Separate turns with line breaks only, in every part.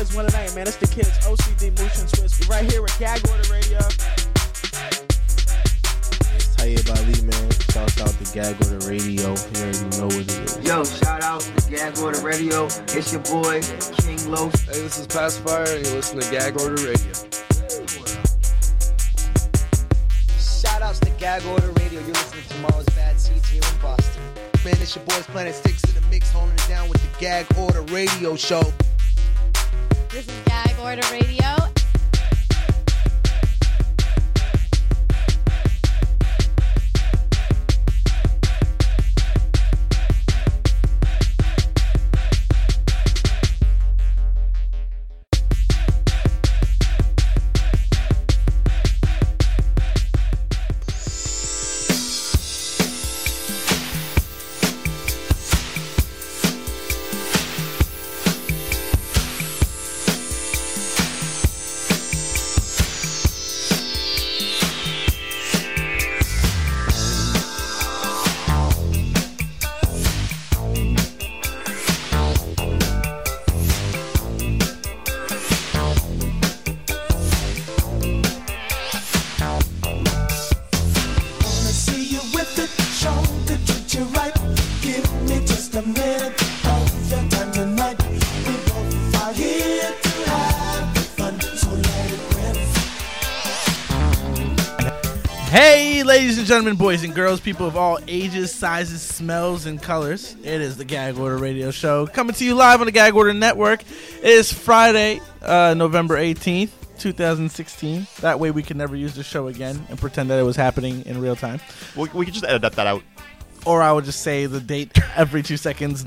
is one tonight, man. It's the kids. OCD Motion Twist. Right here with Gag Order Radio.
Tell by Lee, man. Shouts out to Gag Order Radio. You already know what it is.
Yo, shout out to Gag Order Radio. It's your boy, King Loaf.
Hey, this is Pacifier, and you listen to Gag Order Radio.
Shout outs to Gag Order Radio. You're listening to Tomorrow's Bad Seeds here in Boston.
Man, it's your boys Planet Six in the mix, holding it down with the Gag Order Radio Show.
This is Gag Order Radio.
Hey, ladies and gentlemen, boys and girls, people of all ages, sizes, smells, and colors. It is the Gag Order Radio Show coming to you live on the Gag Order Network. It is Friday, uh, November 18th, 2016. That way we can never use the show again and pretend that it was happening in real time.
We, we could just edit that, that out.
Or I would just say the date every two seconds,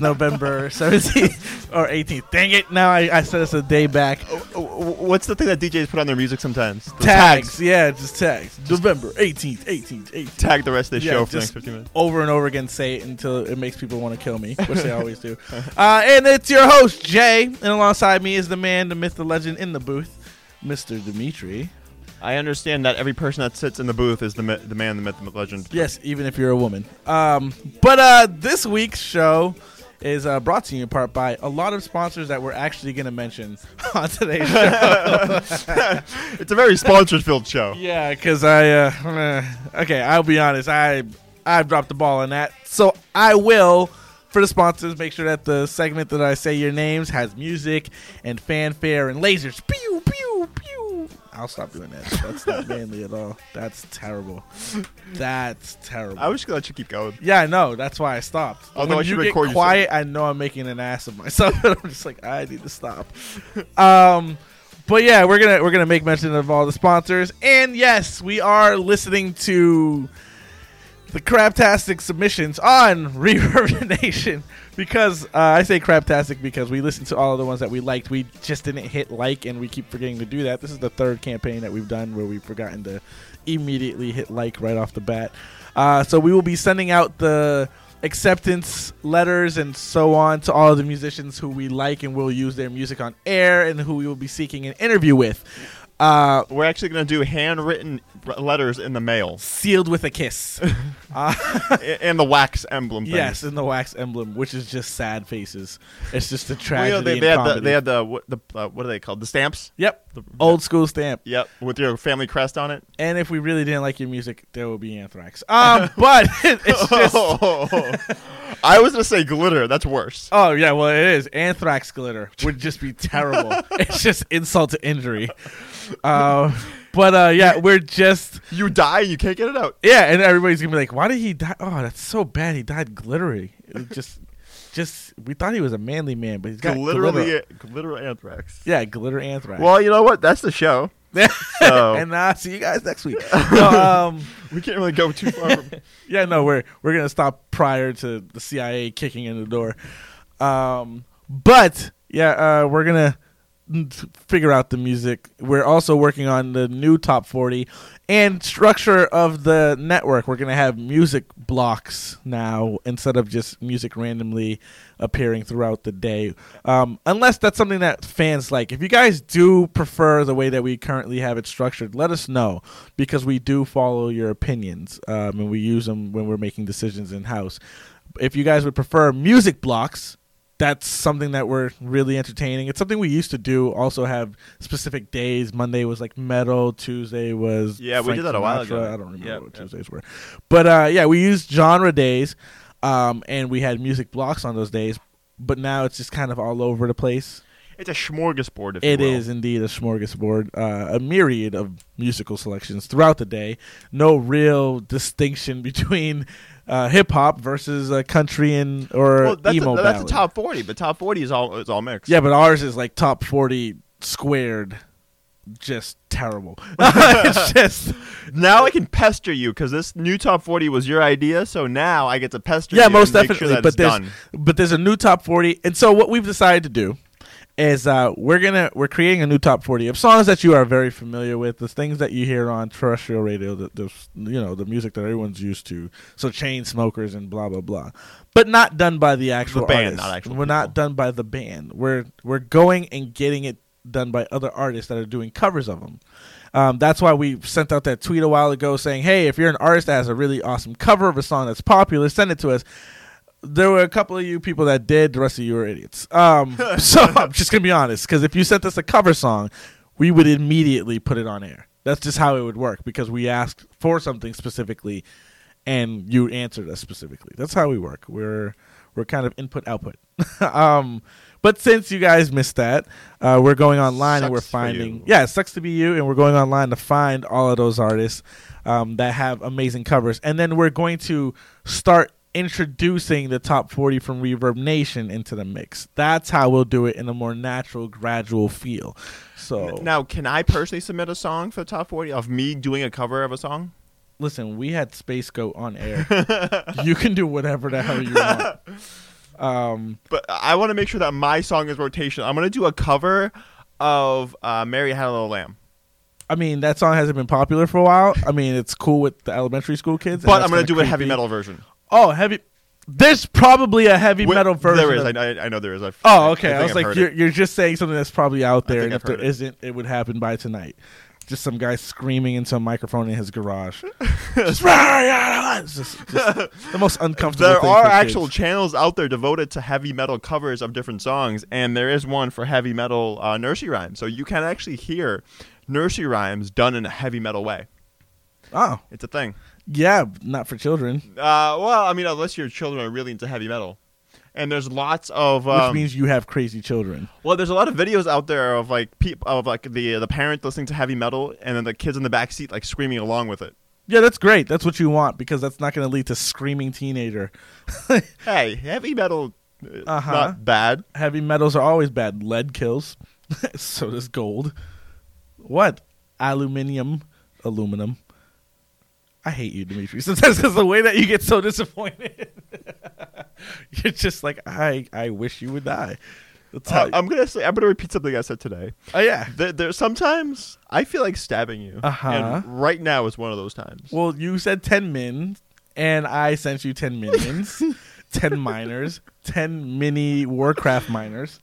November 17th or 18th. Dang it, now I, I said it's a day back.
Oh,
What's the thing that DJs put on their music sometimes? The
Tags, yeah, just tags. November 18th, 18th, 18th.
Tag the rest of the
Yeah,
show for the next
just
15 minutes.
over and over again say it until it makes people want to kill me, which they always do. Uh, and it's your host, Jay. And alongside me is the man, the myth, the legend in the booth, Mr. Dimitri.
I understand that every person that sits in the booth is the, ma- the man, the myth, the legend.
Yes, even if you're a woman. Um, but uh, this week's show is uh, brought to you in part by a lot of sponsors that we're actually going to mention on today's show.
It's a very sponsored-filled show.
yeah, because I. Uh, okay, I'll be honest. I I dropped the ball on that. So I will. For the sponsors, make sure that the segment that I say your names has music and fanfare and lasers. Pew pew pew. I'll stop doing that. That's not manly at all. That's terrible. That's terrible.
I was just gonna let you keep going.
Yeah, I know. That's why I stopped.
Although
when
I should
you get
record yourself.
quiet, I know I'm making an ass of myself, and I'm just like, I need to stop. Um, but yeah, we're gonna we're gonna make mention of all the sponsors, and yes, we are listening to the craptastic submissions on Reverb Nation because uh, I say craptastic because we listened to all of the ones that we liked. We just didn't hit like, and we keep forgetting to do that. This is the third campaign that we've done where we've forgotten to immediately hit like right off the bat. Uh, so we will be sending out the acceptance letters and so on to all of the musicians who we like and will use their music on air and who we will be seeking an interview with. Uh,
We're actually gonna do handwritten r- letters in the mail
sealed with a kiss. Uh,
A- and the wax emblem. Thing.
Yes, in the wax emblem, which is just sad faces. It's just a
Well,
tragedy.
you know, they,
and
they had the
comedy.
they had the what the uh, what are they called? The stamps.
yep,
The-
old school stamp.
Yep, with your family crest on it.
And if we really didn't like your music, there will be anthrax. Um, but it's just.
Oh. I was gonna say glitter. That's worse.
Oh yeah, well it is. Anthrax glitter would just be terrible. it's just insult to injury. Um, but uh, yeah, we're just
You die, you can't get it out.
yeah, and everybody's gonna be like, "Why did he die? Oh, that's so bad. He died glittery. It just, just we thought he was a manly man, but he's got
Glitterally,
glitter.
glitter anthrax.
Yeah, glitter anthrax.
Well, you know what? That's the show. So-
and uh, see you guys next week. No, um,
We can't really go too far. From-
yeah, no, we're we're gonna stop prior to the CIA kicking in the door. Um, but yeah, uh, we're gonna figure out the music. We're also working on the new top forty and structure of the network. We're gonna have music blocks now instead of just music randomly appearing throughout the day. Um, unless that's something that fans like. If you guys do prefer the way that we currently have it structured, let us know because we do follow your opinions um, and we use them when we're making decisions in house. If you guys would prefer music blocks, that's something that we're really entertaining. It's something we used to do. Also have specific days. Monday was like metal. Tuesday was
Yeah, we did that a while ago.
Sinatra. I don't remember
Yeah,
what
yeah.
Tuesdays were, but uh, yeah, we used genre days, um, and we had music blocks on those days. But now it's just kind of all over the place.
It's a smorgasbord. If
It
you will.
is indeed a smorgasbord, uh, a myriad of musical selections throughout the day. No real distinction between uh, hip hop versus uh, country and or
Well, that's,
emo
a, that's a
ballad.
top forty, but top forty is all it's all mixed.
Yeah, but ours is like top forty squared, just terrible. it's just
Now I can pester you because this new top forty was your idea, so now I get to pester you.
yeah, most
and make sure
definitely.
that
but
it's
there's
done.
but there's a new top forty, and so what we've decided to do is uh, we're gonna we're creating a new top forty of songs that you are very familiar with, the things that you hear on terrestrial radio, the, the you know the music that everyone's used to, so chain smokers and blah blah blah, but not done by the actual
band,
artists.
not actual
We're not done by the band. We're we're going and getting it done by other artists that are doing covers of them. Um, that's why we sent out that tweet a while ago saying, "Hey, if you're an artist that has a really awesome cover of a song that's popular, send it to us." There were a couple of you people that did. The rest of you are idiots. Um, so I'm just gonna be honest, because if you sent us a cover song, we would immediately put it on air. That's just how it would work because we asked for something specifically, and you answered us specifically. That's how we work. We're we're kind of input output. um, but since you guys missed that, uh, we're going online and
Sucks
we're
for
finding
you.
yeah, it sucks to be you, and we're going online to find all of those artists um, that have amazing covers, and then we're going to start introducing the top 40 from Reverb Nation into the mix. That's how we'll do it in a more natural, gradual feel. So
Now, can I personally submit a song for the top forty of me doing a cover of a song?
listen, we had Space Goat on air. you can do whatever the hell you want. Um,
But I want to make sure that my song is rotational. I'm gonna do a cover of uh, "Mary Had a Little Lamb,"
I mean, that song hasn't been popular for a while. I mean, it's cool with the elementary school kids. and
but
that's
I'm gonna
kinda
do a heavy
creepy.
metal version.
Oh, heavy. There's probably a heavy
Wait,
metal version.
There is.
of-
I, I- I know there is. I-
Oh, okay. I,
think
was
I've
like,
heard
you're,
it.
you're just saying something that's probably out there,
think
and
I've
if there
heard it.
isn't, it would happen by tonight. Just some guy screaming into a microphone in his garage. Just, It's just- just the most uncomfortable.
There
thing
are
for
actual
kids.
channels out there devoted to heavy metal covers of different songs, and there is one for heavy metal uh, nursery rhymes. So you can actually hear nursery rhymes done in a heavy metal way.
Oh,
It's a thing.
yeah, not for children,
Uh, well, I mean, unless your children are really into heavy metal, and there's lots of um,
which means you have crazy children.
well, there's a lot of videos out there of like peop- of like the the parent listening to heavy metal, and then the kids in the back seat like screaming along with it.
Yeah, that's great. That's what you want because that's not going to lead to screaming teenager.
Hey, heavy metal, uh,
Uh-huh.
not bad.
Heavy metals are always bad. Lead kills. so does gold. What? Aluminium. Aluminum. I hate you, Dimitri. Sometimes because the way that you get so disappointed. You're just like, I I wish you would die. That's how,
Uh, I'm gonna say I'm gonna repeat something I said today.
oh, yeah.
There, there, sometimes I feel like stabbing you,
Uh-huh.
and right now is one of those times.
Well, you said 10 min, and I sent you 10 minions, 10 miners, 10 mini Warcraft miners,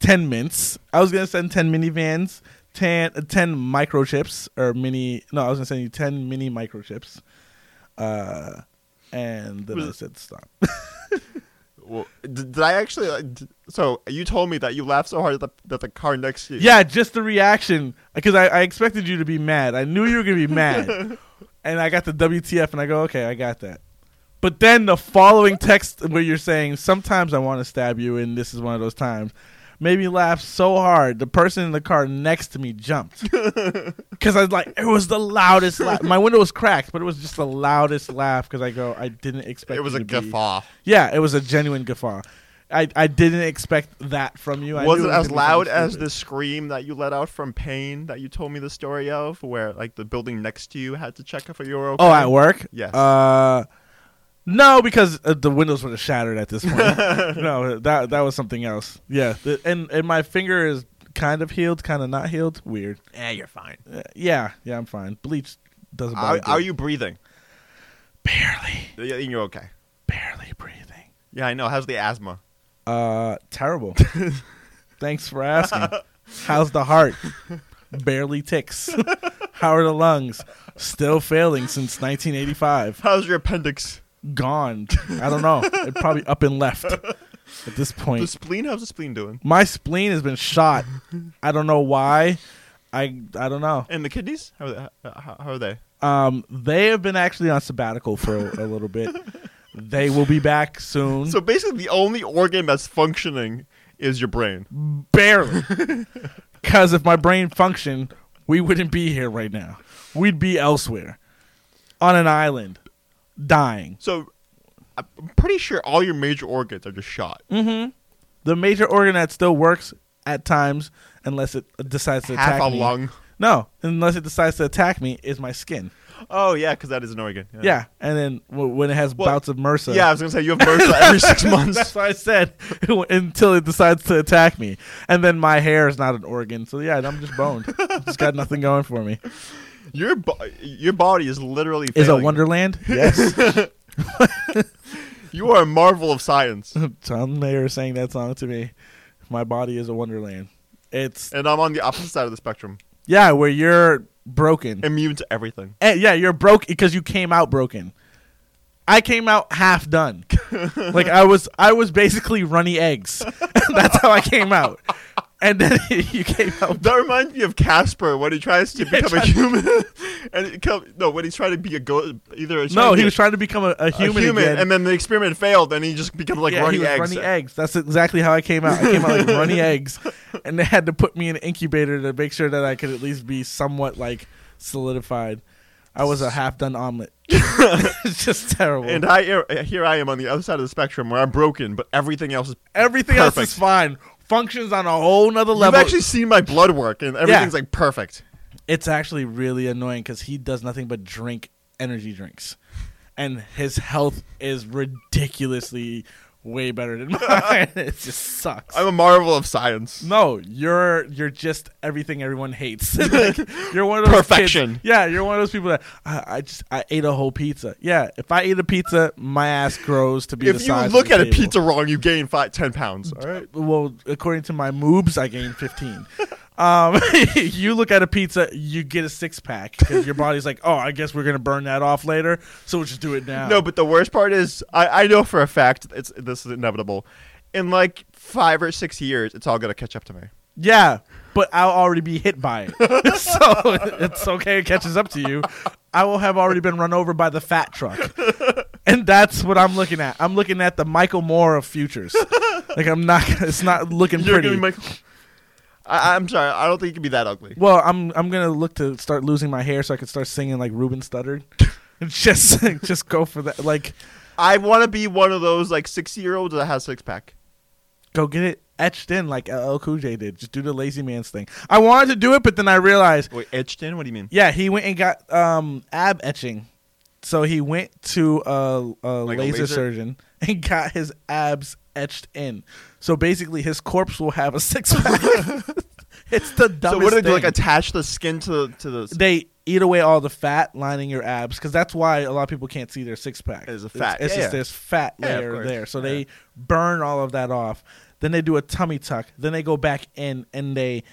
10 mints. I was going to send 10 minivans, 10, uh, 10 microchips, or mini. No, I was going to send you 10 mini microchips. Uh, and then I
Was-
said stop.
Well, did, did I actually? uh, d- so you told me that you laughed so hard that the, that the car next to you.
yeah, just the reaction. Because I, I expected you to be mad. I knew you were going to be mad. and I got the WTF, and I go, okay, I got that. But then the following text where you're saying, sometimes I want to stab you, and this is one of those times, made me laugh so hard. The person in the car next to me jumped. Because I was like, it was the loudest laugh. My window was cracked, but it was just the loudest laugh because I go, I didn't expect
it was
you to
a
be-"
guffaw.
Yeah, it was a genuine guffaw. I, I didn't expect that from you. I
was
knew
it
was gonna be
as
something
loud as
stupid.
the scream that you let out from pain that you told me the story of, where like the building next to you had to check if you were okay?
Oh, at work?
Yes.
Uh, no, because uh, the windows would have shattered at this point. no, that that was something else. Yeah, the, and and my finger is kind of healed, kind of not healed. Weird.
yeah, Eh, you're fine.
Uh, yeah, yeah, I'm fine. Bleach doesn't bother.
Are,
me.
are you breathing?
barely,
Yeah, You're okay.
barely breathing?
Yeah, I know. How's the asthma?
Uh, terrible. Thanks for asking. How's the heart? Barely ticks. How are the lungs? Still failing since 1985.
How's your appendix?
gone. I don't know. it probably up and left. at this point.
The spleen, how's the spleen doing?
my spleen has been shot. I don't know why. I I don't know.
And the kidneys, how are they? How, how are they?
Um, they have been actually on sabbatical for a, a little bit. They will be back soon.
So basically, the only organ that's functioning is your brain.
barely. Because if my brain functioned, we wouldn't be here right now. We'd be elsewhere, on an island, dying.
So I'm pretty sure all your major organs are just shot.
Mm. The major organ that still works at times, unless it decides to
Half
attack
a
me.
lung.
No, unless it decides to attack me, is my skin.
Oh yeah, because that is an organ.
Yeah, and then w- when it has
Well,
bouts of MRSA.
Yeah, I was gonna say you have MRSA every six
That's
months.
what I said until it decides to attack me, and then my hair is not an organ. So yeah, I'm just boned. just got nothing going for me.
Your bo- your body is literally
Is it
failing.
Wonderland? Yes.
You are a marvel of science,
Mm-hmm. Tom Mayer sang that song to me. My body is a wonderland. It's
and I'm on the opposite side of the spectrum.
yeah, where you're broken.
Immune to everything.
Eh, yeah, you're broke because you came out broken. I came out half done. like I was I was basically runny eggs. That's how I came out. And then you came out
That reminds me of Casper when he tries to become a
trying to-
human, and he come, no, when he's trying to be a go either he's
No,
trying to
he
be
was trying to become a, a
a
human, again.
and then the experiment failed, and he just becomes like
yeah,
runny
he was
eggs.
runny eggs. That's exactly how I came out. I came out like runny eggs, and they had to put me in an incubator to make sure that I could at least be somewhat like solidified. I was a half done omelet. it's just terrible.
And I here I am on the other side of the spectrum where I'm broken, but everything else is
Everything else
Perfect.
is fine. Functions on a whole nother level.
You've actually seen my blood work, and everything's like perfect.
it's actually really annoying because he does nothing but drink energy drinks, and his health is ridiculously way better than mine. it just sucks.
I'm a marvel of science.
No, you're you're just everything everyone hates. Like, you're one of those kids-
Perfection.
yeah, you're one of those people that I, I just I ate a whole pizza. Yeah, if I eat a pizza, my ass grows to be. the
If you
size of
look
the
at a
table.
pizza wrong, you gain five, 10 pounds. All right.
well, according to my moobs, I gained fifteen. um, you look at a pizza, you get a six pack because your body's like, oh, I guess we're gonna burn that off later, so we'll just do it now.
No, but the worst part is I, I know for a fact it's this is inevitable. In like five or six years, it's all gonna catch up to me.
Yeah, but I'll already be hit by it. so it's okay, it catches up to you. I will have already been run over by the fat truck. And that's what I'm looking at. I'm looking at the Michael Moore of futures. Like I'm not gonna- it's not looking
You're
pretty.
gonna be like, I, I'm sorry, I don't think you can be that ugly.
well, I'm I'm gonna look to start losing my hair so I can start singing like Ruben Studdard. just just go for that like
I want to be one of those like sixty year olds that has six pack.
go get it etched in like LL Cool J did. Just do the lazy man's thing. I wanted to do it, but then I realized
Wait, etched in? What do you mean?
Yeah, he went and got um, ab etching. So he went to a, a
Like a
laser,
laser?
surgeon and got his abs etched in. So basically, his corpse will have a six pack. it's the dumbest.
So what do they do? Like
thing.
attach the skin to to the.
they eat away all the fat lining your abs because that's why a lot of people can't see their six pack.
It's a fat.
It's, it's
Yeah,
just
yeah.
there's fat
Yeah, of
layer
course.
there. So
Yeah.
they burn all of that off. Then they do a tummy tuck. Then they go back in and they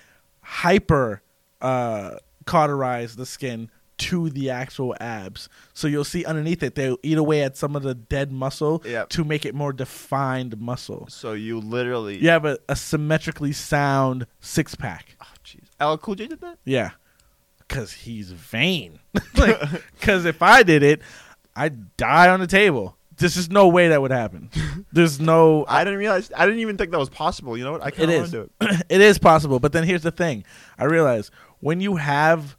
hyper uh, cauterize the skin to the actual abs. So you'll see underneath it they'll eat away at some of the dead muscle
Yep.
to make it more defined muscle.
so you literally.
You have a, a symmetrically sound six pack.
Oh, jeez. Al Cool J did that.
Yeah. Cause he's vain. like, cause if I did it, I'd die on the table. There's just no way that would happen. There's no
I didn't realize. I didn't even think that was possible. You know what? I
it
kind of
is.
do it.
it is possible. But then here's the thing. I realize when you have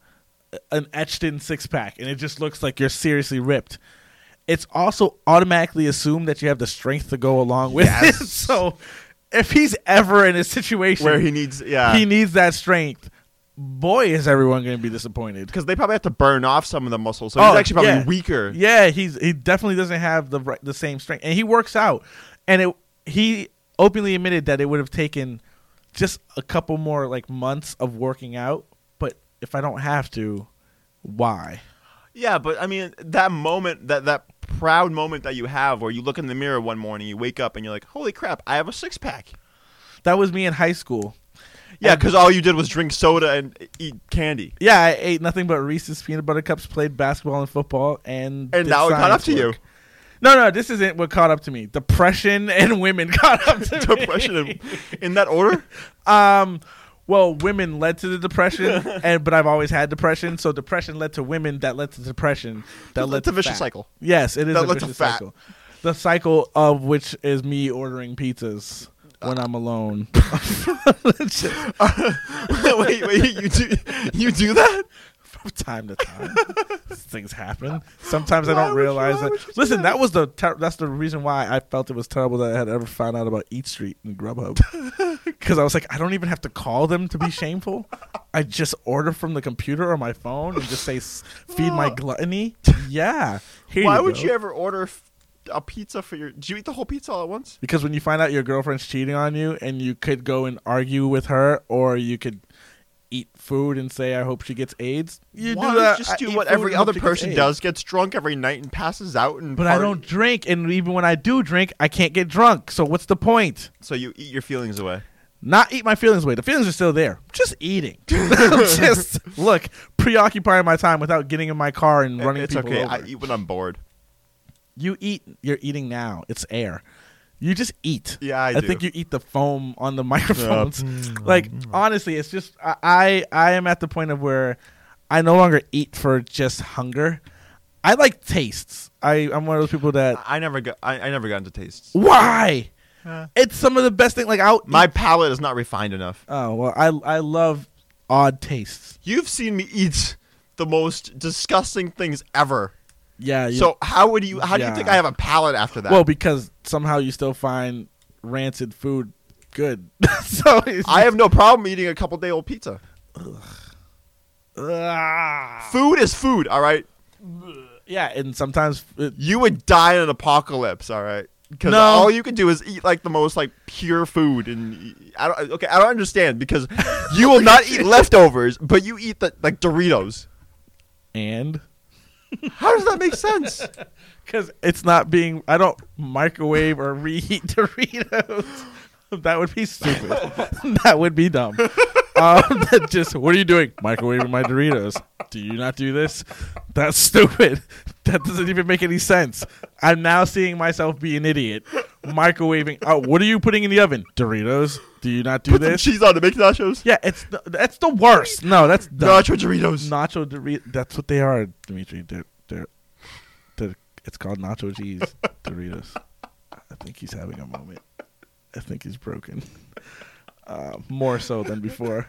an etched in six pack and it just looks like you're seriously ripped, it's also automatically assumed that you have the strength to go along with it.
Yes.
So if he's ever in a situation
Where he needs, yeah,
he needs that strength, boy is everyone gonna be disappointed.
because they probably have to burn off some of the muscles, so
Oh,
he's actually probably
yeah.
weaker.
Yeah, he's he definitely doesn't have the right, the same strength, and he works out, and it he openly admitted that it would have taken just a couple more like months of working out, but if I don't have to, why?
Yeah, but I mean that moment, that that proud moment that you have, where you look in the mirror one morning, you wake up, and you're like, "Holy crap, I have a six pack!"
That was me in high school.
Yeah, because all you did was drink soda and eat candy,
Yeah, I ate nothing but Reese's peanut butter cups, played basketball and football, and
and
did
now it caught up
science
to you.
work. No, no, this isn't what caught up to me. Depression and women caught up to me.
Depression in, in that order?
Um, well, women led to the depression, and but I've always had depression, so depression led to women, that led to depression, that led
It's
to
a vicious
fat.
cycle.
Yes, it is
That
a
led to
vicious
fat.
cycle. The cycle of which is me ordering pizzas
Uh,
when I'm alone.
wait, wait, you do you do that?
From time to time, things happen. Sometimes I
Why
don't
would you-
realize
why
that.
would you do
Listen,
that?
that was the ter- that's the reason why I felt it was terrible that I had ever found out about Eat Street and Grubhub. Because I was like, I don't even have to call them to be shameful. I just order from the computer or my phone and just say, "S- "Feed my gluttony." Yeah. Here
Why would you
go.
ever order f- a pizza for your? Did you eat the whole pizza all at once?
Because when you find out your girlfriend's cheating on you, and you could go and argue with her, or you could eat food and say, "I hope she gets AIDS." You
Why
do
not
that. I
Just do
eat
what
food
every
and hope
other
she gets
person
AIDS.
does: gets drunk every night and passes out. And
But I
party.
don't drink, and even when I do drink, I can't get drunk. So what's the point?
So you eat your feelings away.
Not eat my feelings away. The feelings are still there. Just eating. just look preoccupying my time without getting in my car and running
it's
people
okay.
over.
I eat when I'm bored.
you eat. You're eating now. It's air. You just eat.
Yeah, I
I,
do.
think you eat the foam on the microphones. like honestly, it's just I, I I am at the point of where I no longer eat for just hunger. I like tastes. I I'm one of those people that
I never got. I, I never got into tastes.
why
Huh.
it's some of the best thing. Like I'll
My palate is not refined enough.
Oh well, I I love odd tastes.
You've seen me eat the most disgusting things ever.
Yeah. You,
So how would you? How do
Yeah.
you think I have a palate after that?
well, because somehow you still find rancid food good. so it's,
I have no problem eating a couple day old pizza.
Ah.
Food is food. All right.
yeah, and sometimes it,
You would die in an apocalypse, all right? Because
No.
all you could do is eat like the most like pure food, and I don't. Okay, I don't understand because you will not eat leftovers, but you eat the, like Doritos.
and
How does that make sense?
because it's not being I don't microwave or reheat Doritos. That would be stupid. that would be dumb. Um, just what are you doing? Microwaving my Doritos? Do you not do this? That's stupid. That doesn't even make any sense. I'm now seeing myself be an idiot. Microwaving. Oh, what are you putting in the oven? Doritos? Do you not do
Put some
this?
cheese on to make nachos.
yeah, it's the, that's the worst. No, that's dumb.
Nacho Doritos.
Nacho Doritos. That's what they are, Dimitri. They're, they're, they're, it's called nacho cheese Doritos. I think he's having a moment. I think he's broken. Uh, more so than before.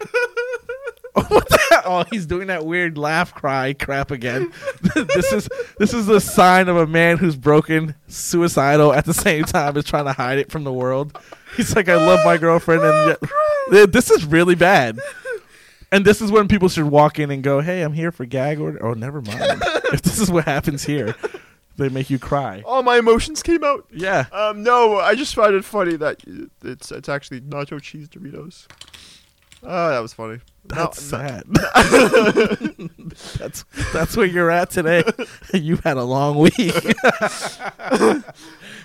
what the hell? Oh, he's doing that weird laugh cry crap again. this is this is the sign of a man who's broken, suicidal at the same time as trying to hide it from the world. He's like, I love my girlfriend,
Oh,
and yet, this is really bad. And this is when people should walk in and go, "Hey, I'm here for gag order." Oh, never mind. if this is what happens here, they make you cry.
All my emotions came out.
Yeah,
Um, no, I just find it funny that it's it's actually nacho cheese Doritos. Ah, that was funny. No,
that's sad. that's that's where you're at today. You've had a long week.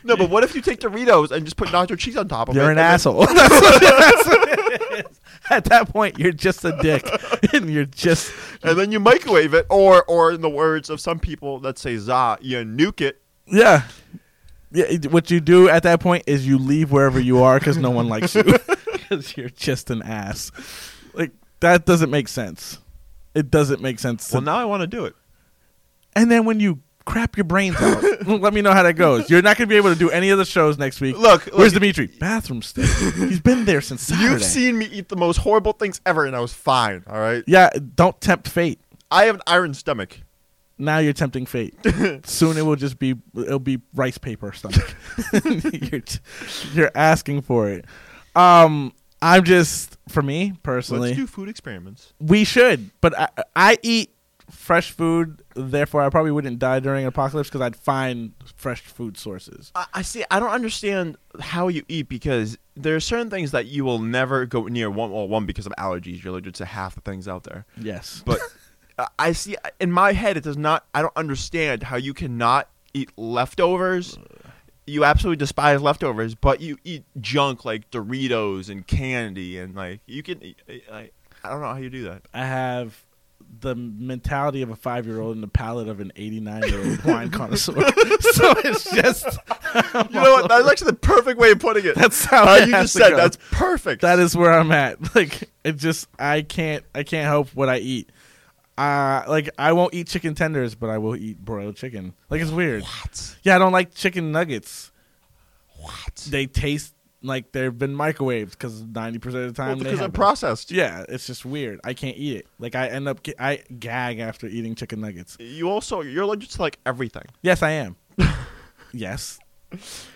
No, but what if you take Doritos and just put nacho cheese on top of it?
You're an
and then-
asshole. That's what- that's what it is. At that point, you're just a dick, and you're just
and then you microwave it, or or in the words of some people that say za, you nuke it.
yeah. Yeah, it- what you do at that point is you leave wherever you are because no one likes you because you're just an ass. Like that doesn't make sense. It doesn't make sense. to-
now I want to do it.
and then when you crap your brains out, let me know how that goes. You're not going to be able to do any of the shows next week.
Look,
where's
look-
Dimitri? Bathroom stink. He's been there since Saturday.
You've seen me eat the most horrible things ever, and I was fine. All right,
Yeah, don't tempt fate.
I have an iron stomach.
now you're tempting fate. Soon it will just be it'll be rice paper stomach. you're, t- you're asking for it. Um, I'm just for me personally,
Let's do food experiments.
we should. But I, I eat fresh food, therefore I probably wouldn't die during an apocalypse because I'd find fresh food sources.
I, I see. I don't understand how you eat because there are certain things that you will never go near. One, well, one because of allergies. You're allergic to half the things out there.
Yes,
But I- I see in my head, it does not. I don't understand how you cannot eat leftovers. You absolutely despise leftovers, but you eat junk like e, Doritos and candy, and like you can. eat- I, I don't know how you do that.
I have the mentality of a five year old and the palate of an eighty nine year old wine connoisseur. so it's just
You know what? That's actually the perfect way of putting it.
That's how
Uh,
it
you
has
just
to
said.
go.
That's perfect.
that is where I'm at. Like it just I can't I can't help what I eat. Uh like I won't eat chicken tenders, but I will eat broiled chicken. Like it's weird. What? Yeah, I don't like chicken nuggets. What? They taste like they've been microwaved because ninety percent of the time
Well,
they
because I'm
haven't.
processed.
Yeah, it's just weird. I can't eat it. Like I end up ga- I gag after eating chicken nuggets.
You also you're allergic to like everything.
Yes, I am. yes.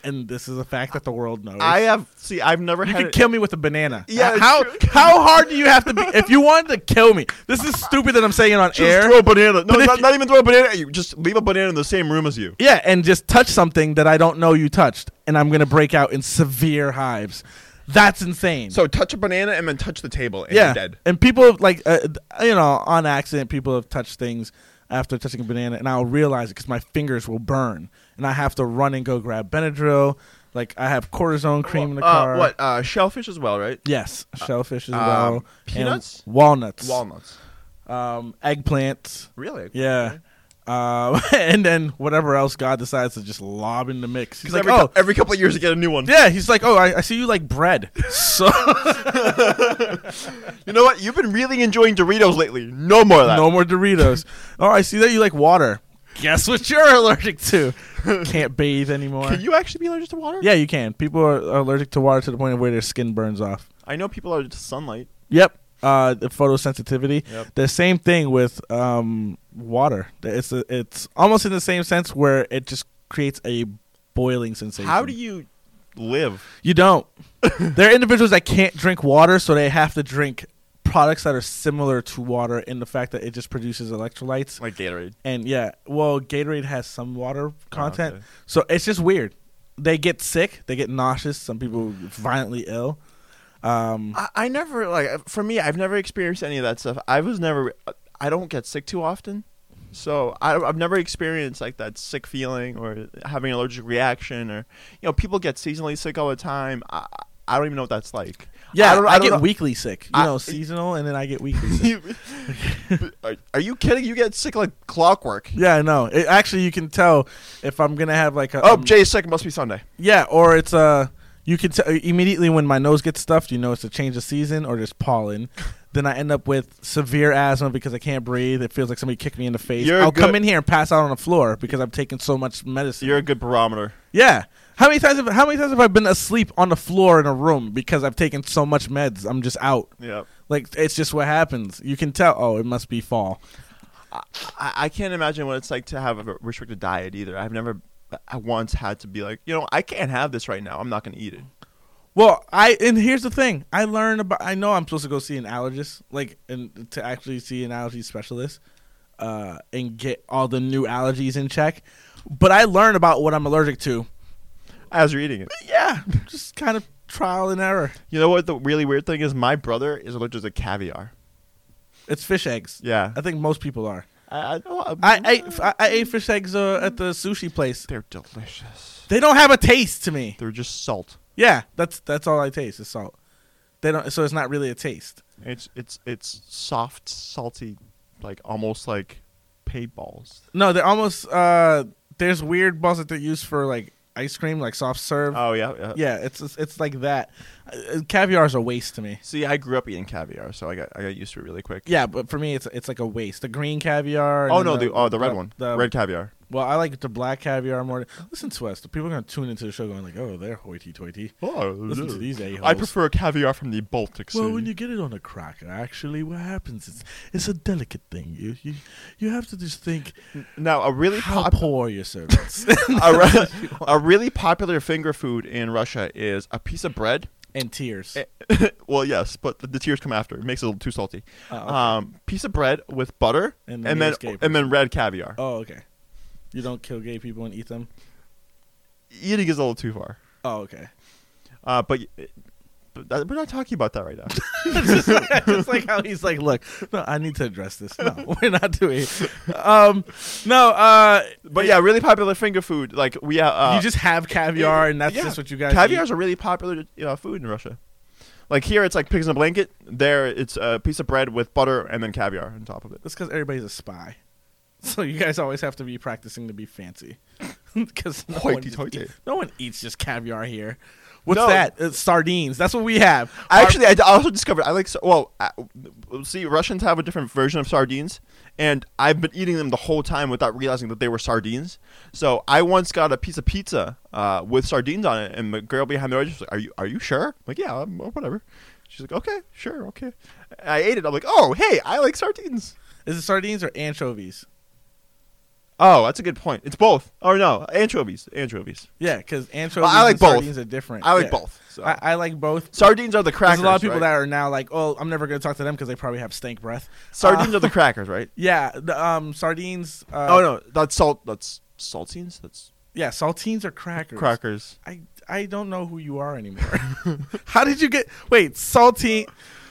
And this is a fact that the world knows.
I have see. I've never
You
had.
could
it-
kill me with a banana.
Yeah,
Uh,
it's
how
true.
how hard do you have to be if you wanted to kill me? This is stupid that I'm saying it on
just
air.
throw a banana. No,
But if
not,
you-
not even throw a banana. at You just leave a banana in the same room as you.
yeah, and just touch something that I don't know you touched, and I'm gonna break out in severe hives. That's insane.
So touch a banana and then touch the table and
yeah,
you're dead.
and people have, like uh, you know on accident people have touched things after touching a banana, and I'll realize it because my fingers will burn, and I have to run and go grab Benadryl. Like I have cortisone cream in the
Uh,
car.
what? Uh, shellfish as well, right?
Yes, shellfish as
um,
well. and
peanuts?
walnuts,
Walnuts.
um, eggplants.
Really?
Yeah. Um, and then whatever else God decides to just lob in the mix. He's
Because
like,
every,
oh,
cou- every couple of years you get a new one.
yeah. He's like, oh, I, I see you like bread. So
You know what? You've been really enjoying Doritos lately. No more of that.
no more Doritos. Oh, I see that you like water. Guess what you're allergic to? Can't bathe anymore.
Can you actually be allergic to water?
yeah, you can. People are allergic to water to the point of where their skin burns off.
I know people are allergic to sunlight.
Yep. Uh, the photosensitivity.
Yep.
The same thing with um, water. It's a, it's almost in the same sense where it just creates a boiling sensation.
How do you live?
You don't. there are individuals that can't drink water, so they have to drink products that are similar to water in the fact that it just produces electrolytes.
Like Gatorade.
And yeah, well, Gatorade has some water content,
okay.
so it's just weird. They get sick, they get nauseous. Some people violently ill. Um,
I, I never like for me. I've never experienced any of that stuff. I was never. I don't get sick too often, so I, I've never experienced like that sick feeling or having an allergic reaction or you know people get seasonally sick all the time. I, I don't even know what that's like.
yeah, I,
don't,
get
don't know.
weekly sick. You
I-
know, seasonal, and then I get weekly. sick.
are, are you kidding? You get sick like clockwork.
Yeah, I know. It, actually, you can tell if I'm gonna have like a
Oh,
um,
Jay's sick. Must be Sunday.
Yeah, or it's Uh, you can tell immediately when my nose gets stuffed. You know, it's a change of season or there's pollen. Then I end up with severe asthma because I can't breathe. It feels like somebody kicked me in the face.
You're
I'll
good-
come in here and pass out on the floor because I'm taking so much medicine.
You're a good barometer.
yeah. How many times have how many times have I been asleep on the floor in a room because I've taken so much meds? I'm just out.
Yeah.
Like it's just what happens. You can tell. Oh, it must be fall.
I, I can't imagine what it's like to have a restricted diet either. I've never I once had to be like, you know, I can't have this right now. I'm not going to eat it.
Well, I and here's the thing. I learned about. I know I'm supposed to go see an allergist, like, and to actually see an allergy specialist, uh, and get all the new allergies in check. But I learned about what I'm allergic to.
As you're eating it.
Yeah, just kind of trial and error.
You know what the really weird thing is? My brother is allergic to caviar.
It's fish eggs.
Yeah.
I think most people are.
I, I, oh,
I ate I, I ate fish eggs uh, at the sushi place.
They're delicious.
They don't have a taste to me.
They're just salt.
Yeah, that's that's all I taste is salt. They don't, so it's not really a taste.
It's it's it's soft, salty, like almost like paintballs.
No, they're almost. Uh, there's weird balls that they use for like ice cream, like soft serve.
Oh yeah, yeah.
yeah, it's it's, it's like that. Uh, caviar's a waste to me.
See, I grew up eating caviar, so I got I got used to it really quick.
Yeah, but for me, it's it's like a waste. The green caviar. and
Oh
then
no, the, oh the red one,
the-
red caviar.
Well, I like the black caviar more. Listen to us. The people are gonna tune into the show going like, oh, they're hoity-toity.
Oh,
Listen to these a-holes.
I prefer caviar from the Baltic Sea.
Well, when you get it on a cracker, actually, what happens is it's a delicate thing. You you, you have to just think
now a really
how
pop-
poor your servants
a, re- a really popular finger food in Russia is a piece of bread.
and tears.
Eh, well, yes, but the, the tears come after. It makes it a little too salty.
Oh, okay.
Um, piece of bread with butter
And
and,
then
then
you escape.
and then red caviar.
Oh, okay. You don't kill gay people and eat them.
Eating is a little too far.
Oh, okay.
Uh, but, y- but that, we're not talking about that right now.
just, like, just like how he's like, look, no, I need to address this. No, we're not doing. Um, no, uh,
but yeah, really popular finger food. Like we uh, uh,
you just have caviar, and that's
yeah,
just what you guys.
Caviar's
eat.
a really popular uh, food in Russia. Like here, it's like pigs in a blanket. There, it's a piece of bread with butter and then caviar on top of it.
That's because everybody's a spy. So you guys always have to be practicing to be fancy. Because no, one
Hoity
just
toity.
eat- no one eats just caviar here. What's
No.
that? It's sardines. That's what we have.
I Actually, I d- I also discovered I like sa- well, I, see, Russians have a different version of sardines, and I've been eating them the whole time without realizing that they were sardines. So I once got a piece of pizza uh, with sardines on it, and the girl behind the register was like, "Are you are you sure?" I'm like, "Yeah, i whatever." She's like, "Okay, sure, okay." I ate it. I'm like, "Oh, hey, I like sardines."
Is it sardines or anchovies?
Oh, that's a good point. It's both. Oh no, anchovies, anchovies.
Yeah, because anchovies
I like
and
both.
sardines are different.
I like
Yeah.
both. So.
I, I like both.
sardines are the crackers.
There's a lot of people
right?
that are now like, oh, I'm never going to talk to them because they probably have stank breath.
sardines
Uh,
are the crackers, right?
yeah, the um, sardines. Uh,
oh no, that's salt. That's saltines. That's
Yeah, saltines are crackers.
crackers.
I I don't know who you are anymore. How did you get? Wait, saltine,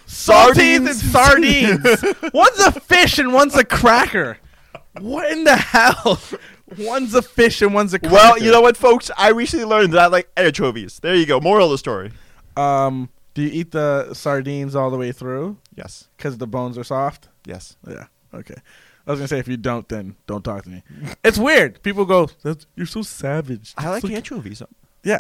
saltines and
Sardines.
sardines. one's a fish and one's a cracker. What in the hell? One's a fish and one's a cracker.
Well, you know what, folks? I recently learned that I like anchovies. There you go. Moral of the story.
um, do you eat the sardines all the way through
Yes.
because the bones are soft?
Yes.
Yeah. Okay. I was gonna say if you don't, then don't talk to me. it's weird. People go, That's, "You're so savage."
I like
It's
anchovies.
Yeah.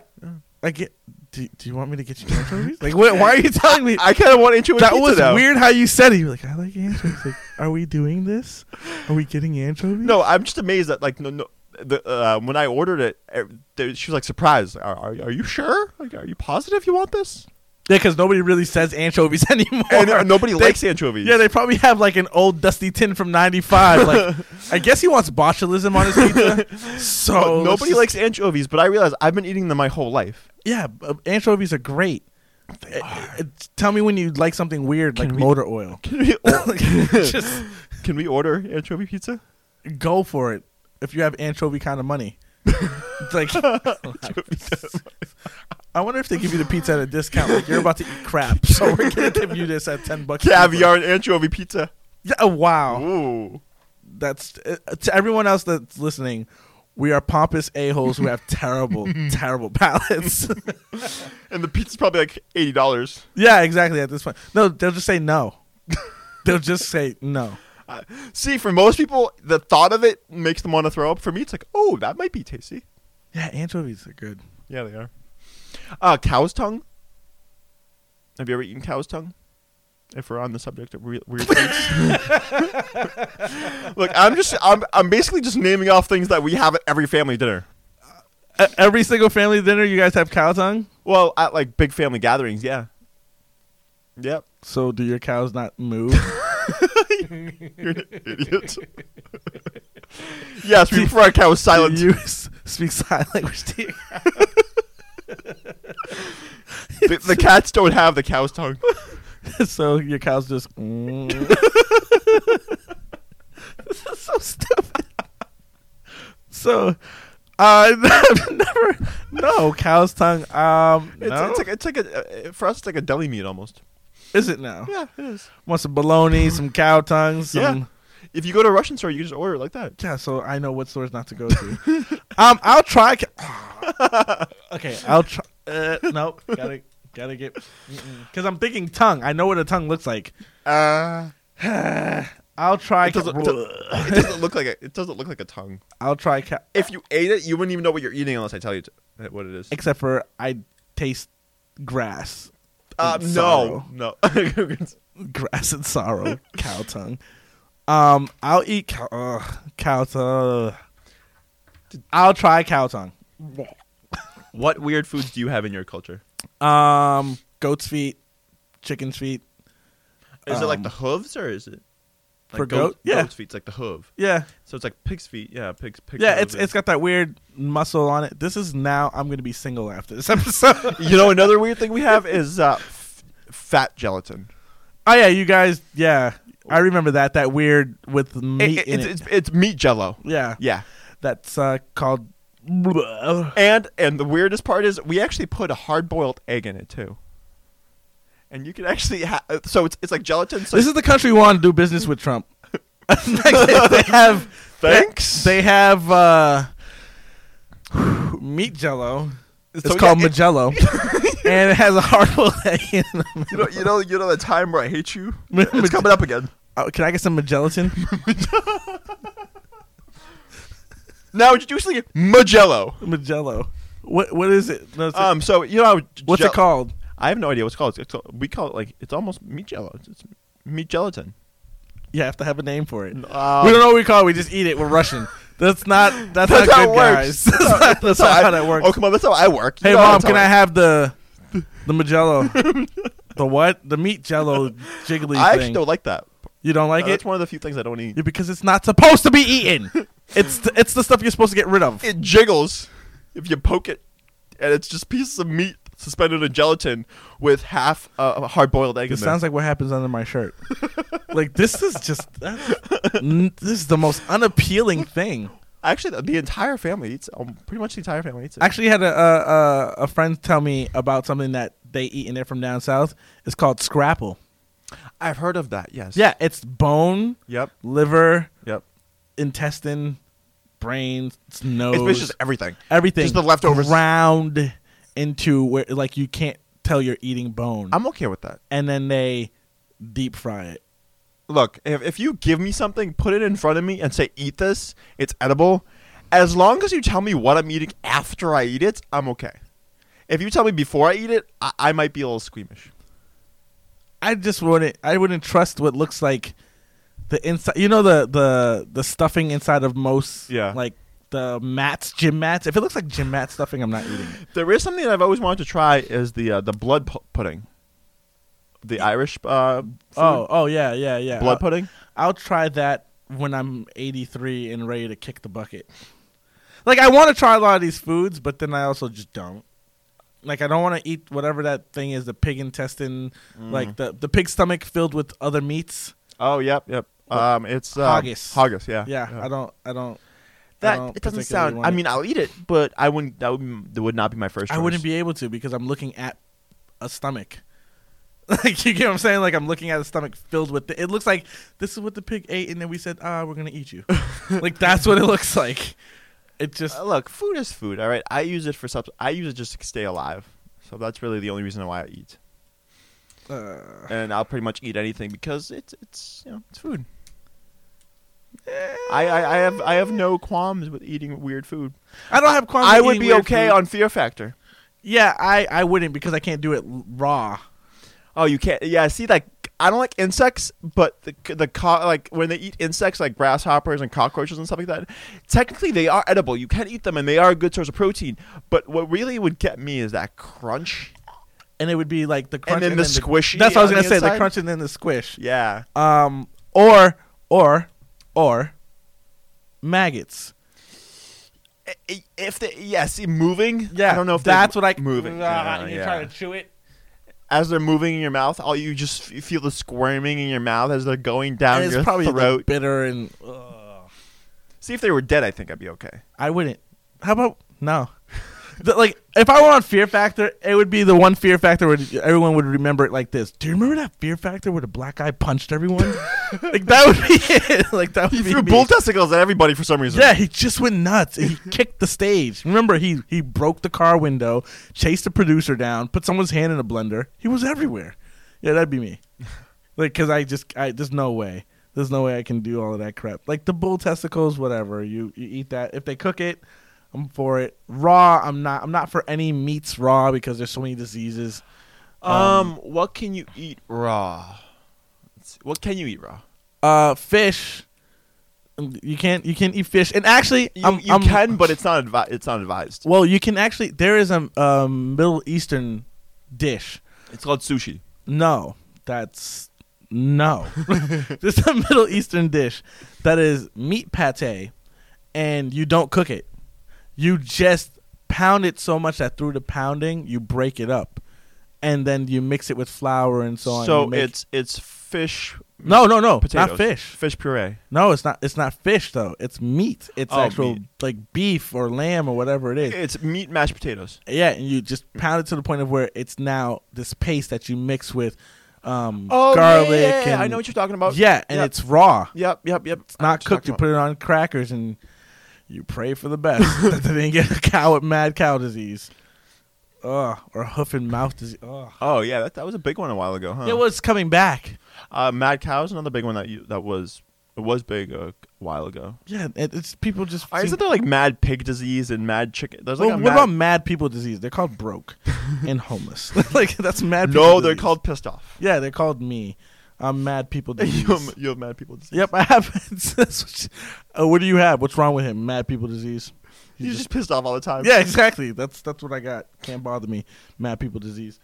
I get. Do, do you want me to get you anchovies? like, what, why are you telling me?
I kind of want anchovies.
that was
now.
weird how you said it. You're like, I like anchovies. like, are we doing this? Are we getting anchovies?
No, I'm just amazed that like no no. The, uh, when I ordered it, eh, there- she was like surprised. Like, Are, are, are you sure? Like, are you positive you want this?
yeah, because nobody really says anchovies anymore.
And uh, nobody
They-
likes anchovies.
Yeah, they probably have like an old dusty tin from '95. Like, I guess he wants botulism on his pizza. so
But
let's
nobody
just-
likes anchovies. But I realize I've been eating them my whole life.
Yeah, uh, anchovies are great. Uh, uh, Tell me when you like something weird, like
we-
motor oil.
Can we, or-
Just
can we order anchovy pizza?
go for it if you have anchovy kind of money. It's like, I wonder if they give you the pizza at a discount. Like you're about to eat crap, so we're gonna give you this at ten bucks.
Caviar and anchovy pizza.
Yeah, oh, wow,
Ooh.
that's uh, to everyone else that's listening. We are pompous a holes who have terrible, terrible palates.
And the pizza's probably like eighty dollars.
yeah, exactly. At this point, no, they'll just say no. they'll just say no.
Uh, see, for most people, the thought of it makes them want to throw up. For me, it's like, oh, that might be tasty.
Yeah, anchovies are good.
Yeah, they are. Uh, cow's tongue. Have you ever eaten cow's tongue? If we're on the subject of re- weird things, look, I'm just, I'm, I'm basically just naming off things that we have at every family dinner.
E- every single family dinner, you guys have cow tongue.
Well, at like big family gatherings, yeah. Yep.
So do your cows not move?
You're an idiot. yes, we prefer our cow silent.
Do you s- speak sign language to your
the, the cats don't have the cow's tongue.
so your cows just. Mm. this is so stupid. So, uh, I've never. No, cow's tongue. Um,
It's,
no?
it's like it's like a uh, for us it's like a deli meat almost.
is it now?
Yeah, it is.
Want some bologna, some cow tongues, some.
Yeah. If you go to a Russian store, you just order it like that.
Yeah, so I know what stores not to go to. um, I'll try. ca- okay, I'll try. Uh, nope, gotta gotta get because I'm thinking tongue. I know what a tongue looks like.
Uh,
I'll try.
it doesn't, it doesn't- it doesn't look like a, it doesn't look like a tongue.
I'll try. Ca-
If you ate it, you wouldn't even know what you're eating unless I tell you to, uh, what it is.
except for I taste grass.
Uh,
and
no,
sorrow.
no.
grass and sorrow. cow tongue. Um, I'll eat cow. Ugh, cow tongue. I'll try cow tongue.
what weird foods do you have in your culture?
Um, goat's feet, chicken's feet.
Is it like
Um,
the hooves or is it like
For goat? Yeah.
goat's feet? It's like the hoof.
Yeah.
So it's like pig's feet. Yeah, pig's pig's.
Yeah,
hooves
it's it's got that weird muscle on it. This is now I'm gonna be single after this episode.
and- you know another weird thing we have is uh, f- fat gelatin.
oh yeah, you guys. Yeah, I remember that. That weird with meat
It-
in
it's,
it.
it's it's meat jello.
yeah,
Yeah.
that's uh, called.
And and the weirdest part is we actually put a hard boiled egg in it too. And you can actually ha- so it's it's like gelatin. So
This is the country we want to do business with Trump. they have
Thanks.
They have uh, meat jello. It's
So,
called
yeah, it-
Magello. and it has a hard-boiled egg in the middle.
You know, you know, you know the time where I hate you.
Maj-
It's coming up again.
Oh, can I get some Magellan?
Now introducing Magello.
Magello. What what is it? No, it's a-
Um, so you know, how
what's
gel-
it called?
I have no idea what's called. It's called. We call it like it's almost meat jello. It's, it's meat gelatin.
You have to have a name for it.
Um,
we don't know what we call it. We just eat it. We're Russian. That's not that's,
That's
not
how
good,
it works.
guys. That's not, that's not how
I-
that works.
Oh come on, that's how I work. You
Hey
know
mom,
that's how
can I have the the Magello? the what? The meat Jello jiggly
I
thing.
actually don't like that.
you don't like
No,
it?
That's one of the few things I don't eat.
Yeah, because it's not supposed to be eaten. it's th- it's the stuff you're supposed to get rid of.
It jiggles if you poke it, and it's just pieces of meat suspended in gelatin with half uh, a hard boiled egg.
It
in
sounds like what happens under my shirt. like this is just that's, n- this is the most unappealing thing.
like actually the, the entire family eats. Um, pretty much the entire family eats it.
actually had a a, a a friend tell me about something that they eat in there from down south. It's called scrapple.
I've heard of that. Yes.
Yeah, it's bone,
Yep.
liver,
Yep.
intestine, brain, s-
It's
nose,
basically just everything.
everything.
just the leftovers.
Round into where like you can't tell you're eating bone,
I'm okay with that.
and then they deep fry it.
look, if, if you give me something, put it in front of me and say, eat this, it's edible. As long as you tell me what I'm eating after I eat it, I'm okay. If you tell me before I eat it, I, I might be a little squeamish.
I just wouldn't. I wouldn't trust what looks like the inside. You know the the the stuffing inside of most.
Yeah.
Like the mats, gym mats. If it looks like gym mat stuffing, I'm not eating it.
There is something that I've always wanted to try is the uh, the blood pu- pudding, the Irish uh, food,
Oh, oh yeah, yeah, yeah.
blood
I'll,
pudding.
I'll try that when I'm 83 and ready to kick the bucket. Like I want to try a lot of these foods, but then I also just don't. Like I don't want to eat whatever that thing is, the pig intestine,
Mm.
like the the pig stomach filled with other meats.
Oh, yep, yep. Um, it's uh,
Haggis.
Haggis, yeah.
Yeah, I don't, I don't. I
That
don't
it doesn't
particularly
sound.
want
I
it.
mean, I'll eat it, but I wouldn't. That would, that would not be my first.
I
choice.
wouldn't be able to because I'm looking at a stomach. Like you get what I'm saying? Like I'm looking at a stomach filled with the, it looks like this is what the pig ate, and then we said, ah, we're gonna eat you. like that's what it looks like. It just
Uh, look, food is food. All right, I use it for subs. I use it just to stay alive. So that's really the only reason why I eat,
uh,
and I'll pretty much eat anything because it's it's you know it's food. I, I, I have I have no qualms with eating weird food.
I don't have qualms.
I
with
would
eating
be
weird
okay
food.
on Fear Factor.
Yeah, I I wouldn't because I can't do it l- raw.
Oh, you can't. Yeah, see, like I don't like insects, but the c- the co- like when they eat insects like grasshoppers and cockroaches and stuff like that, technically they are edible. You can eat them, and they are a good source of protein. But what really would get me is that crunch.
And it would be like the crunch
then the squishy
That's what I was
on
gonna
the
say. The
inside?
crunch and then the squish.
Yeah.
Um, or or or maggots.
I- if they yes see moving
Yeah,
i don't know if
that's
they're
what I
moving
Ah,
Yeah,
you're
yeah.
trying to chew it.
as they're moving in your mouth all you just f- feel the squirming in your mouth as they're going down
And it's
your
probably like,
throat
bitter and ugh.
see if they were dead i think i'd be okay
I wouldn't. How about no? The- like if I were on Fear Factor, it would be the one Fear Factor where everyone would remember it like this. Do you remember that Fear Factor where the black guy punched everyone? like that would be it. Like that would
he
be
threw
me.
bull testicles at everybody for some reason
Yeah, he just went nuts and he kicked the stage. Remember, he he broke the car window, chased the producer down, put someone's hand in a blender. He was everywhere. Yeah, that'd be me. Like, cause I just I there's no way. There's no way I can do all of that crap. Like the bull testicles, whatever. You you eat that if they cook it. I'm for it. Raw, I'm not. I'm not for any meats raw because there's so many diseases.
um, what can you eat raw Let's see. what can you eat raw
Uh, fish. You can't. You can't eat fish. And actually,
you,
I'm,
you
I'm-
can but it's not advi- it's not advised
Well, you can actually. There is a um, Middle Eastern dish.
it's called sushi
No, that's no. There's a Middle Eastern dish that is meat pate, and you don't cook it. You just pound it so much that through the pounding, you break it up, and then you mix it with flour and so on. You
so
make-
it's it's fish
no, no, no,
potatoes
not fish.
fish puree
No, it's not. It's not fish though. It's meat. It's
Oh,
actual
meat.
like beef or lamb or whatever it is.
it's meat mashed potatoes
Yeah, and you just pound it to the point of where it's now this paste that you mix with um,
oh
garlic.
yeah, yeah, yeah,
and,
i know what you're talking about
Yeah, and
Yep.
it's raw.
Yep, yep, yep.
It's not cooked. You put it on crackers and you pray for the best that they didn't get a cow with mad cow disease. Ugh, or hoof and mouth disease. Ugh.
Oh yeah, that, that was a big one a while ago, huh?
It was coming back.
Uh, mad cow is another big one that you, that was it was big a while ago.
Yeah, it, it's people just.
Uh,
seem-
Isn't there like mad pig disease and mad chicken? There's like
Well,
a
what
mad-
about mad people disease? They're called broke and homeless. like that's mad. People
no? They're
disease.
called pissed off.
Yeah, they're called me. I'm mad people disease.
you, have, you have mad people disease.
Yep, I have. That's what you- uh, what do you have? What's wrong with him? Mad people disease.
You're just pissed off all the time.
Yeah, exactly. That's that's what I got. Can't bother me. Mad people disease.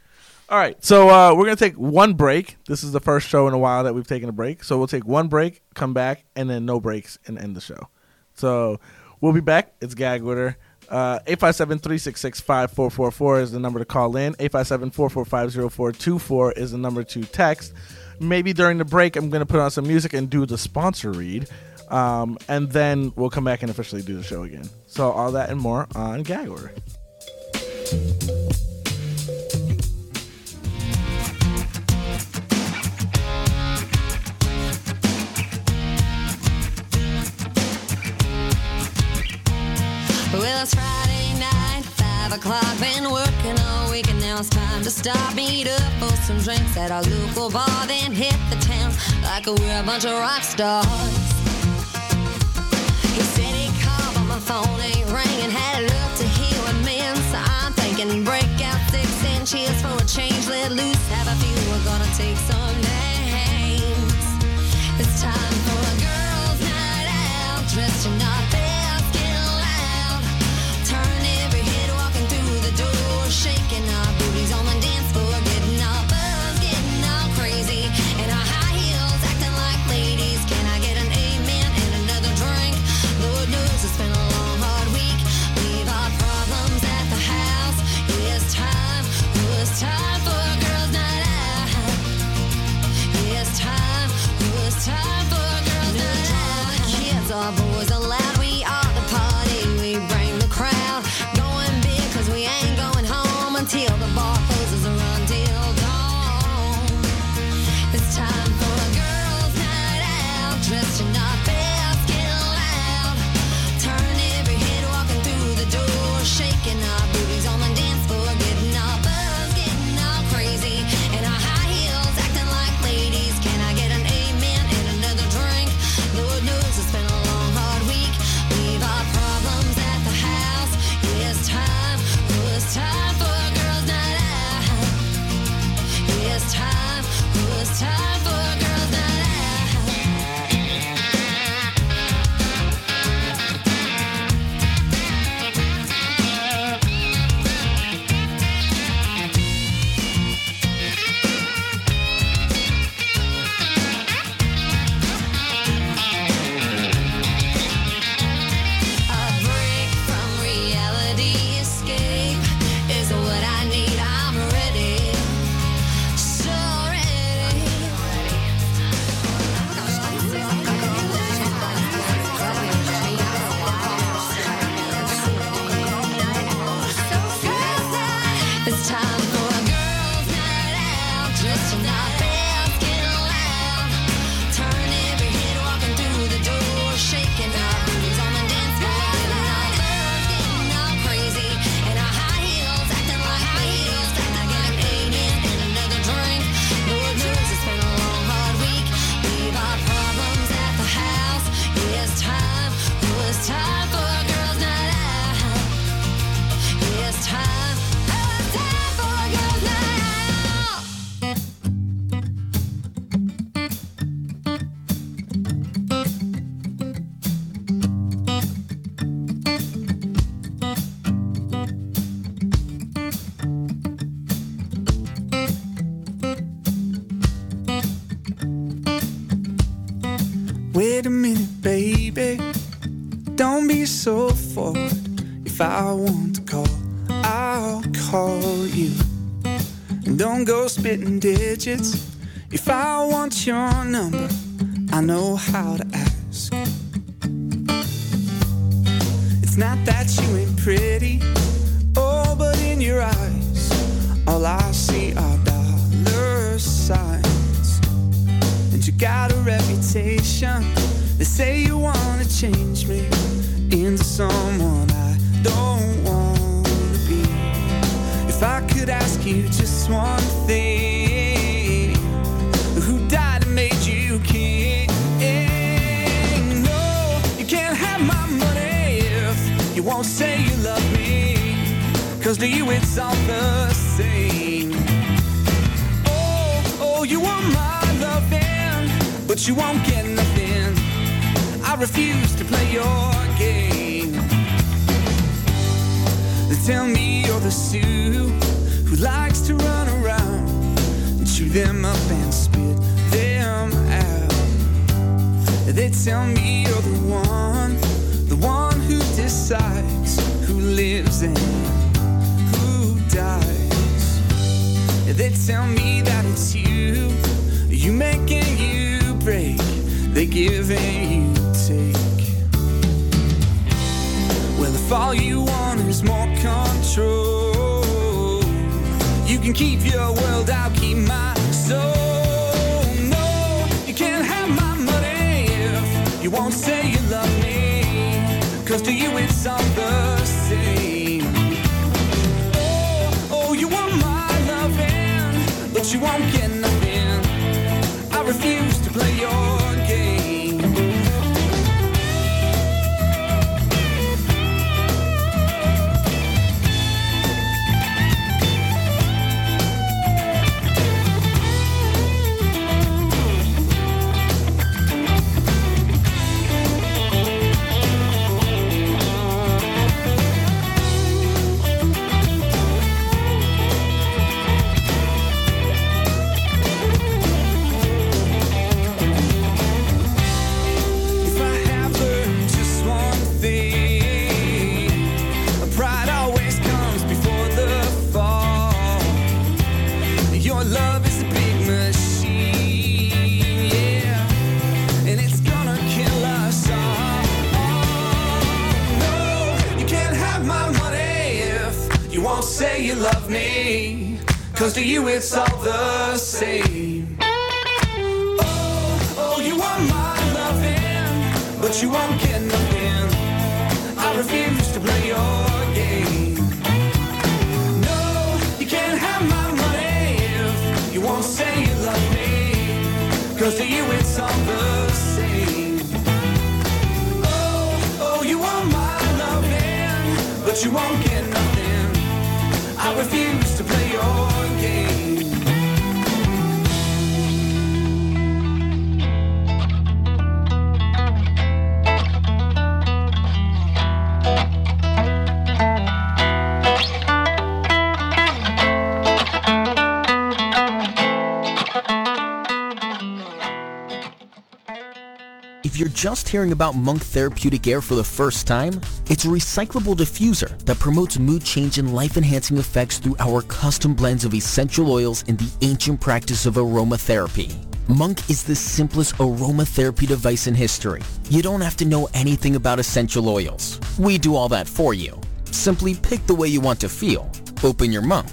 All right, so uh, we're gonna take one break. This is the first show in a while that we've taken a break. So we'll take one break, come back, and then no breaks, and end the show. So we'll be back. It's gag order. Uh, 857-366-5444 is the number to call in. 857-445-0424 is the number to text. Maybe during the break, I'm going to put on some music and do the sponsor read. Um, and then we'll come back and officially do the show again. So all that and more on Gag Order.
Well, it's Friday night, five o'clock. Been working all week, and now it's time to stop. Meet up for some drinks at our local bar, then hit the town like we're a bunch of rock stars. He said he called, but my phone ain't ringing. Had enough to hear what meant, so I'm thinking break out six and cheers for a change. Let loose, have a few. We're gonna take some names. It's time for a girls' night out, dressed in our best, get loud. Turn every head, walking through the door, shaking our booties on the dance floor, getting all buzz, getting all crazy. In our high heels, acting like ladies. Can I get an amen and another drink? Lord knows it's been a long, hard week. Leave our problems at the house. Yeah, It's time, oh, it's time for a girls' night out. It's time, it's time for a girls' night out. Kids are boys allowed. We are the party. We bring the crowd. Going big 'cause we ain't going home until the bar closes or until dawn. It's time for a girls' night out. Dressed in our best, get loud. Turn every head, walking through the door, shaking our booties on the dance floor, getting all buzz, getting all crazy. In our high heels, acting like ladies. Can I get an amen and another drink? Lord knows it's been a long, hard week. Leave our problems at the house. Yeah, it's time. Oh, it's time for a girls' night out. Yeah, it's time. Oh, it's time for a girls' night out. A break from reality escape is what I need. I'm ready. So ready. It's time for a girls' night out. Just not best, get loud. Turn every head, walking through the door, shaking our booties on the dance floor. Getting all buzzed, getting all crazy. In our high heels, acting like ladies. I get an amen and another drink. Lord knows it's been a long, hard week. Leave our problems at the house. Yeah, it's time. Oh, it's time for a girls' night out. Yeah, it's time. Oh, it's time for a girls' night out.
Wait a minute, baby. Don't be so forward. If I want to call, I'll call you. And don't go spitting digits. If I want your number, I know how to ask. It's not that you ain't pretty. Oh, but in your eyes, all I see are dollar signs and you got a reputation. They say you wanna change me into someone I don't wanna be. If I could ask you just one thing, who died and made you king? No, you can't have my money if you won't say you love me. Cause to you it's all the same. Oh, oh, you want my loving, but you won't get nothing. I refuse to play your game. They tell me you're the Sue who likes to run around and chew them up and spit them out. They tell me you're the one, the one who decides who lives and who dies. They tell me that it's you, you making you break, they giving you take. Well, if all you want is more control, you can keep your world, I'll keep my soul. No, you can't have my money if you won't say you love me. Cause to you it's all the same. Oh, oh, you want my loving, but you won't get nothing. I refuse to play your game. If I have learned just one thing, pride always comes before the fall. Your love is a big machine, yeah, and it's gonna kill us all. No, you can't have my money if you won't say you love me. Cause to you it's all the same. Oh, oh, you want my loving, but you won't get nothing. I refuse to play your game. No, you can't have my money if you won't say you love me. Cause to you it's all the same. Oh, oh, you want my loving, but you won't get nothing. I refuse to play your game.
If you're just hearing about Monk Therapeutic Air for the first time, it's a recyclable diffuser that promotes mood change and life-enhancing effects through our custom blends of essential oils and the ancient practice of aromatherapy. Monk is the simplest aromatherapy device in history. You don't have to know anything about essential oils. We do all that for you. Simply pick the way you want to feel, open your monk,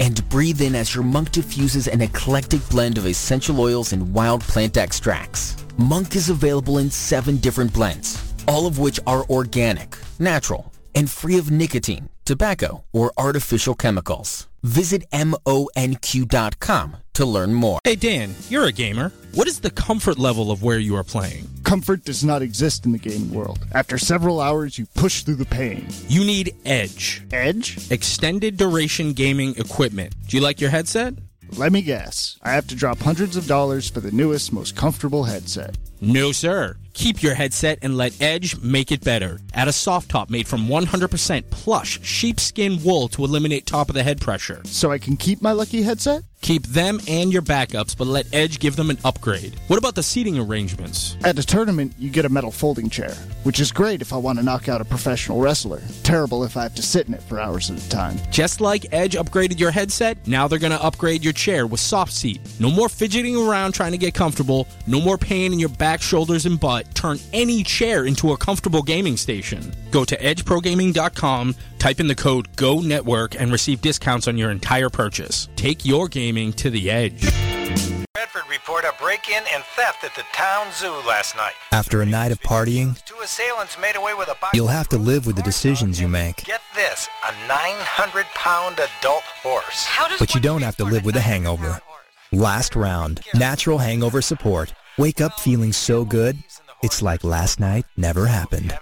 and breathe in as your monk diffuses an eclectic blend of essential oils and wild plant extracts. Monk is available in seven different blends, all of which are organic, natural, and free of nicotine, tobacco, or artificial chemicals. Visit monq.com to learn more.
Hey Dan, you're a gamer. What is the comfort level of where you are playing?
Comfort does not exist in the game world. After several hours, you push through the pain.
You need Edge.
Edge?
Extended duration gaming equipment. Do you like your headset?
Let me guess. I have to drop hundreds of dollars for the newest, most comfortable headset.
No, sir. Keep your headset and let Edge make it better. Add a soft top made from 100% plush sheepskin wool to eliminate top of the head pressure.
So I can keep my lucky headset?
Keep them and your backups, but let Edge give them an upgrade. What about the seating arrangements?
At a tournament, you get a metal folding chair, which is great if I want to knock out a professional wrestler. Terrible if I have to sit in it for hours at a time.
Just like Edge upgraded your headset, now they're going to upgrade your chair with soft seat. No more fidgeting around trying to get comfortable, no more pain in your back, shoulders, and butt. Turn any chair into a comfortable gaming station. Go to edgeprogaming.com, type in the code GO Network, and receive discounts on your entire purchase. Take your gaming to the edge.
Sanford report a break-in and theft at the town zoo last night.
After a night of partying,
Two assailants made away with a box.
you'll have to live with the decisions you make,
Get this, a 900-pound adult horse.
but you don't have to live with a hangover. Last round, natural hangover support. Wake up feeling so good, it's like last night never happened.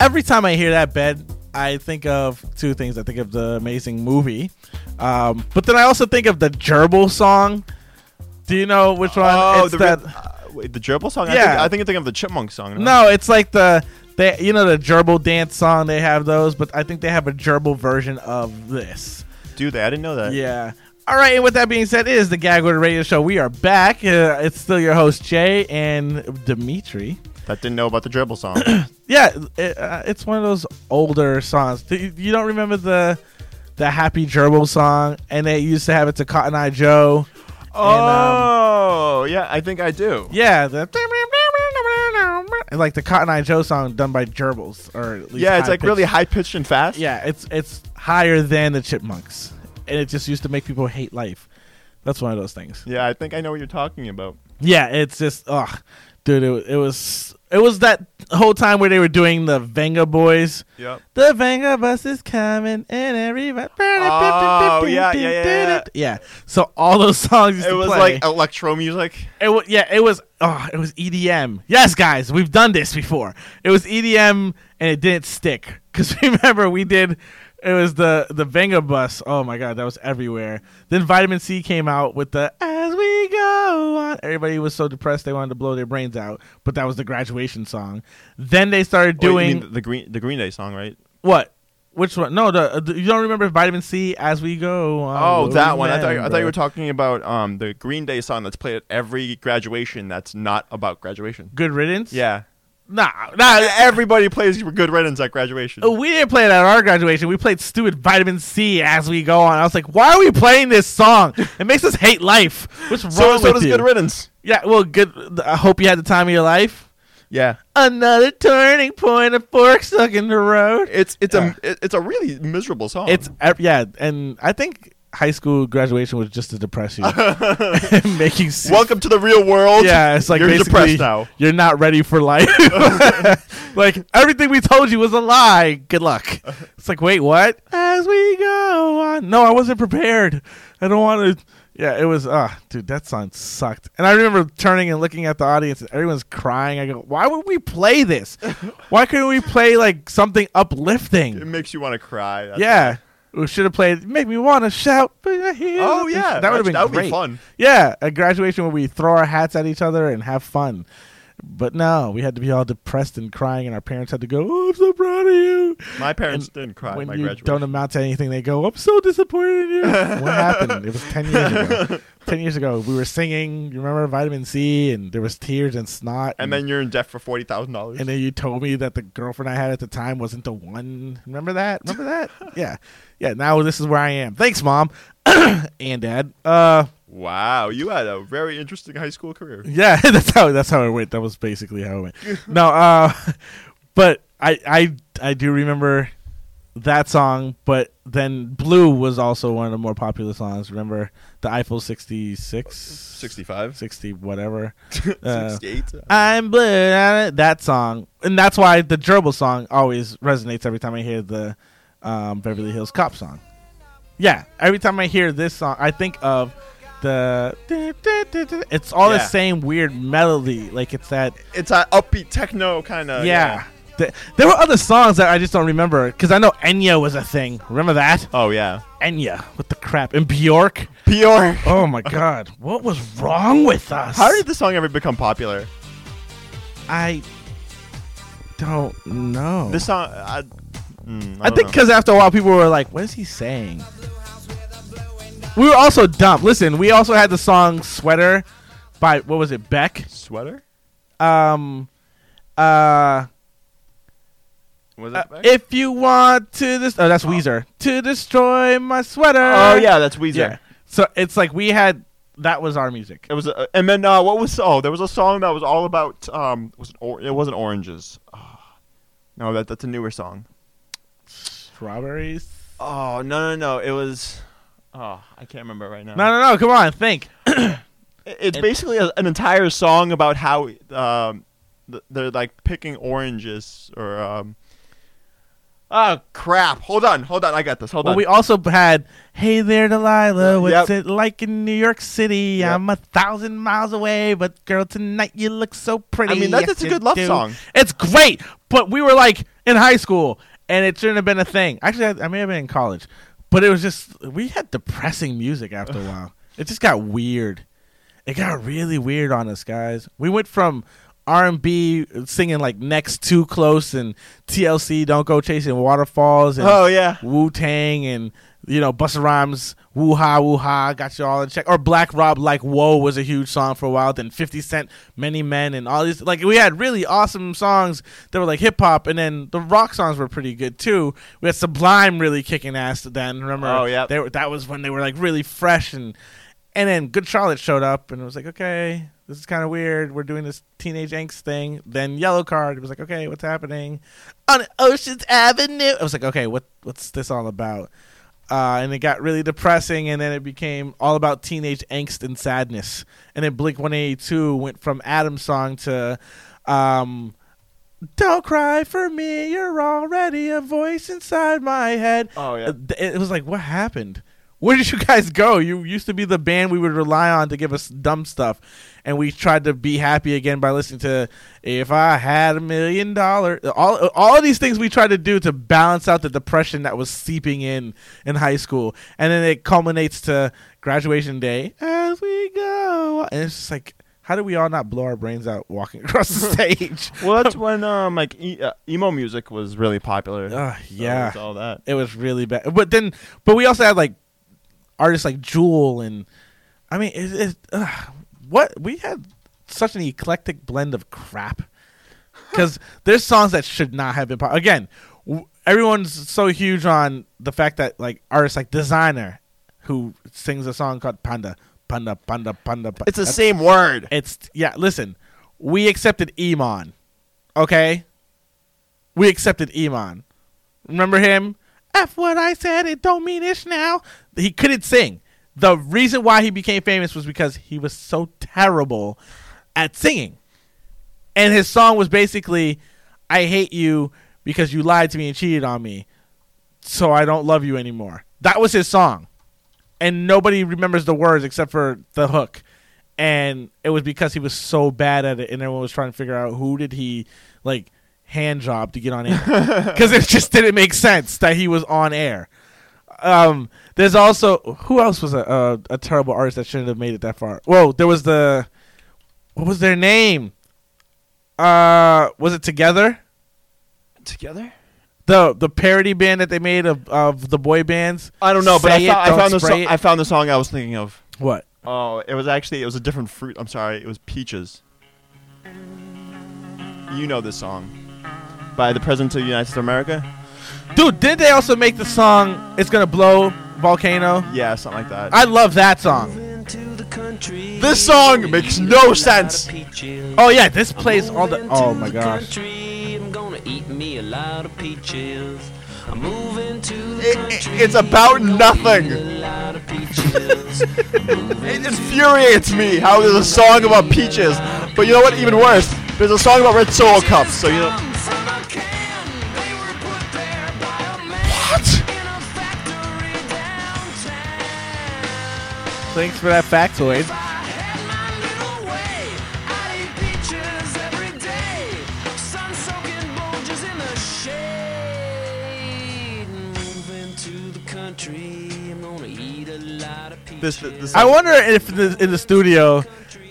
every time I hear that bed, I think of two things. I think of the amazing movie, um, but then I also think of the Gerbil song. Do you know which one?
Oh,
it's
the,
that.
that, wait, the gerbil song? I think,
Yeah.
I think I'm thinking of the chipmunk song.
no, it's like the they you know the Gerbil dance song. They have those, but I think they have a Gerbil version of this.
Do they? I didn't know that.
Yeah. All right, and with that being said, it is the Gag Order Radio Show. We are back. Uh, it's still your host Jay and Dimitri.
That didn't know about the gerbil song.
um, Yeah, it, uh, it's one of those older songs. Do You you don't remember the the Happy Gerbil song, and they used to have it to Cotton Eye Joe.
oh, yeah, I think I do.
Yeah, the, and like the Cotton Eye Joe song done by Gerbils, or at least
Yeah, it's like really
high-pitched.
high pitched and fast.
Yeah, it's it's higher than the Chipmunks, and it just used to make people hate life. That's one of those things.
Yeah, I think I know what you're talking about.
Yeah, it's just ugh, dude. It, it was it was that whole time where they were doing the Venga Boys.
Yep.
The Venga Bus is coming, and everybody.
Oh, yeah, yeah, yeah, yeah.
Yeah. So all those songs. Used
It
to
was
play.
like electro music.
It was yeah. It was oh, it was EDM. Yes, guys, we've E done this before. It was EDM, and it didn't stick because remember we did It was the the Venga bus. Oh my god, that was everywhere. Then Vitamin C came out with the "As We Go On." Everybody was so depressed they wanted to blow their brains out, but that was the graduation song. Then they started
Wait, Oh, you
doing
mean the Green the Green Day song, right?
what? Which one? No, the, uh, the- you don't remember Vitamin C "As We Go On."
Oh,
We'll
that one. I thought, I thought you
Remember.
were talking about um, the Green Day song that's played at every graduation that's not about graduation.
Good Riddance?
Yeah.
Nah, nah.
Everybody plays Good Riddance at graduation.
Oh, we didn't play it at our graduation. We played stupid Vitamin C as we go on. I was like, why are we playing this song? It makes us hate life. What's wrong
So,
with
so does
you?
Good Riddance.
Yeah, well, good. I hope you had the time of your life.
Yeah.
Another turning point, a fork stuck in the road.
It's it's a it- it's a really miserable song.
It's ev- yeah, and I think high school graduation was just to depress you, and make you see-
Welcome to the real world.
Yeah, it's like
you're
basically
depressed now.
You're not ready for life. like everything we told you was a lie. Good luck. It's like wait, what? As we go on. No, I wasn't prepared. I don't want to. Yeah, it was. Ah, dude, that song sucked. And I remember turning and looking at the audience, and everyone's crying. I go, why would we play this? Why couldn't we play like something uplifting?
It makes you want to cry. That's
yeah. We should have played "Make Me Want to Shout." Oh
yeah.
that would have been
That would be
great.
fun.
Yeah, a graduation where we throw our hats at each other and have fun. But no, we had to be all depressed and crying, and our parents had to go, "Oh, I'm so proud of you."
My parents
And
didn't cry at
when
my
you
graduation.
Don't amount to anything. They go, "I'm so disappointed in you." what happened? It was ten years ago. ten years ago, we were singing. You remember Vitamin C, and there was tears and snot.
And then you're in debt for forty thousand dollars.
And then you told me that the girlfriend I had at the time wasn't the one. Remember that? Remember that? yeah. Yeah, now this is where I am. Thanks, mom and dad. Uh
Wow, you had a very interesting high school career.
yeah, that's how that's how it went. That was basically how it went. No, uh but I I I do remember that song, but then Blue was also one of the more popular songs. Remember the Eiffel 66
65
60 whatever. Uh,
68.
I'm blue. That song, and that's why the gerbil song always resonates every time I hear the um, Beverly Hills Cop song. Yeah, every time I hear this song, I think of the. It's all the
Yeah.
same weird melody, like it's that.
It's an upbeat techno kind of.
Oh, yeah. Th- There were other songs that I just don't remember because I know Enya was a thing. Remember that?
Oh yeah.
Enya, what the crap? And Bjork.
Bjork.
Oh my god, what was wrong with us?
How did this song ever become popular?
I don't know.
This song, I, mm,
Oh. I,
don't
think
know.
because after a while, people were like, "What is he saying?" We were also dumb. Listen, we also had the song "Sweater" by what was it, Beck?
sweater
Um, uh,
was
uh,
it? back?
if you want to this, oh, that's Weezer. To destroy my sweater.
oh yeah, that's Weezer.
Yeah. So it's like we had that was our music.
It was, uh, and then uh, what was? Oh, there was a song that was all about. Um, was it, or, it wasn't oranges. Ah, no, that that's a newer song.
Strawberries.
Oh no no no! It was. Oh, I can't remember right now.
No, no, no! Come on, think.
It- It's basically a, an entire song about how um, th- they're like picking oranges or um. Oh crap! Hold on, hold on. I got this. Hold
Well,
on.
we also had "Hey There, Delilah." What's
yep.
it like in New York City? I'm a thousand miles away, but girl, tonight you look so pretty.
mean, that-
Yes,
that's a
you
good love
do.
song.
It's great, but we were like in high school, and it shouldn't have been a thing. Actually, I, I may have been in college, but it was just we had depressing music after a while. It just got weird. It got really weird on us, guys. We went from R&B uh, singing like "Next Too Close" and TLC "Don't Go Chasing Waterfalls" and
Oh, yeah.
Wu Tang and you know Busta Rhymes Woo Ha Woo Ha got you all in check. Or Black Rob like Whoa was a huge song for a while. Then Fifty Cent Many Men and all these like we had really awesome songs that were like hip hop and then the rock songs were pretty good too. We had Sublime really kicking ass then. Remember?
Oh, yeah.
They were, that was when they were like really fresh and and then Good Charlotte showed up and it was like okay. This is kind of weird. We're doing this teenage angst thing. Then Yellow Card. It was like, okay, what's happening? on Ocean's Avenue. I was like, okay, what what's this all about? Uh, and it got really depressing, and then it became all about teenage angst and sadness. And then Blink One Eighty Two went from Adam's song to, um, "Don't cry for me, you're already a voice inside my head."
Oh, yeah.
Uh, th- It was like, what happened? Where did you guys go? You used to be the band we would rely on to give us dumb stuff, and we tried to be happy again by listening to "If I Had a Million Dollars." All all of these things we tried to do to balance out the depression that was seeping in in high school, and then it culminates to graduation day as we go, and it's just like. How do we all not blow our brains out walking across the stage?
well, that's when um like e- uh, emo music was really popular.
Ah,
So
yeah.
it's all that.
It was really bad. But then, but we also had like artists like Jewel and I mean, it, it, uh, what we had such an eclectic blend of crap because there's songs that should not have been pop. Again, w- everyone's so huge on the fact that like artists like Designer, who sings a song called Panda, Panda, Panda, Panda. Panda
It's the same word.
It's yeah. Listen, we accepted Iman, okay? We accepted Iman. Remember him? F what I said, it don't mean ish now. He couldn't sing. The reason why he became famous was because he was so terrible at singing. And his song was basically, I hate you because you lied to me and cheated on me, so I don't love you anymore. That was his song. And nobody remembers the words except for the hook. And it was because he was so bad at it, and everyone was trying to figure out who did he like hand job to get on air because it just didn't make sense that he was on air. Um, there's also who else was a, a a terrible artist that shouldn't have made it that far. Whoa, there was the what was their name? Uh, was it Together?
Together?
The the parody band that they made of, of the boy bands.
I don't know, but I,
Say It,
found- I
Don't
found the
Spray
song.
It.
I found the song I was thinking of.
What?
Oh, it was actually it was a different fruit. I'm sorry, it was peaches. You know this song by the President of the United States of America.
Dude, did they also make the song "It's Gonna Blow" volcano?
Yeah, something like that.
I love that song.
This song makes no sense.
Oh yeah, this plays all the. Oh my gosh.
It- it- it's about nothing. it infuriates me how there's a song about peaches, but you know what? Even worse, there's a song about red solo cups. So you know. What?
Thanks for that factoid.
This, this
I wonder if the, in the studio,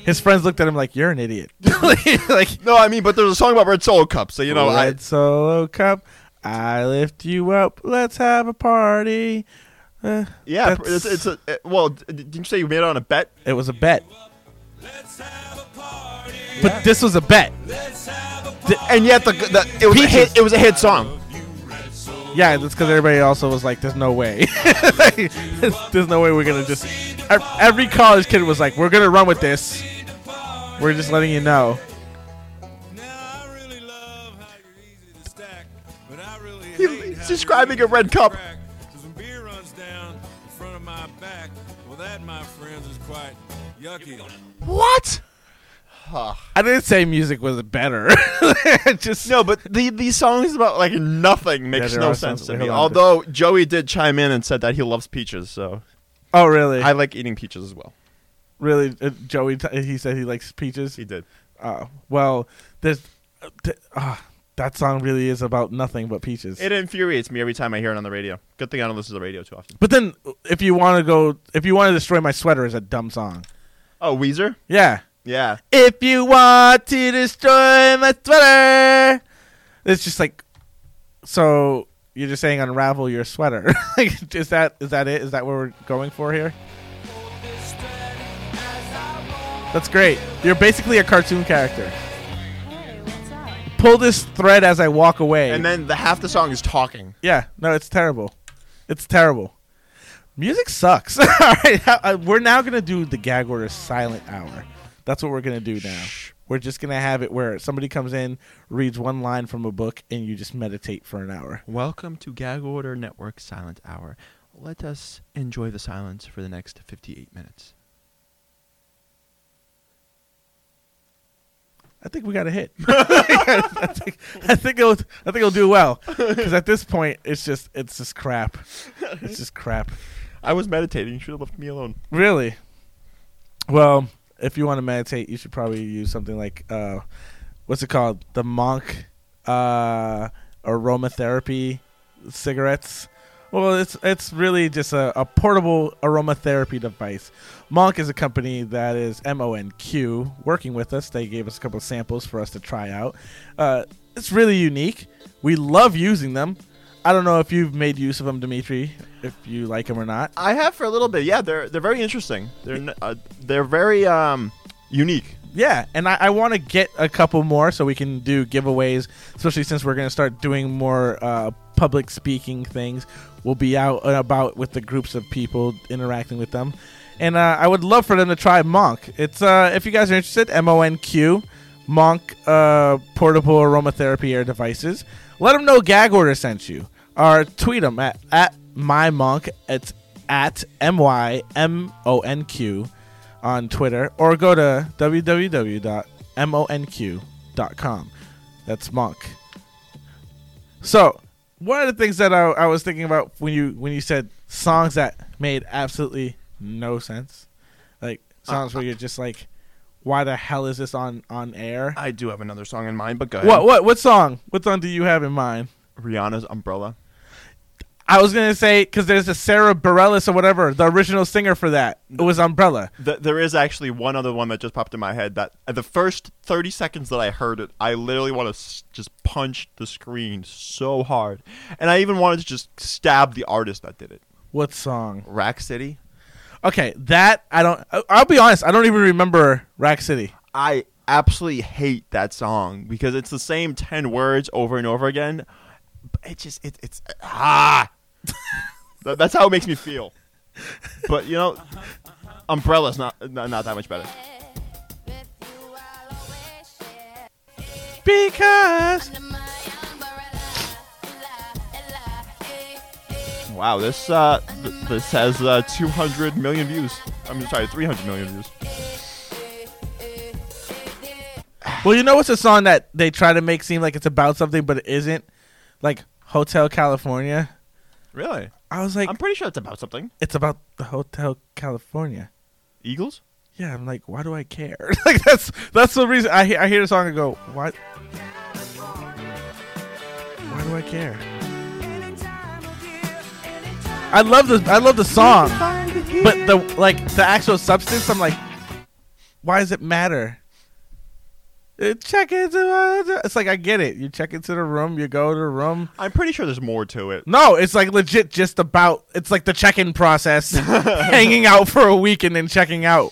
his friends looked at him like, "You're an idiot." like
no, I mean, but there's a song about red solo cups. So you know, I,
Red Solo Cup, I lift you up. Let's have a party. Uh,
yeah,
that's-
it's, it's a it- well. d- Didn't you say you made it on a bet?
it was a bet. But this was a bet.
D- and yet the, the it was a hit. It was a hit song.
Yeah, that's because everybody also was like, "There's no way, there's no way we're gonna just." ev- Every college kid was like, "We're gonna run with this. We're just letting you know."
He- he's describing a red cup. What?
I didn't say music was better. just
no, but the these songs about like nothing makes
there
no
are
sense
songs-
to
there
me.
are a lot of-
Although Joey did chime in and said that he loves peaches, so
Oh, really?
I like eating peaches as well.
Really, uh, Joey? T- he said he likes peaches. He
did.
Oh well, there's uh, th- ah, that song really is about nothing but peaches.
It infuriates me every time I hear it on the radio. Good thing I don't listen to the radio too often.
but then, if you want to go, if you want to destroy my sweater, is a dumb song.
Oh, Weezer?
Yeah.
Yeah.
If you want to destroy my sweater, it's just like, so you're just saying unravel your sweater. Like, is that is that it? Is that what we're going for here? That's great. You're basically a cartoon character. Pull this thread as I walk away.
And then the half the song is talking.
Yeah, no, it's terrible. It's terrible. Music sucks. All right, how- uh, we're now gonna do the gag order silent hour. That's what we're gonna do now. We're just gonna have it where somebody comes in, reads one line from a book, and you just meditate for an hour.
Welcome to Gag Order Network Silent Hour. Let us enjoy the silence for the next 58 minutes.
I think we got a hit. I think I think it'll I think it'll do well because at this point it's just it's just crap. It's just crap.
I was meditating. You should have left me alone.
Really? Well, if you want to meditate, you should probably use something like uh, what's it called? The monk uh, aromatherapy cigarettes. Well, it's it's really just a, a portable aromatherapy device. Monk is a company that is M O N Q working with us. They gave us a couple of samples for us to try out. Uh, it's really unique. We love using them. I don't know if you've made use of them, Dimitri, if you like them or not.
I have for a little bit. Yeah, they're they're very interesting. They're n- uh, they're very um unique.
Yeah, and I, I want to get a couple more so we can do giveaways, especially since we're going to start doing more uh, public speaking things. We'll be out and about with the groups of people, interacting with them. And uh, I would love for them to try Monk. It's uh, if you guys are interested, M O N Q, Monk uh, portable aromatherapy air devices. Let them know Gag Order sent you, or tweet them at at my monk. It's at m y m o n q on Twitter or go to www.monq.com. That's Monk. So, one of the things that I, I was thinking about when you when you said songs that made absolutely no sense, like songs where you're just like, why the hell is this on on air?
I do have another song in mind, but go ahead.
What what what song? What song do you have in mind?
Rihanna's Umbrella.
I was gonna say because there's a Sarah Bareilles or whatever, the original singer for that. It was Umbrella.
Th- there is actually one other one that just popped in my head. That uh, the first thirty seconds that I heard it, I literally want to s- just punch the screen so hard, and I even wanted to just stab the artist that did it.
What song?
Rack City.
Okay, that I don't. I- I'll be honest. I don't even remember Rack City.
I absolutely hate that song because it's the same ten words over and over again. But it just it, it's ah. Th- That's how it makes me feel. But you know, Umbrella's not not, not that much better.
Because
eh.
Wow, this uh th- this has uh 200 million views. I'm sorry, 300 million views.
well, you know what's a song that they try to make seem like it's about something, but it isn't. Like Hotel California.
Really?
I was like,
I'm pretty sure it's about something.
It's about the Hotel California.
Eagles?
Yeah, I'm like, why do I care? like that's that's the reason I, he- I hear the song and go, why? Why do I care? I love this. I love the song, but the like the actual substance. I'm like, why does it matter? Uh, Check into my- it's like I get it. You check into the room, you go to the room.
I'm pretty sure there's more to it.
No, it's like legit just about it's like the check-in process, hanging out for a week and then checking out.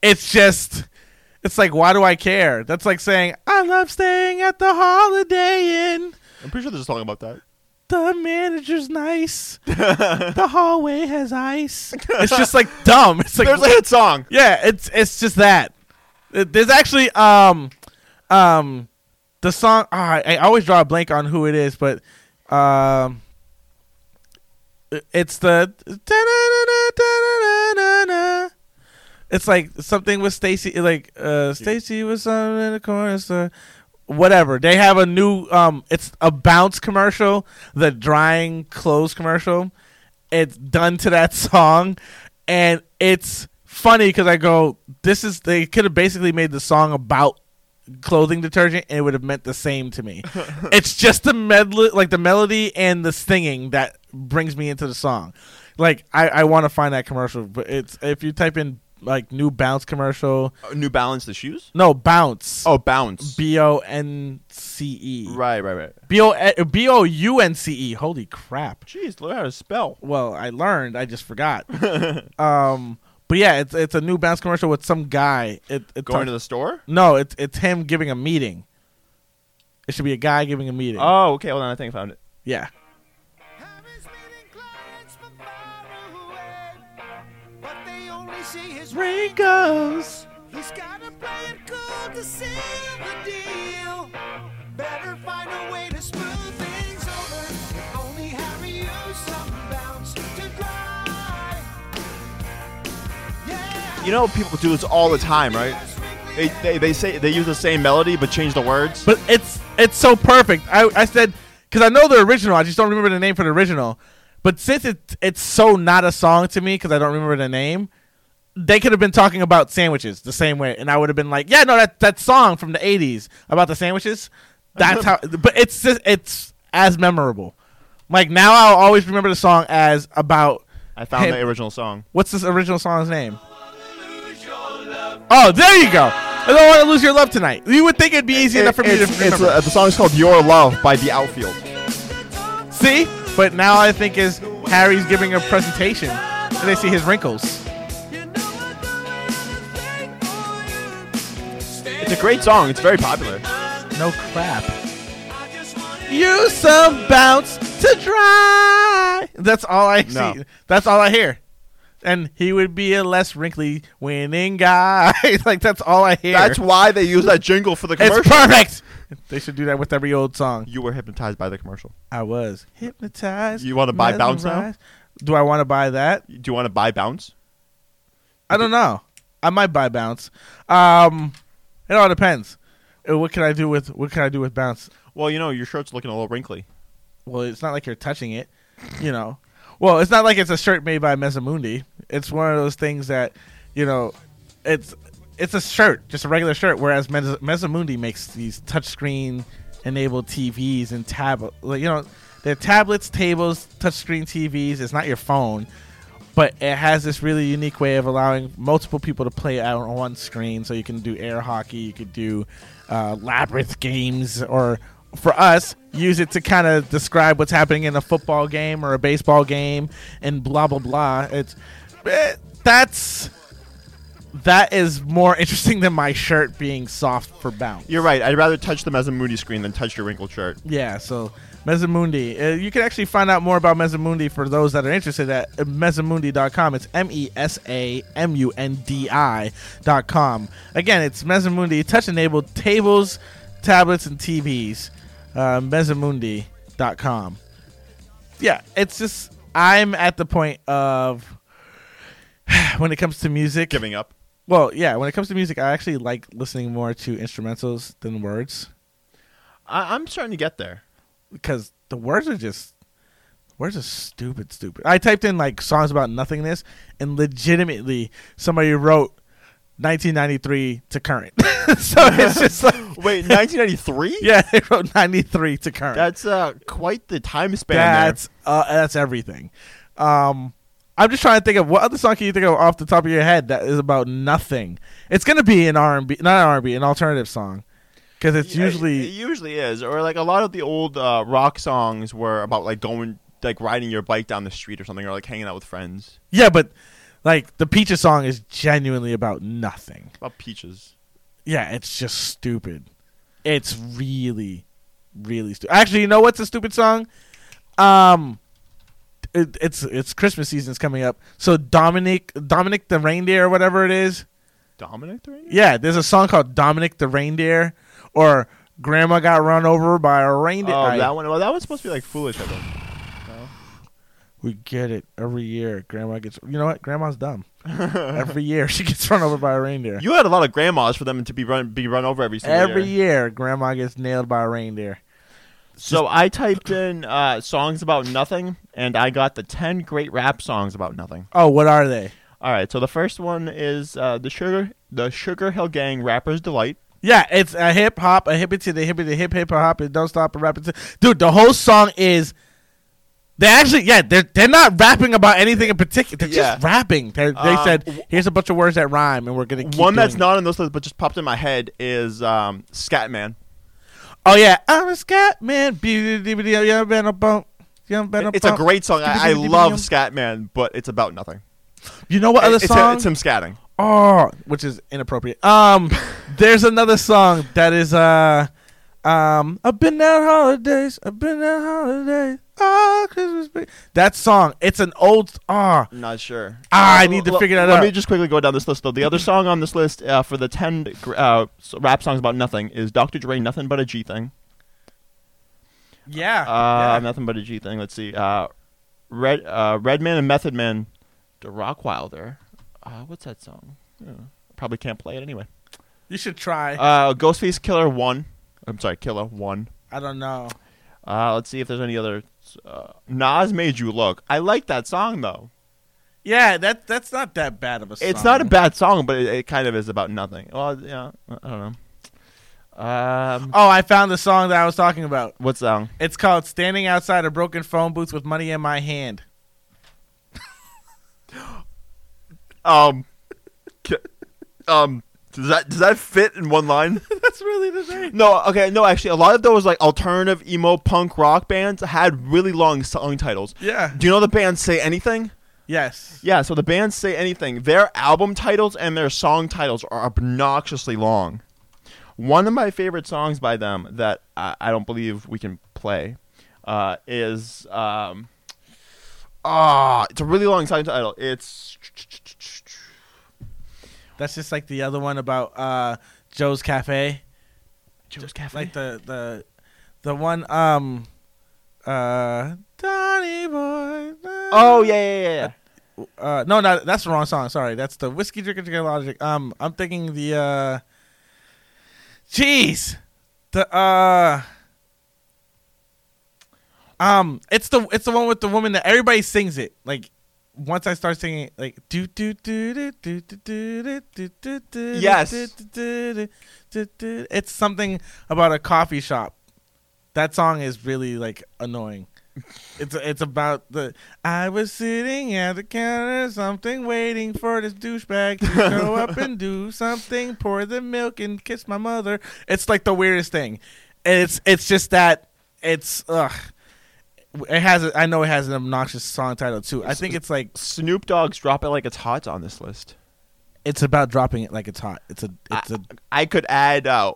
It's just it's like why do I care? That's like saying I love staying at the Holiday Inn.
I'm pretty sure there's a song about that.
The manager's nice. the hallway has ice. It's just like dumb. It's like
There's a hit song.
Yeah, it's it's just that. It- There's actually um um the song ah, I, I always draw a blank on who it is, but um it- it's the it's like something with Stacy like uh Stacy was on in the corner so whatever. They have a new um it's a bounce commercial, the drying clothes commercial. It's done to that song and it's funny cuz I go this is they could have basically made the song about clothing detergent and it would have meant the same to me. it's just the medley like the melody and the singing that brings me into the song. Like I I want to find that commercial but it's if you type in like new bounce commercial
Uh, New Balance the shoes?
no bounce
Oh, Bounce.
B O N C E.
Right, right, right.
B O eh, B O U N C E. Holy crap!
Jeez, learn how to spell.
Well, I learned. I just forgot. um, but yeah, it's it's a new bounce commercial with some guy. It, it
Going to the store?
No, it's it's him giving a meeting. It should be a guy giving a meeting.
Oh, okay. Hold on, I think I found it.
yeah.
Ringos. He's gotta play it cool to seal the deal. Better find a way to smooth things over. If only Harry used some bounce to dry.
You know, people do this all the time, right? They, they, they say they use the same melody but change the words.
But it's it's so perfect. I, I said because I know the original. I just don't remember the name for the original. But since it, it's so not a song to me because I don't remember the name, they could have been talking about sandwiches the same way, and I would have been like, "Yeah, no, that that song from the '80s about the sandwiches." That's how. But it's just, it's as memorable. Like now, I'll always remember the song as about.
I found
him-
the original song.
What's this original song's name? Oh, there you go. I don't want to lose your love tonight. You would think it'd be easy enough for me to
It's- it's,
remember.
uh, the song is called Your Love by The Outfield.
See? But now I think is Harry's giving a presentation and they see his wrinkles.
It's a great song. It's very popular.
No crap. Use some bounce to dry. That's all I
No.
see. That's all I hear. And he would be a less wrinkly winning guy. like that's all I hear.
That's why they use that jingle for the commercial.
It's perfect. They should do that with every old song.
You were hypnotized by the commercial.
I was. Hypnotized.
You want to buy Bounce now?
mesmerized. Do I want to buy that?
Do you want to buy Bounce?
I don't know. I might buy bounce. Um, it all depends. Uh, What can I do with what can I do with bounce?
Well, you know, your shirt's looking a little wrinkly.
Well, it's not like you're touching it, you know. Well, it's not like it's a shirt made by Mezzamundi. It's one of those things that, you know, it's it's a shirt, just a regular shirt. Whereas Mez- Mezzamundi makes these touchscreen enabled TVs and tab, like, you know, they're tablets, tables, touchscreen TVs. It's not your phone, but it has this really unique way of allowing multiple people to play out on one screen. So you can do air hockey, you could do uh, labyrinth games, or for us, use it to kind of describe what's happening in a football game or a baseball game, and blah blah blah. It's eh, that's that is more interesting than my shirt being soft for bounce.
You're right. I'd rather touch them as a moody screen than touch your wrinkled shirt.
Yeah, so Mezzamundi. Uh, you can actually find out more about Mezzamundi for those that are interested at uh, mezzamundi.com. It's M E S A M U N D I.com. Again, it's Mezzamundi, touch enabled tables, tablets, and TVs. Uh, mezzamundi.com. Yeah, it's just, I'm at the point of when it comes to music,
giving up.
Well, yeah, when it comes to music, I actually like listening more to instrumentals than words
I- I'm starting to get there.
because the words are just words are stupid, stupid. I typed in like songs about nothingness, and legitimately, somebody wrote 1993 to current. so it's just like
Wait, 1993?
yeah, they wrote 93 to current.
That's uh, quite the time span.
that's uh, that's everything. Um, I'm just trying to think of what other song can you think of off the top of your head that is about nothing. It's gonna be an R&B, not an R&B, an alternative song, because it's
there.
usually
it usually is, or like a lot of the old uh, rock songs were about like going, like riding your bike down the street or something, or like hanging out with friends
Yeah, but like the Peaches song is genuinely about nothing.
about peaches.
Yeah, it's just stupid. It's really, really stupid. Actually, you know what's a stupid song? Um, it, it's it's Christmas season's coming up, so Dominic Dominic the reindeer or whatever it is.
Dominic the reindeer.
Yeah, there's a song called Dominic the reindeer, or Grandma got run over by a reindeer.
Oh,
I-
that one. Well, that one's supposed to be like foolish. I think. No?
We get it every year. Grandma gets. You know what? Grandma's dumb. every year she gets run over by a reindeer.
You had a lot of grandmas for them to be run be run over every single
Every
year.
year, grandma gets nailed by a reindeer.
So I typed in uh, songs about nothing, and I got the ten great rap songs about nothing.
Oh, what are they?
All right, so the first one is uh, the sugar the Sugar Hill Gang Rapper's Delight.
Yeah, it's a hip hop, a hippie to the hippie to hip hip hop, and don't stop a rapping. To- Dude, the whole song is. They actually, yeah, they're they're not rapping about anything in particular. They're just
Yeah.
rapping. They're, they
Um,
said, "Here's a bunch of words that rhyme, and we're gonna keep
one that's
doing it."
not on those lists but just popped in my head is um, Scatman.
Oh yeah, I'm a scat man. Young been a bump. Young been a
It's a
bump.
great song. I, I
Dibby-dibby-dibby-dum.
love Scatman, but it's about nothing.
You know what other
it's,
song?
It's, him scatting.
Oh, which is inappropriate. Um, there's another song that is uh, um, I've been out holidays, I've been out holidays, oh Christmas. be-" That song, it's an old ah.
Not sure.
Ah, I need to figure that
let
out.
Let me just quickly go down this list though. The other song on this list uh, for the ten gr- uh, s- rap songs about nothing is Dr. Dre, nothing but a G thing.
yeah,
Uh, Nothing but a G thing. Let's see. Uh, Red uh, Redman and Method Man, the Rockwilder. Uh, what's that song? Yeah. Probably can't play it anyway.
you should try.
Uh, Ghostface Killer One. I'm sorry, Killer One.
I don't know.
Uh, let's see if there's any other. Uh, Nas made you look. I like that song though.
Yeah, that that's not that bad of a song.
It's not a bad song, but it, it kind of is about nothing. Well, yeah, I don't know. Um,
Oh, I found the song that I was talking about.
what song?
It's called Standing Outside a Broken Phone Booth with Money in My Hand.
Um, ca- um, does that does that fit in one line?
That's really the thing.
No, okay, no. Actually, a lot of those like alternative emo punk rock bands had really long song titles.
Yeah.
Do you know the band Say Anything?
Yes.
Yeah. So the band Say Anything, their album titles and their song titles are obnoxiously long. One of my favorite songs by them that I, I don't believe we can play uh, is um, ah, it's a really long song title. It's
That's just like the other one about uh, Joe's Cafe.
Joe's Cafe.
Like the the the one um uh Donny boy.
Oh yeah yeah yeah. yeah.
Uh, no, no, that's the wrong song. Sorry, that's the whiskey drinker drinker logic. Um, I'm thinking the uh, jeez, the uh, um, it's the it's the one with the woman that everybody sings it. Like once I start singing, it, like do do do do do do do do do do do.
Yes.
do, do, do, do, do. It's something about a coffee shop. That song is really like annoying. It's it's about the I was sitting at the counter, something waiting for this douchebag to show up and do something, pour the milk and kiss my mother. It's like the weirdest thing. And it's it's just that it's ugh. It has a, I know it has an obnoxious song title too. I think it's like
Snoop Dogg's "Drop It Like It's Hot's on this list.
it's about dropping it like it's hot. It's a it's a
I could add uh,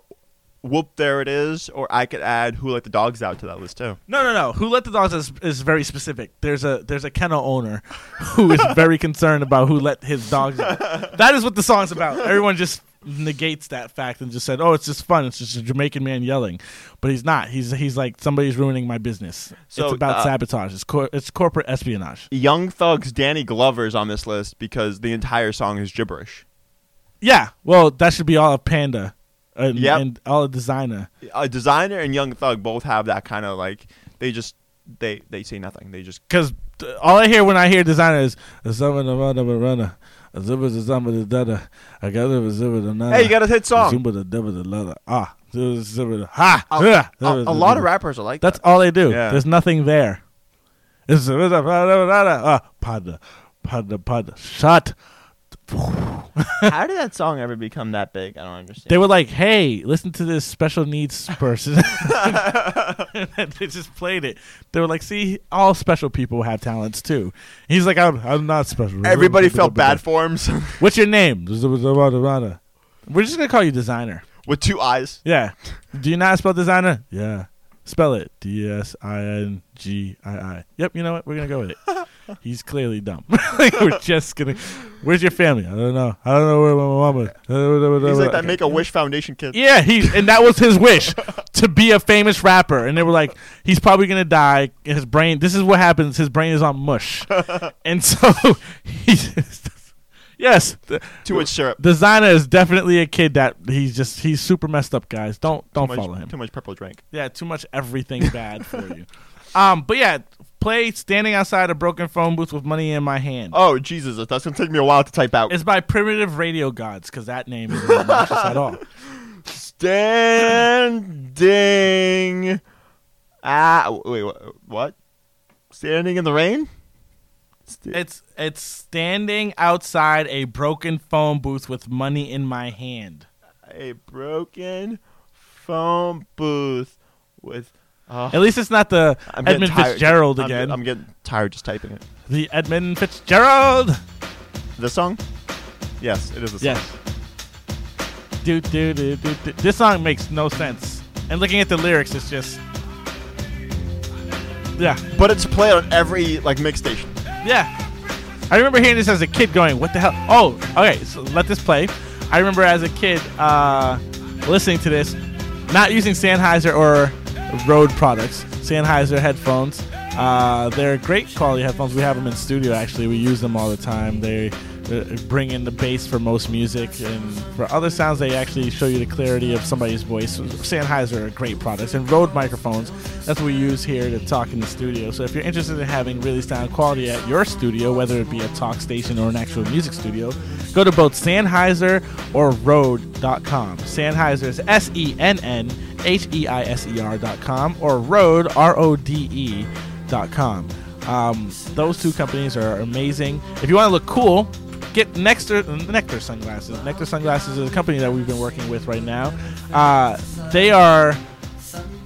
"Whoop There It Is," or I could add "Who Let the Dogs Out" to that list too.
No, no, no. Who let the dogs is, is very specific. There's a there's a kennel owner who is very concerned about who let his dogs. Out. That is what the song's about. Everyone just negates that fact and just said, "Oh, it's just fun. It's just a Jamaican man yelling," but he's not. He's he's like somebody's ruining my business.
So,
it's about
uh,
sabotage. It's cor- it's corporate espionage.
Young Thug's "Danny Glover's" on this list because the entire song is gibberish.
Yeah. Well, that should be all of Panda, and,
Yep.
and all of Designer.
Uh, Designer and Young Thug both have that kind of like they just they they say nothing. They just
Because all I hear when I hear designer is a summer the runner but runner. A zipper the summer the dada. I got a zipper the nana.
Hey, you got a hit song.
Uh, Zumba the dubba the lada. Ah. zubba zubba the- Ha.
A-
Ah,
a-
zubba
a
zubba.
lot of rappers are like
That's all they do. There's nothing there. It's zubba zubba da da da. Ah, pada, pada, pada. Shut.
how did that song ever become that big? I don't understand.
They were like, "Hey, listen to this special needs person." And they just played it. They were like, "See, all special people have talents too." He's like, "I'm, I'm not special."
Everybody felt bad for him. so-
What's your name? We're just gonna call you designer.
With two eyes.
Yeah. Do you not spell designer? Yeah. Spell it. D S I N G I I. Yep. You know what? We're gonna go with it. He's clearly dumb. Like, we're just gonna. Where's your family? I don't know. I don't know where my mama. is.
He's like that
Okay.
Make a Wish Foundation kid.
Yeah, he and that was his wish to be a famous rapper. And they were like, he's probably gonna die. His brain. This is what happens. His brain is on mush, and so he. just- Yes, the-
Too much syrup.
Designer is definitely a kid that he's just he's super messed up. Guys, don't don't
Too much-
follow him.
Too much purple drink.
Yeah, too much everything bad for you. Um, but yeah, play standing outside a broken phone booth with money in my hand.
Oh Jesus, that's gonna take me a while to type out.
It's by Primitive Radio Gods because that name is not obnoxious at all.
Standing. Ah, wait, wha- what? Standing in the rain?
It's it's standing outside a broken phone booth with money in my hand.
A broken phone booth with. Oh,
At least it's not the
I'm getting
Edmund
tired.
Fitzgerald
I'm get-
again.
I'm getting tired just typing it.
the Edmund Fitzgerald.
This song? Yes, it is a song.
Yes. Do, do, do, do, do. This song makes no sense. And looking at the lyrics, it's just yeah,
But it's played on every like mix station.
yeah. I remember hearing this as a kid, going, "What the hell?" Oh, okay. So let this play. I remember as a kid uh, listening to this, not using Sennheiser or Rode products. Sennheiser headphones. Uh, they're great quality headphones. We have them in studio. Actually, we use them all the time. They uh, bring in the bass for most music, and for other sounds, they actually show you the clarity of somebody's voice. Sennheiser are great products, and Rode microphones. That's what we use here to talk in the studio. So if you're interested in having really sound quality at your studio, whether it be a talk station or an actual music studio, go to both Sennheiser or Rode.com. Sennheiser is S E N N H E I S E R.com or Rode R O D E E.com. Um, those two companies are amazing. If you want to look cool, get Nectar, Nectar sunglasses. Nectar sunglasses is a company that we've been working with right now. Uh, they are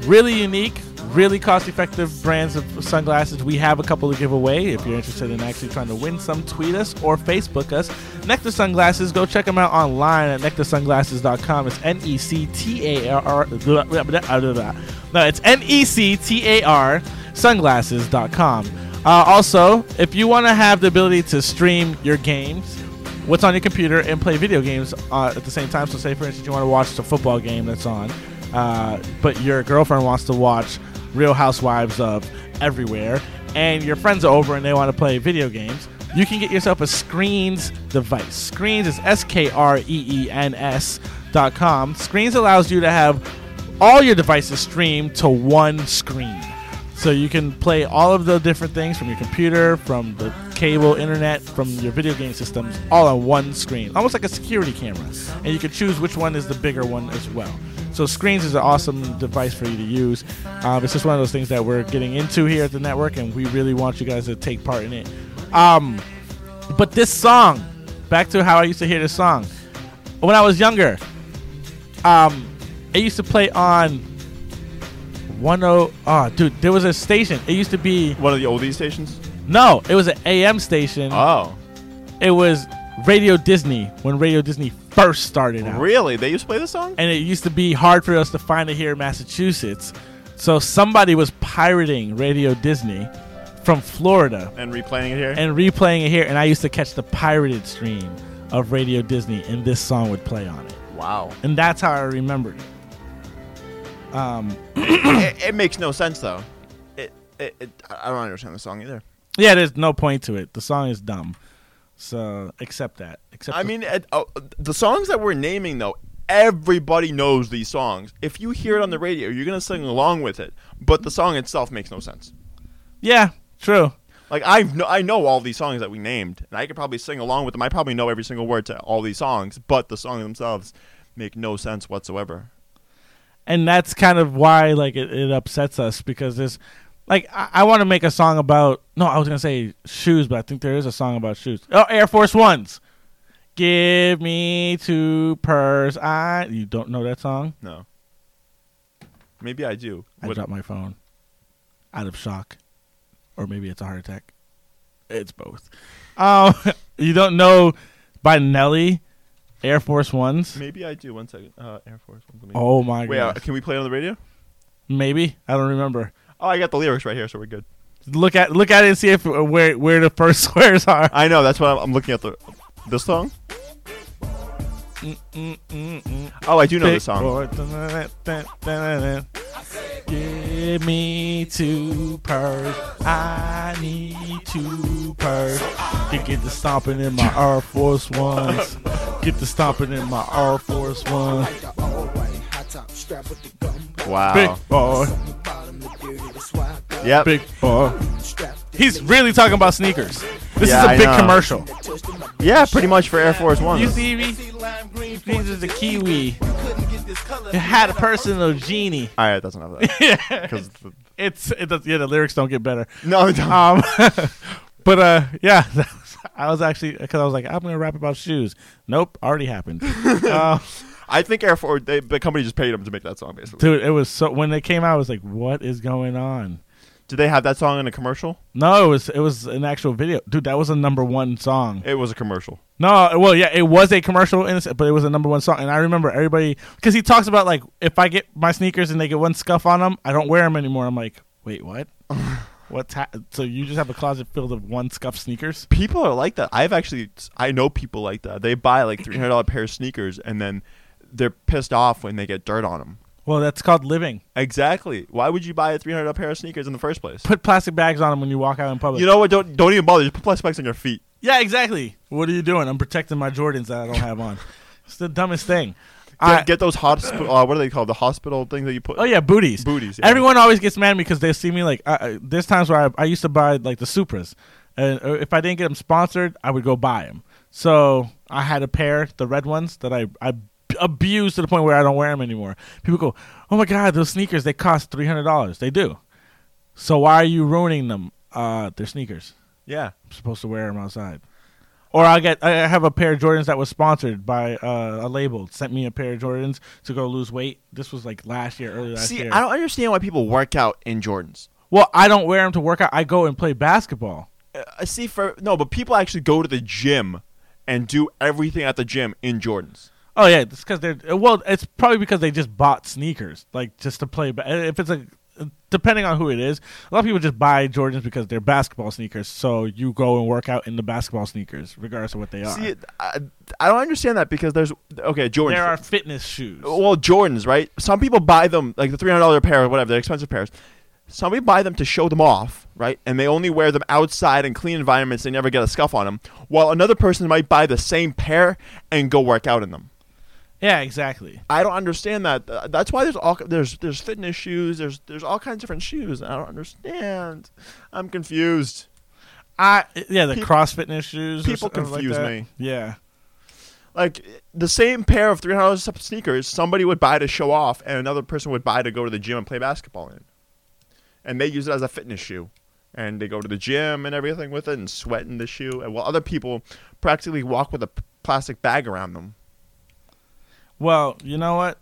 really unique, really cost-effective brands of sunglasses. We have a couple to give away. If you're interested in actually trying to win some, tweet us or Facebook us. Nectar sunglasses. Go check them out online at nectarsunglasses.com. It's E N-E-C-T-A-R. blah, blah, blah, blah, blah. No, it's E N-E-C-T-A-R sunglasses.com. Uh, also, if you want to have the ability to stream your games, what's on your computer, and play video games uh, at the same time. So, say for instance, you want to watch the football game that's on, uh, but your girlfriend wants to watch Real Housewives of Everywhere, and your friends are over and they want to play video games. You can get yourself a Screens device. Screens is S K R E E N S dot com. Screens allows you to have all your devices streamed to one screen. So you can play all of the different things from your computer, from the cable, internet, from your video game systems, all on one screen, almost like a security camera. And you can choose which one is the bigger one as well. So screens is an awesome device for you to use. Uh, it's just one of those things that we're getting into here at the network, and we really want you guys to take part in it. Um, but this song, back to how I used to hear this song when I was younger. Um, it used to play on one oh oh dude there was a station it used to be
one of the oldies stations
no it was an am station
Uh.
oh it was radio disney when radio disney first started out
Really? They used to play this song?
and it used to be hard for us to find it here in massachusetts so somebody was pirating radio disney from florida
And replaying it here?
and replaying it here and i used to catch the pirated stream of radio disney and this song would play on it
wow.
and that's how i remembered it um
it, it makes no sense, though. It, it, it, I don't understand the song either.
Yeah, there's no point to it. The song is dumb. So accept that. Accept.
I mean, it, uh, the songs that we're naming, though, everybody knows these songs. If you hear it on the radio, you're going to sing along with it, but the song itself makes no sense.
yeah, true.
Like I know, I know all these songs that we named, and I could probably sing along with them. I probably know every single word to all these songs, but the songs themselves make no sense whatsoever.
And that's kind of why like it, it upsets us because there's like I, I want to make a song about no, I was gonna say shoes, but I think there is a song about shoes. Oh, Air Force Ones. Give me two pairs. I you don't know that song?
No. Maybe I do.
I dropped my phone out of shock, or maybe it's a heart attack. It's both. Um, you don't know by Nelly, Air Force Ones.
Maybe I do. One second. Uh, Air Force. One, let me-
Oh my
Wait, uh,
gosh.
can we play it on the radio?
Maybe I don't remember.
Oh, I got the lyrics right here, so we're good.
Look at look at it and see if uh, where where the first squares are.
I know. That's why I'm, I'm looking at the this song. Oh, I do know this song.
Give me two purrs. I need two purrs. To get the stomping in my Air Force Ones. Get the stomping in my Air Force Ones.
Wow.
Big boy.
Yep.
Big boy. He's really talking about sneakers. This
Yeah,
is a
I
big
know.
commercial.
Yeah, pretty much for Air Force One.
You see me? This is a kiwi. It had a personal genie.
All right, that's enough of that.
yeah.
'Cause the-
It's it does, yeah. The lyrics don't get better.
No, they don't.
Um, but uh, yeah. that was- I was actually because I was like, I'm gonna rap about shoes. Nope, already happened. Uh,
I think Air Force. They, the company just paid them to make that song, basically.
dude, it was so when they came out, I was like, what is going on?
Did they have that song in a commercial?
No, it was it was an actual video, dude. That was a number one song.
It was a commercial.
No, well, yeah, it was a commercial, in a se- but it was a number one song, and I remember everybody because he talks about like if I get my sneakers and they get one scuff on them, I don't wear them anymore. I'm like, wait, what? What's ha- so you just have a closet filled of one scuff sneakers?
People are like that. I've actually, I know people like that. They buy like three hundred dollar pair of sneakers, and then they're pissed off when they get dirt on them.
Well, that's called living.
Exactly. Why would you buy a three hundred dollar pair of sneakers in the first place?
Put plastic bags on them when you walk out in public.
You know what? Don't don't even bother. Just put plastic bags on your feet.
Yeah, exactly. What are you doing? I'm protecting my Jordans that I don't have on. It's the dumbest thing.
Get, get those hospital. Uh, what are they called? The hospital things that you put.
Oh yeah, booties.
Booties. yeah.
Everyone always gets mad at me because they see me like. I, I, there's times where I, I used to buy like the Supras, and uh, if I didn't get them sponsored, I would go buy them. So I had a pair, the red ones that I I abused to the point where I don't wear them anymore. People go, "Oh my god, those sneakers they cost three hundred dollars." They do. So why are you ruining them? Uh, they're sneakers.
Yeah.
I'm supposed to wear them outside. Or I'll get. I have a pair of Jordans that was sponsored by uh, a label. Sent me a pair of Jordans to go lose weight. This was like last year, early last
See,
year.
I don't understand why people work out in Jordans.
Well, I don't wear them to work out. I go and play basketball.
Uh, see, for no, but people actually go to the gym and do everything at the gym in Jordans.
Oh yeah, it's because they're uh, well. It's probably because they just bought sneakers, like just to play. Ba- uh, if it's a depending on who it is, a lot of people just buy Jordans because they're basketball sneakers. So you go and work out in the basketball sneakers, regardless of what they are.
See, I, I don't understand that because there's okay Jordans.
there are fitness shoes.
well Jordans, right? Some people buy them like the three hundred dollar pair or whatever. They're expensive pairs. Some people buy them to show them off, right? And they only wear them outside in clean environments. They never get a scuff on them. While another person might buy the same pair and go work out in them.
Yeah, exactly.
I don't understand that. Uh, That's why there's all there's there's fitness shoes. There's there's all kinds of different shoes. I don't understand. I'm confused.
I yeah, the CrossFitness shoes. or
People
something like
confuse
that.
me.
Yeah.
Like the same pair of three hundred dollars sneakers, somebody would buy to show off, and another person would buy to go to the gym and play basketball in. And they use it as a fitness shoe, and they go to the gym and everything with it, and sweat in the shoe. And while other people practically walk with a p- plastic bag around them.
Well, you know what?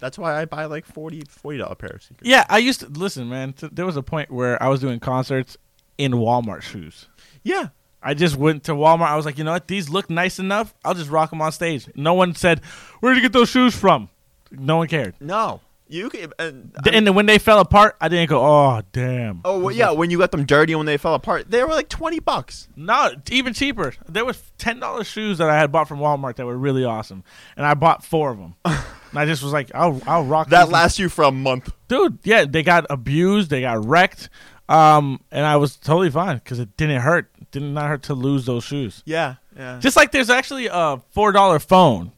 That's why I buy like 40 dollar pair of sneakers.
Yeah, I used to listen, man. T- there was a point where I was doing concerts in Walmart shoes.
Yeah.
I just went to Walmart. I was like, you know what? These look nice enough. I'll just rock them on stage. No one said, "Where'd you get those shoes from?" No one cared.
No, you can. And,
Th- and then when they fell apart, I didn't go, "Oh, damn."
Oh well, yeah, when you got them dirty when they fell apart, they were like twenty bucks.
No, even cheaper. There was ten dollars shoes that I had bought from Walmart that were really awesome, and I bought four of them. and I just was like, I'll I'll rock
That
these.
lasts you for a month.
dude. Yeah, they got abused, they got wrecked, um, and I was totally fine because it didn't hurt. It did not hurt to lose those shoes.
Yeah, yeah.
Just like there's actually a four dollar phone.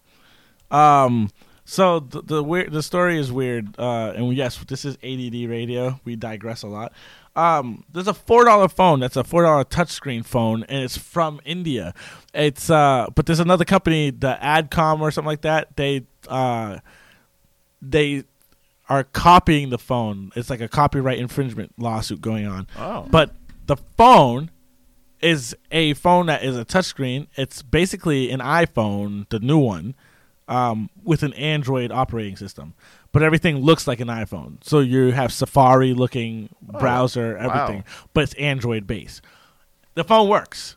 Um, so the the, weird, the story is weird. Uh, and yes, this is ADD radio. We digress a lot. Um, there's a four dollar phone that's a four dollar touchscreen phone, and it's from India. It's uh, but there's another company, the Adcom or something like that. They uh, they are copying the phone. It's like a copyright infringement lawsuit going on.
Oh.
But the phone is a phone that is a touchscreen. It's basically an iPhone, the new one, um, with an Android operating system. But everything looks like an iPhone. So you have Safari looking browser,
wow.
everything, but it's Android based. The phone works.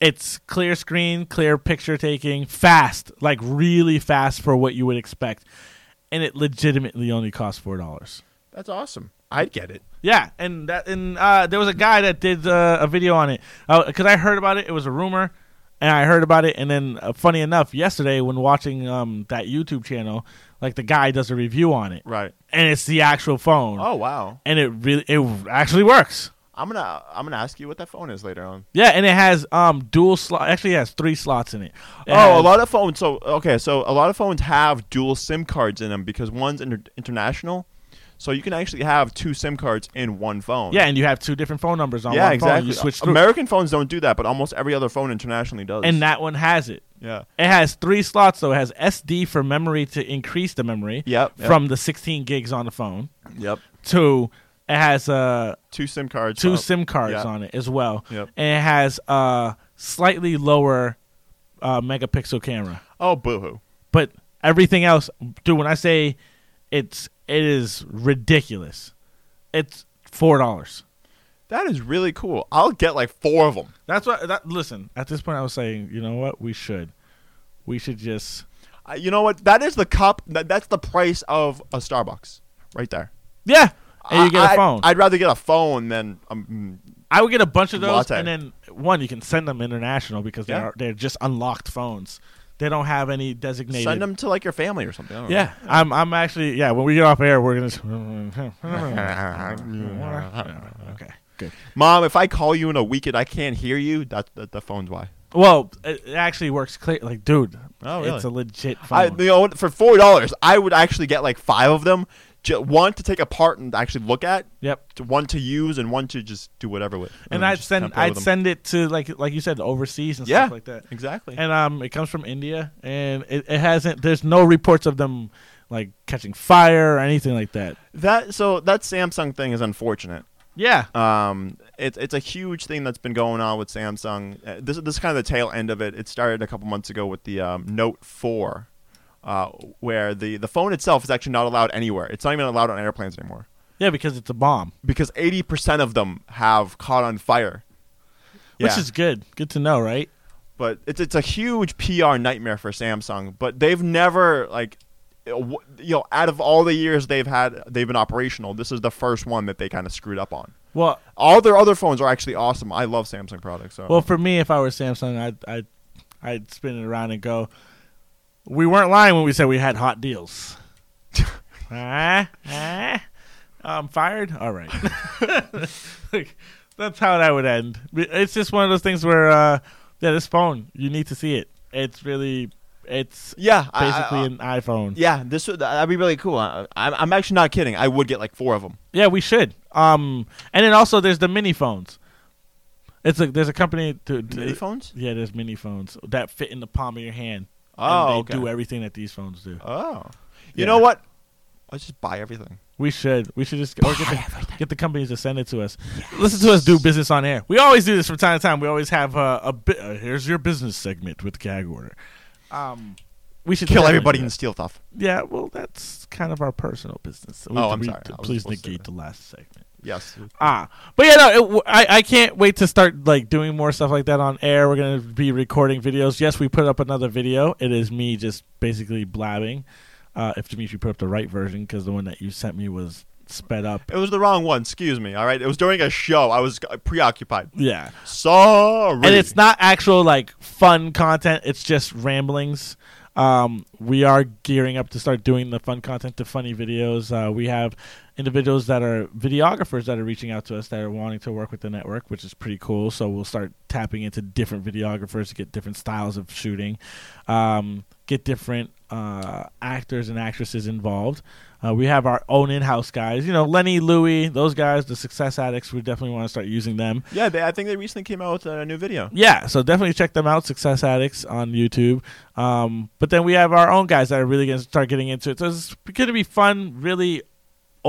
It's clear screen, clear picture taking, fast, like really fast for what you would expect. And it legitimately only costs $4.
That's awesome. I'd get it.
Yeah, and that and uh, there was a guy that did uh, a video on it because I heard about it. It was a rumor, and I heard about it. And then, uh, funny enough, yesterday when watching um, that YouTube channel, like the guy does a review on it,
right?
And it's the actual phone.
Oh wow.
And it really it actually works.
I'm gonna I'm gonna ask you what that phone is later on.
Yeah, and it has um dual slot. Actually, it has three slots in it. It
oh, a
has-
lot of phones. So okay, so a lot of phones have dual SIM cards in them because one's inter- international, so you can actually have two SIM cards in one phone.
Yeah, and you have two different phone numbers on
yeah,
one
exactly.
phone. You switch through.
American phones don't do that, but almost every other phone internationally does.
and that one has it.
Yeah.
It has three slots though. It has SD for memory to increase the memory.
Yep, yep.
From the 16 gigs on the phone.
Yep.
To it has uh
two SIM cards.
Two
prob-
SIM cards
yeah.
on it as well.
Yep.
And it has a slightly lower uh, megapixel camera.
Oh, boo-hoo.
But everything else, dude. When I say it's it is ridiculous. It's four dollars.
that is really cool. I'll get like four of them.
That's what. That, listen, at this point, I was saying, you know what? We should, we should just.
Uh, you know what? That is the cup. That, that's the price of a Starbucks, right there.
Yeah, and you get
a
a phone.
I'd rather get a phone than um,
I would get a bunch of those,
Latte.
and then one you can send them international because they
Yeah.
are they're just unlocked phones. They don't have any designated.
send them to like your family or something. I don't
Yeah, I'm. I'm actually. Yeah, when we get off air, we're gonna. s- okay.
Good.
Mom, if I call you in a week and I can't hear you, that, that the phone's why.
Well, it it actually works clear. Like, dude,
Oh, really?
it's a legit phone.
I, you know, what, for four dollars, I would actually get like five of them. Ju- one to take apart and actually look at.
Yep.
To- One to use and one to just do whatever with.
and
know,
I'd
just
send
kinda play
I'd
with 'em.
send it to like like you said overseas and
Yeah,
stuff like that.
exactly.
And um, it comes from India, and it, it hasn't. There's no reports of them like catching fire or anything like that.
that. So that Samsung thing is unfortunate.
Yeah.
Um, it's it's a huge thing that's been going on with Samsung. Uh, this this is kind of the tail end of it. It started a couple months ago with the um, Note Four, uh, where the the phone itself is actually not allowed anywhere. It's not even allowed on airplanes anymore.
Yeah, because it's a bomb.
Because eighty percent of them have caught on fire.
Which
Yeah.
is good. Good to know, right?
but it's it's a huge PR nightmare for Samsung. But they've never like, uh, w- you know, out of all the years they've had, they've been operational. This is the first one that they kind of screwed up on.
Well,
All their other phones are actually awesome. I love Samsung products. So.
Well, for me, if I were Samsung, I'd I'd, I'd spin it around and go. We weren't lying when we said we had hot deals. ah, ah, I'm fired. All right, Like, that's how that would end. It's just one of those things where, uh, yeah, this phone you need to see it. It's really, it's
yeah, I- uh, I-
basically
I-
an iPhone.
yeah, this would uh, that'd be really cool. I, I'm I'm actually not kidding. I would get like four of them.
Yeah, we should. Um, and then also there's the mini phones. It's a there's a company to, to
Mini phones?
Yeah, there's mini phones that fit in the palm of your hand.
Oh,
and they
okay.
do everything that these phones do.
Oh, you
Yeah.
know what? Let's just buy everything.
We should. We should just or get, the, get the companies to send it to us. Listen to us do business on air. We always do this from time to time. We always have uh, a bit. Uh, here's your business segment with gag order. Um, we should
kill
definitely
everybody
do
and
that.
steal stuff.
Yeah, well, that's kind of our personal business. So we-
Oh, I'm
we-
sorry. I was
Please
supposed to-
negate the last segment.
Yes.
Ah, but yeah, no, it, w- I I can't wait to start like doing more stuff like that on air. We're gonna be recording videos. Yes, we put up another video. It is me just basically blabbing. Uh, if Dimitri put up the right version, because the one that you sent me was sped up.
It was the wrong one. Excuse me. All right. It was during a show. I was uh, preoccupied.
Yeah.
Sorry.
And it's not actual like fun content. It's just ramblings. Um, we are gearing up to start doing the fun content, the funny videos. Uh, we have individuals that are videographers that are reaching out to us that are wanting to work with the network, which is pretty cool. So we'll start tapping into different videographers to get different styles of shooting, um, get different uh, actors and actresses involved. Uh, we have our own in-house guys. You know, Lenny, Louie, those guys, the success addicts. We definitely want to start using them.
Yeah, they, I think they recently came out with a new video.
Yeah, so definitely check them out, Success Addicts on YouTube. Um, but then we have our own guys that are really going to start getting into it. So it's going to be fun, really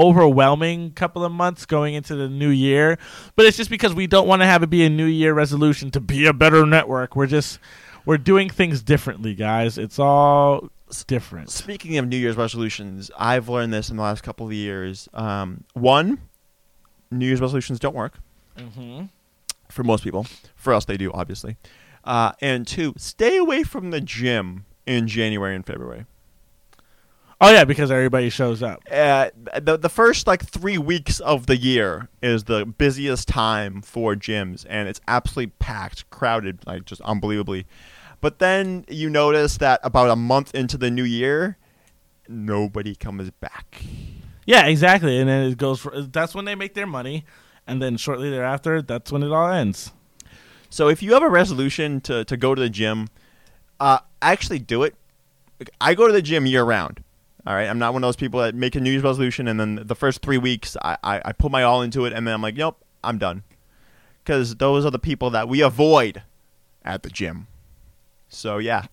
overwhelming couple of months going into the new year. But it's just because we don't want to have it be a new year resolution to be a better network. We're just we're doing things differently, guys. It's all different.
Speaking of New Year's resolutions, I've learned this in the last couple of years. Um, one, New Year's resolutions don't work
Mm-hmm.
for most people. For us, they do, obviously. Uh, and two, stay away from the gym in January and February.
Oh yeah, because everybody shows up.
Uh, the the first like three weeks of the year is the busiest time for gyms, and it's absolutely packed, crowded, like just unbelievably. But then you notice that about a month into the new year, nobody comes back.
Yeah, exactly. And then it goes. For, that's when they make their money, and then shortly thereafter, that's when it all ends.
So if you have a resolution to, to go to the gym, uh, actually do it. Like, I go to the gym year round. All right, I'm not one of those people that make a New Year's resolution and then the first three weeks I, I, I put my all into it and then I'm like, nope, I'm done. Because those are the people that we avoid at the gym. So yeah,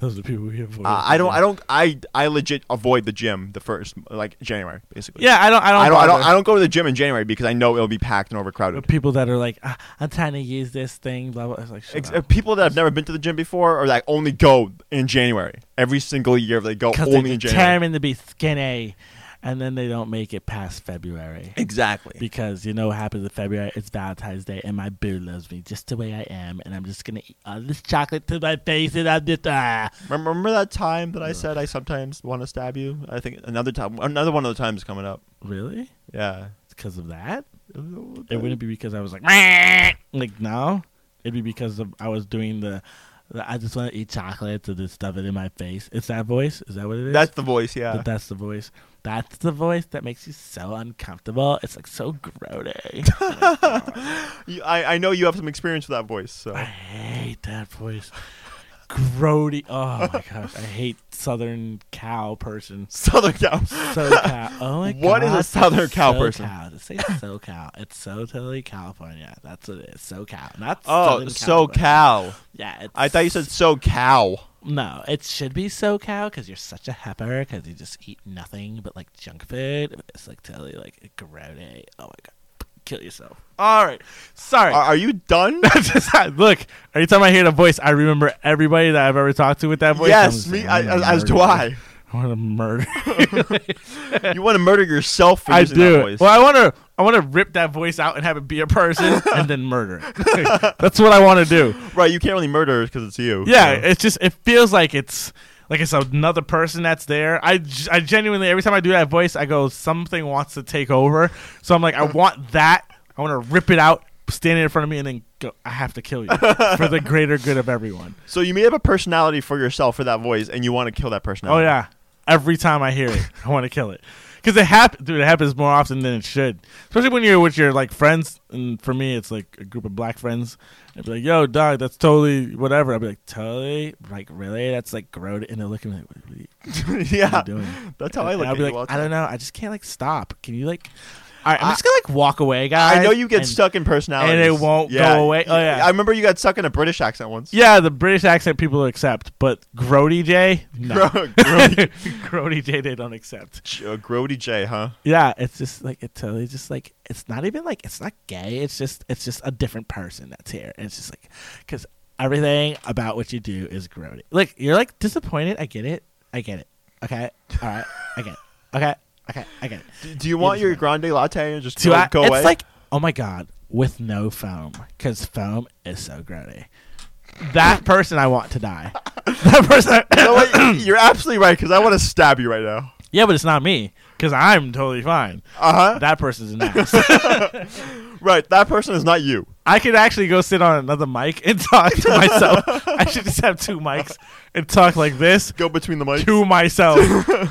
Those are the people we avoid.
uh, I don't, I don't, I, I legit avoid the gym the first like January basically.
Yeah, I don't- I don't
I don't, I don't,
bother.
I don't go to the gym in January because I know it'll be packed and overcrowded.
people that are like, ah, I'm trying to use this thing, blah blah. It's like, shut
Ex- uh,
up.
people that have never been to the gym before or that only go in January. Every single year they go
'Cause they're
only in January.
determined to be skinny, and then they don't make it past February.
Exactly.
Because you know what happens in February? It's Valentine's Day, and my boo loves me just the way I am, and I'm just gonna eat all this chocolate to my face, and I'm just ah.
Remember, remember that time that I said I sometimes want to stab you? I think another time, another one of the times coming up.
Really?
Yeah.
Because of that?
It
It wouldn't be because I was like, "Meh," like no. It'd be because of I was doing the I just want to eat chocolate to just stuff it in my face. It's that voice? Is that what it is?
That's the voice, yeah.
But that's the voice. That's the voice that makes you so uncomfortable. It's like so grody. Oh my God.
You- I, I know you have some experience with that voice. So I
hate that voice. grody. Oh my gosh, I hate Southern cow person.
Southern cow.
So cow. Oh my
What is
God.
a Southern cow person?
SoCal. Just say so cow. It's so totally California. That's what it is. So cow. Not
Oh,
Southern
so
California.
cow.
Yeah, it's,
I thought you said so cow.
No, it should be SoCal because you're such a hepper because you just eat nothing but like junk food. But It's like totally like grody. Oh my god, kill yourself. All right, sorry.
Are, are you done?
Look, anytime I hear the voice, I remember everybody that I've ever talked to with that voice.
Yes, me- I- as- as do I.
I want to murder.
you want to murder yourself for
I
using
do.
that voice.
Well, I want to. I want to rip that voice out and have it be a person, and then murder. it. That's what I want to do.
Right, you can't really murder because it's you.
Yeah,
so.
it's just it feels like it's like it's another person that's there. I, g- I genuinely every time I do that voice, I go something wants to take over. So I'm like, I want that. I want to rip it out, standing in front of me, and then go. I have to kill you for the greater good of everyone.
So you made up a personality for yourself for that voice, and you want to kill that
Oh
personality.
yeah, every time I hear it, I want to kill it because it happens. Dude, it happens more often than it should, especially when you're with your like friends. And for me, it's like a group of black friends. I'd be like, "Yo, dog, that's totally whatever." I'd be like, "Totally, like really? That's like grown." And they're looking at me like, "What are you, what are you
Yeah.
doing?"
That's how I
And
look
I'll
at
be
you
like,
all the
"I don't know. I just can't like stop. Can you like?" All right, I'm
I-
just gonna like walk away, guys.
I know you get
and-
stuck in personalities,
and it won't
Yeah.
go away. Oh yeah,
I remember you got stuck in a British accent once.
yeah, the British accent people accept, but Grody J, no.
Gro- Grody-
Grody J, they don't accept.
J- uh, Grody J, huh?
Yeah, it's just like it totally just like it's not even like it's not gay. It's just it's just a different person that's here. And it's just like because everything about what you do is grody. Like you're like disappointed. I get it. I get it. Okay. All right. I get it. Okay. Okay. I get it.
Do, do you want your grande latte and just
Do
go,
I-
go
it's
away?
like oh my god with no foam because foam is so grody. That person I want to die. that person.
You know what? You're absolutely right because I want to stab you right now.
yeah, but it's not me because I'm totally fine.
Uh huh.
That person's an ass.
Right, that person is not you.
I could actually go sit on another mic and talk to myself. I should just have two mics and talk like this
Go between the mics.
to myself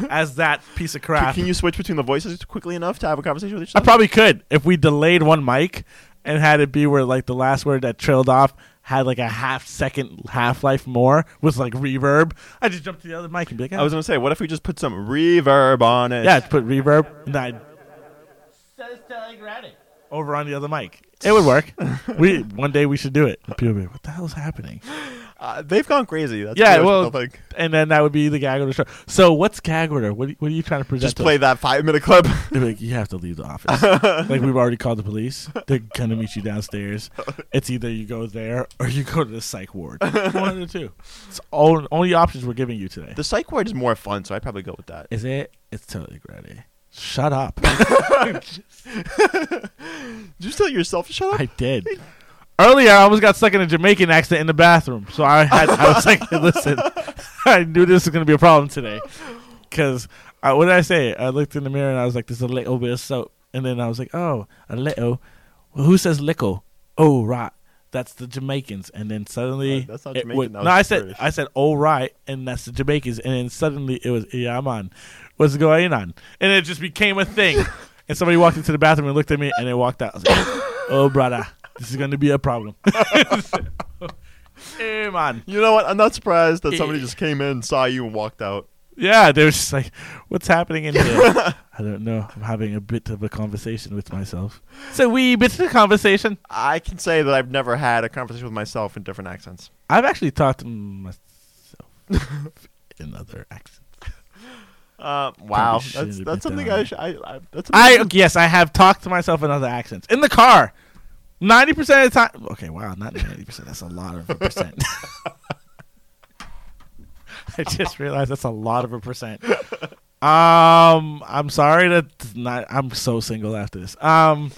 as that piece of crap.
Can you switch between the voices quickly enough to have a conversation with each
I
other?
probably could if we delayed one mic and had it be where like the last word that trailed off had like a half second half life more with like reverb. I just jumped to the other mic and be like,
I was gonna say, what if we just put some reverb on it?
yeah, put reverb and I over on the other mic. It would work. we one day we should do it. People will be like, what the hell's happening?
Uh, they've gone crazy. That's
yeah,
pretty much
well,
what I think.
and then that would be the gag order show. So what's gag order? What are, what are you trying to present?
just
to
play
us?
that five minute clip.
They'd be like, you have to leave the office. like we've already called the police. They're gonna meet you downstairs. It's either you go there or you go to the psych ward. One of the two. It's all only options we're giving you today.
the psych ward is more fun, so I probably go with that.
Is it? It's totally grody. Shut up.
Did you tell yourself to shut up?
I did. Earlier, I almost got stuck in a Jamaican accent in the bathroom, so I had I was like, "Listen, I knew this was going to be a problem today." Because what did I say? I looked in the mirror and I was like, "There's a little bit of soap," and then I was like, "Oh, a little." Well, who says "little"? Oh, right, that's the Jamaicans. And then suddenly,
that's not
it
Jamaican,
would-
that was
no, I said
British.
I said "all right," and that's the Jamaicans. And then suddenly, it was "Yeah, I'm on." What's going on? And it just became a thing. and somebody walked into the bathroom and looked at me, and they walked out. I was like, "Oh, brother." This is going to be a problem. Hey, man.
You know what? I'm not surprised that somebody just came in, saw you, and walked out.
Yeah, they were just like, "What's happening in here?" I don't know. I'm having a bit of a conversation with myself. It's a wee bit of a conversation.
I can say that I've never had a conversation with myself in different accents.
I've actually talked to myself in other accents.
Uh, wow,
shouldn't
that's
have
that's
been
something
done.
I, sh- I, I that's
I
something-
yes, I have talked to myself in other accents in the car. Ninety percent of the time. Okay, wow, not ninety percent. That's a lot of a percent. I just realized that's a lot of a percent. Um, I'm sorry that not. I'm so single after this. Um,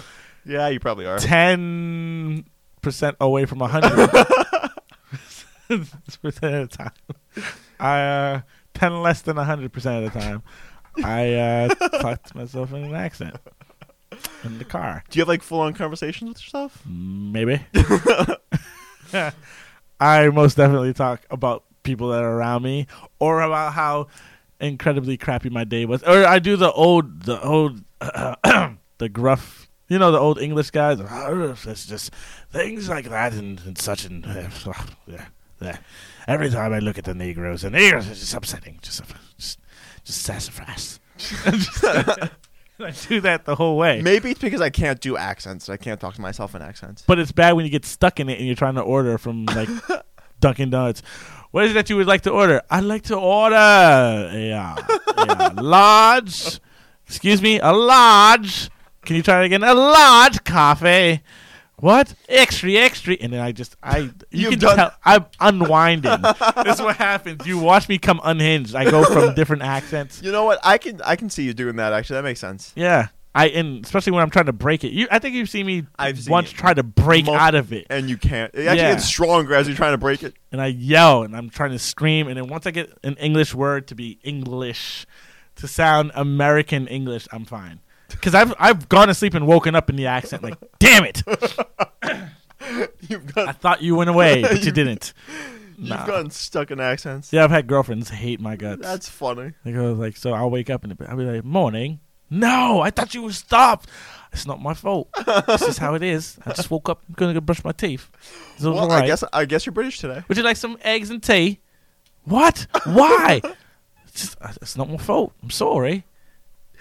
yeah, you probably are.
ten percent away from hundred percent of the time. I uh, ten less than hundred percent of the time. I uh, talk to myself in an accent in the car.
Do you have like full on conversations with yourself?
Maybe. I most definitely talk about people that are around me or about how incredibly crappy my day was. Or I do the old, the old, the gruff, you know, the old English guys. It's just things like that and, and such and yeah, yeah. Every time I look at the Negroes, and Negroes it's just upsetting. Just, just, just sassafras. I do that the whole way.
Maybe it's because I can't do accents. I can't talk to myself in accents.
But it's bad when you get stuck in it and you're trying to order from like Dunkin' Donuts. What is it that you would like to order? I'd like to order yeah, yeah. uh, large. Excuse me, a large. Can you try it again? A large coffee. What extra extra? And then I just I you
You've
can
done-
tell I'm unwinding. this is what happens. You watch me come unhinged. I go from different accents.
You know what? I can I can see you doing that. Actually, that makes sense.
Yeah. I and especially when I'm trying to break it. You I think you've seen me
I've seen
once
it
try to break
Mul-
out of it.
and you can't. It actually
Yeah.
gets stronger as you're trying to break it.
And I yell and I'm trying to scream and then once I get an English word to be English to sound American English, I'm fine. Cuz I've I've gone to sleep and woken up in the accent like, "Damn it." I thought you went away, but you
You've-
didn't.
You've
Nah.
gotten stuck in accents.
Yeah, I've had girlfriends hate my guts.
That's funny.
They go like, so I'll wake up in the bed. I'll be like, morning. No, I thought you were stopped. It's not my fault. this is how it is. I just woke up. I'm gonna go brush my teeth. It's all
Well, I
right.
guess I guess you're British today.
Would you like some eggs and tea? What? Why? it's, just, uh, it's not my fault. I'm sorry.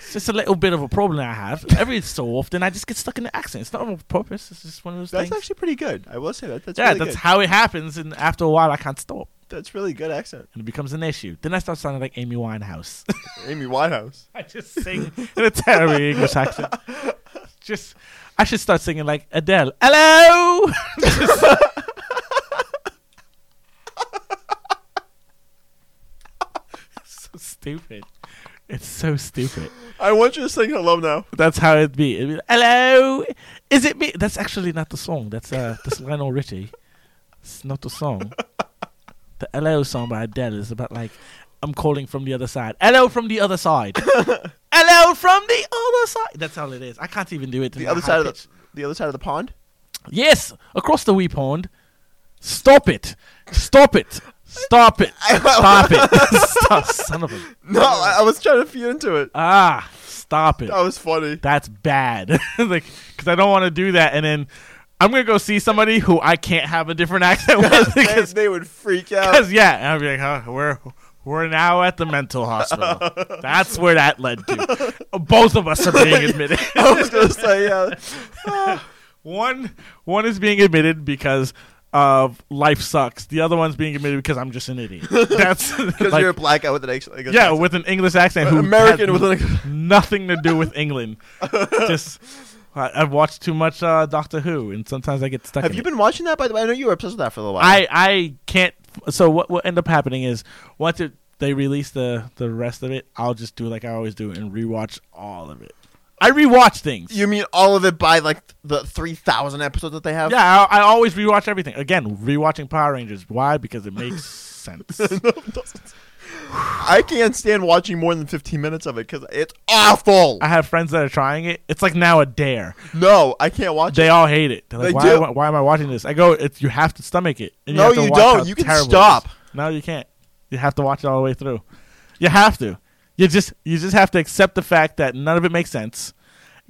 It's just a little bit of a problem I have. Every so often, I just get stuck in the accent. It's not on purpose. It's just one of those
That's
things.
actually pretty good. I will say that. That's
yeah,
really
that's
good.
how it happens. And after a while, I can't stop.
That's really good accent.
And it becomes an issue. Then I start sounding like Amy Winehouse.
Amy Winehouse.
I just sing in a terrible English accent. Just, I should start singing like Adele. Hello. Just- so stupid. It's so stupid.
I want you to sing "Hello" now.
That's how it'd be. It'd be, Hello, is it me? That's actually not the song. That's uh, that's Lionel Richie. It's not the song. The Hello song by Adele is about like I'm calling from the other side. Hello from the other side. Hello from the other side. That's all it is. I can't even do it.
The other side of the, the other side of the pond.
Yes, across the wee pond. Stop it! Stop it! Stop it! Stop it! Stop, son of a.
No, I, I was trying to feed into it.
Ah, stop it.
That was funny.
That's bad. like, because I don't want to do that. And then I'm going to go see somebody who I can't have a different accent with.
They-
Because,
they, would freak out.
because, yeah. And I'll be like, huh, we're, we're now at the mental hospital. That's where that led to. Both of us are being admitted.
I was gonna say yeah.
one, one is being admitted because of life sucks. The other one's being admitted because I'm just an idiot. That's
because
like-
you're a black guy with an accent.
yeah, with an English accent.
An
Who
American
had
with an-
nothing to do with England. Just I, I've watched too much uh, Doctor Who, and sometimes I get stuck.
Have
in
you
it.
been watching that? By the way, I know you were obsessed with that for a little while.
I I can't. So what will end up happening is once it, they release the the rest of it, I'll just do like I always do and rewatch all of it. I rewatch things.
You mean all of it by like the three thousand episodes that they have?
Yeah, I, I always rewatch everything. Again, rewatching Power Rangers. Why? Because it makes sense.
I can't stand watching more than fifteen minutes of it because it's awful.
I have friends that are trying it. It's like now a dare.
No, I can't watch
They
it.
all hate it. They're like,
They
why,
do.
why, why am I watching this? I go, it's, you have to stomach it.
No,
have to
you
watch
don't.
how
You can
terrible it
stop.
is. No, you can't. You have to watch it all the way through. You have to. You just you just have to accept the fact that none of it makes sense.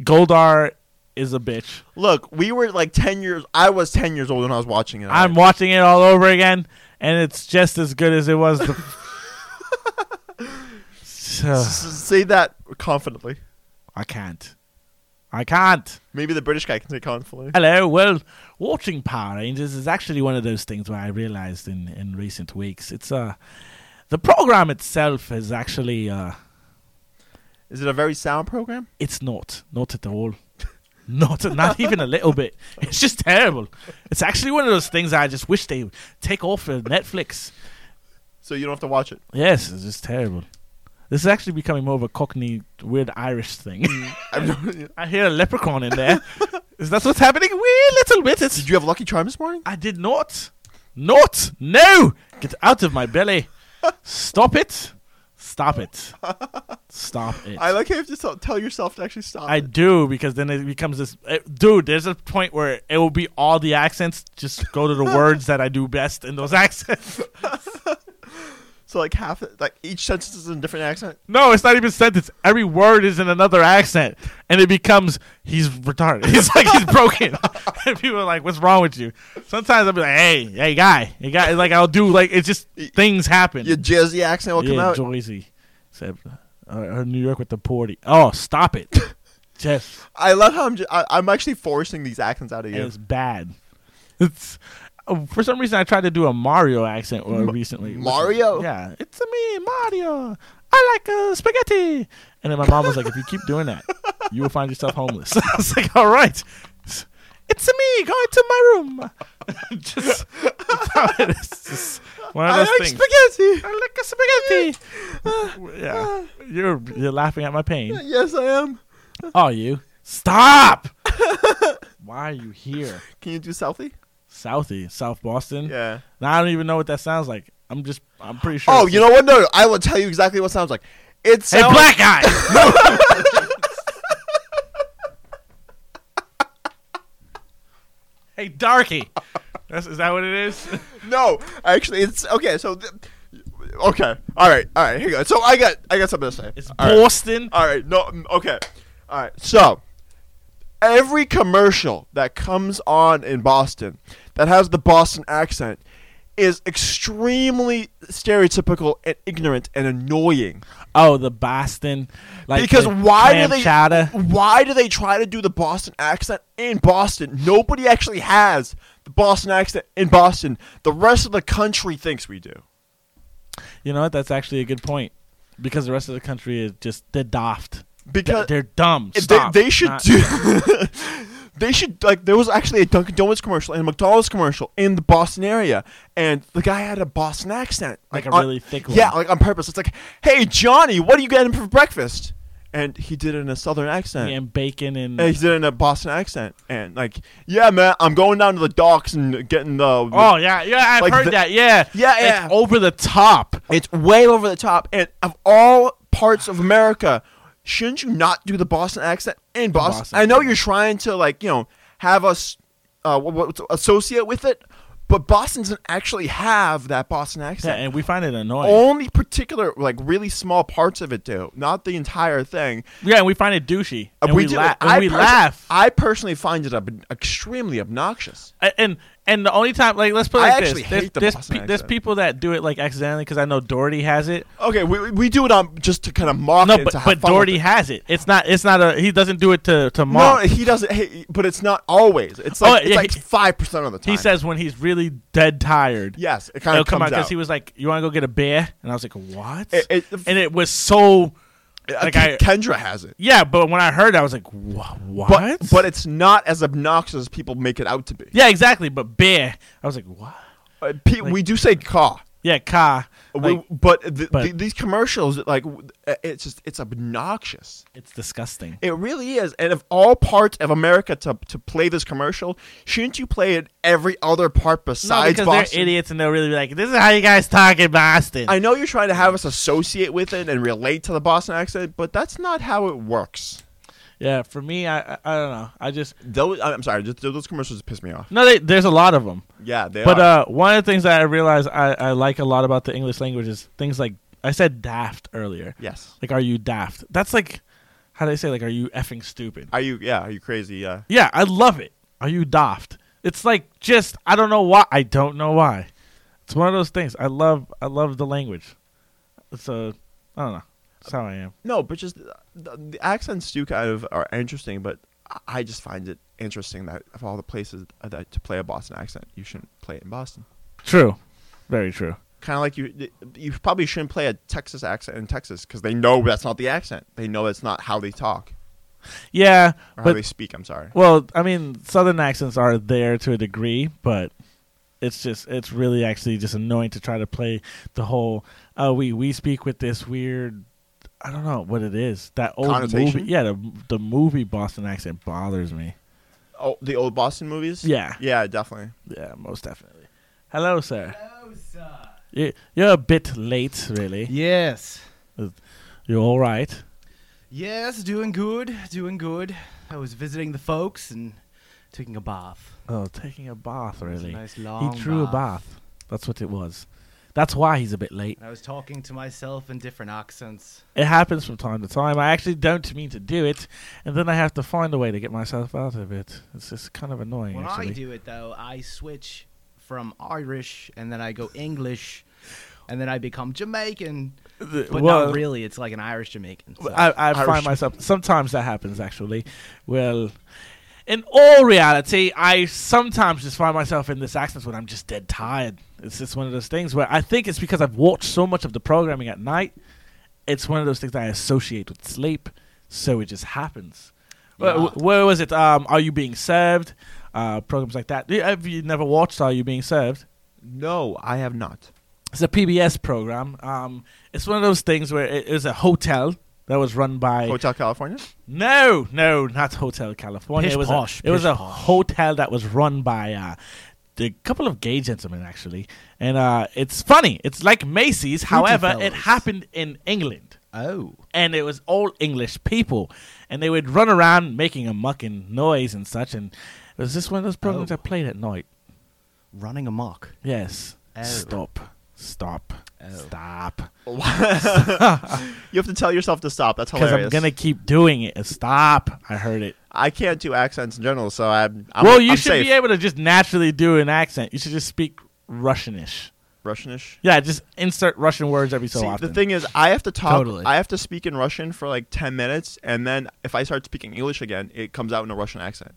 Goldar is a bitch.
Look, we were like ten years. I was ten years old when I was watching it.
I'm watching it all over again, and it's just as good as it was. The
S- say that confidently.
I can't. I can't.
Maybe the British guy can say confidently.
Hello. Well, watching Power Rangers is actually one of those things where I realized in, in recent weeks it's uh the program itself is actually uh
Is it a very sound program?
it's not not at all. Not not even a little bit. It's just terrible. It's actually one of those things I just wish they would take off of Netflix.
So you don't have to watch it.
Yes, it's just terrible. This is actually becoming more of a Cockney, weird Irish thing.
Mm.
I hear a leprechaun in there. is that what's happening? Wee little bit. It's,
did you have Lucky Charm this morning?
I did not. Not. No. Get out of my belly. Stop it. Stop it. Stop it.
I like how you have to tell, tell yourself to actually stop.
I
it.
do because then it becomes this. it- dude, there's a point where it will be all the accents. Just go to the words that I do best in those accents.
So like half, like each sentence is in a different accent.
No, it's not even sentence. Every word is in another accent, and it becomes he's retarded. It's like he's broken. and people are like, "What's wrong with you?" Sometimes I'll be like, "Hey, hey, guy, hey, guy." Like I'll do like it's just things happen. Your
jazzy accent will "Oh, come out.
Joyzy said, uh, uh, "New York with the porty." Oh, stop it, Jeff.
I love how I'm. Just, I, am actually forcing these accents out of you.
It's bad. It's oh, for some reason I tried to do a Mario accent uh,
Ma-
recently.
Mario?
Yeah, it's a me, Mario. I like uh, spaghetti. And then my mom was like, "If you keep doing that, you will find yourself homeless." I was like, "All right, it's a me. Go into my room." just, it's just one of
I
those
like
things.
spaghetti.
I like spaghetti. yeah, you're you're laughing at my pain.
Yes, I am.
Oh, you stop! Why are you here?
Can you do Southie?
Southie, South Boston.
Yeah.
Now I don't even know what that sounds like. I'm just, I'm pretty sure.
oh,
it's
you know
just-
what? No, no, I will tell you exactly what it sounds like. It's
Hey, black guy. Hey, darky. That's, is that what it is?
no, actually, it's okay. So, th- okay, all right, all right. Here you go. So I got, I got something to say. It's
Boston.
All right, no, mm, okay, all right. So every commercial that comes on in Boston that has the Boston accent is extremely stereotypical and ignorant and annoying.
Oh, the Boston. Like
because
the
why do
clam
they
chowder.
why do they try to do the Boston accent in Boston? Nobody actually has the Boston accent in Boston. The rest of the country thinks we do.
You know what? That's actually a good point because the rest of the country is just they're daft.
Because-
they're, they're dumb.
If
Stop.
They, they should
Not-
do. they should like. There was actually a Dunkin' Donuts commercial and a McDonald's commercial in the Boston area, and the guy had a Boston accent,
Like a
on-
really thick
Yeah, like on purpose. It's like, hey Johnny, what are you getting for breakfast? And he did it in a southern accent.
and bacon and.
And he did it in a Boston accent, and like, yeah, man, I'm going down to the docks and getting the.
Oh yeah, yeah, I've
like
heard
the-
that. Yeah,
yeah,
It's
yeah.
over the top.
It's way over the top, and of all parts of America, shouldn't you not do the Boston accent in Boston?
Boston,
I know you're trying to like you know have us uh, what, what, associate with it, but Boston doesn't actually have that Boston
Yeah,
accent.
and we find it annoying.
Only particular like really small parts of it do, not the entire thing.
Yeah, and we find it douchey.
Uh,
And we,
do-
la- and
I
we
perso-
laugh.
I personally find it ob- extremely obnoxious.
A- and and the only time like let's put it
I
like
actually
this. There's-
hate the
there's,
Boston
there's
accent.
people that do it like accidentally because I know Doherty has it.
Okay, we, we- we do it on just to kind of mock.
No,
it and
but
to have
but
fun with
Doherty
it.
has it. It's not it's not a he doesn't do it to to
No,
mock.
he doesn't. Hey, but it's not always. It's
Oh,
like
yeah,
it's
he-
like five percent of the time.
he says when he's really dead tired.
Yes, it kinda
it'll come
comes
out
out.
he was like, "You want to go get a beer?" And I was like, "What?"
It- it-
and it was so like I
Uh, Kendra has it.
yeah, but when I heard, it, I was like, "Wha- "What?"
But, but it's not as obnoxious as people make it out to be.
yeah, exactly. But beer, I was like, "What?"
Uh, pe- we do say "car,"
Yeah, car. Like,
but, th-
but-
th- these commercials, like, w- uh, it's just it's obnoxious.
it's disgusting.
It really is. And of all parts of America to to play this commercial, shouldn't you play it every other part
No,
besides
because
Boston?
they're idiots and they'll really be like, "This is how you guys talk in Boston."
I know you're trying to have us associate with it and relate to the Boston accent, but that's not how it works.
Yeah, for me, I I, I don't know. I just
Those, I'm sorry, just, those commercials piss me off.
no. They, there's a lot of them.
Yeah, they
but
are.
uh, one of the things that I realize I, I like a lot about the English language is things like I said daft earlier.
Yes.
Like, are you daft? That's like, how do they say? Like, are you effing stupid?
Are you? Yeah, are you crazy? Yeah.
Yeah, I love it. Are you daft? It's like just I don't know why. I don't know why. It's one of those things. I love I love the language. So I don't know. That's how I am.
No, but just uh, the, the accents do kind of are interesting, but I- I just find it interesting that of all the places uh, that to play a Boston accent, you shouldn't play it in Boston.
True. Very true.
Kind of like you, you probably shouldn't play a Texas accent in Texas because they know that's not the accent. They know that's not how they talk.
Yeah,
Or how
but
they speak, I'm sorry.
Well, I mean, southern accents are there to a degree, but it's just it's really actually just annoying to try to play the whole. Uh, we we speak with this weird. I don't know what it is. That old movie,
Connotation?
yeah, the the movie Boston accent bothers me.
Oh, the old Boston movies.
Yeah.
yeah, definitely.
Yeah, most definitely. Hello, sir. Hello, sir. You, you're a bit late, really.
Yes.
It's You're all right.
Yes, doing good, doing good. I was visiting the folks and taking a bath.
Oh, taking a bath,
was a
really.
nice long
he drew a
bath.
bath. That's what it was. That's why he's a bit late.
And I was talking to myself in different accents.
It happens from time to time. I actually don't mean to do it, and then I have to find a way to get myself out of it. It's just kind of annoying,
When
actually.
I do it though, I switch from Irish and then I go English and then I become Jamaican. But
well-
not really, it's like an Irish Jamaican. so.
I, I find myself sometimes that happens actually. Well, in all reality, I sometimes just find myself in this accent when I'm just dead tired. It's just one of those things where I think it's because I've watched so much of the programming at night. It's one of those things that I associate with sleep, so it just happens. Where,
Yeah.
where was it? Um, Are you being served? Uh, programs like that. Yeah, Have you never watched Are You Being Served?
No, I have not.
It's a PBS program. Um, it's one of those things where it is a hotel that was run by
Hotel California.
No, no, not Hotel California.
Pish
it was
posh,
a, it was
pish
a hotel that was run by uh, a couple of gay gentlemen actually, and uh, it's funny. It's like Macy's, however, it
fellas.
happened in England.
Oh,
and it was all English people, and they would run around making a muck and noise and such. And it was just one of those programs that played at night.
Running amok.
Yes.
Oh.
Stop. Stop. Stop.
you have to tell yourself to stop. That's
Because
hilarious.
I'm gonna keep doing it. Stop. I heard it.
I can't do accents in general, so I'm. I'm
well, you
I'm
should
safe.
be able to just naturally do an accent. You should just speak Russianish.
Russianish.
Yeah, just insert Russian words every so
See,
often.
the thing is, I have to talk.
Totally.
I have to speak in Russian for like ten minutes, and then if I start speaking English again, it comes out in a Russian accent.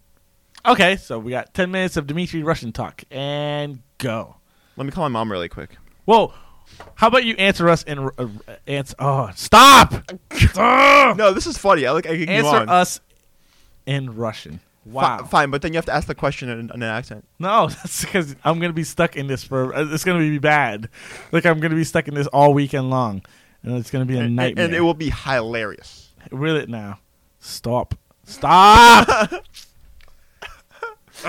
Okay, so we got ten minutes of Dmitry Russian talk and go.
Let me call my mom really quick.
Whoa, how about you answer us in uh, answer? Oh, stop!
no, this is funny. I like. I can go
Answer
on.
us in Russian.
Fi-
Wow.
fine, but then you have to ask the question in, in an accent.
No, that's because I'm gonna be stuck in this for. uh, It's gonna be bad. Like I'm gonna be stuck in this all weekend long, and it's gonna be a
And- and-
nightmare.
and it will be hilarious.
Reel it now. Stop. Stop.
You're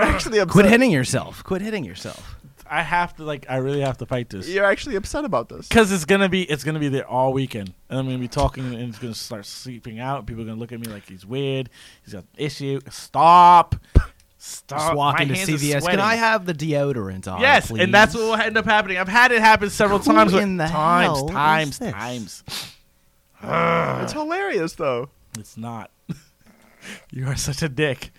actually upset.
Quit hitting yourself. Quit hitting yourself.
I have to like. I really have to fight this
You're actually upset about this.
because it's gonna be. It's gonna be there all weekend, and I'm gonna be talking, and it's gonna start sleeping out. People are gonna look at me like he's weird. He's got an issue. Stop. Stop.
Just walk
My
into
hands are
CVS. Can
sweating.
I have the deodorant on?
Yes,
please?
and that's what will end up happening. I've had it happen several
Who
times.
in the
times,
hell is
times,
this?
times.
it's hilarious though.
It's not. you are such a dick.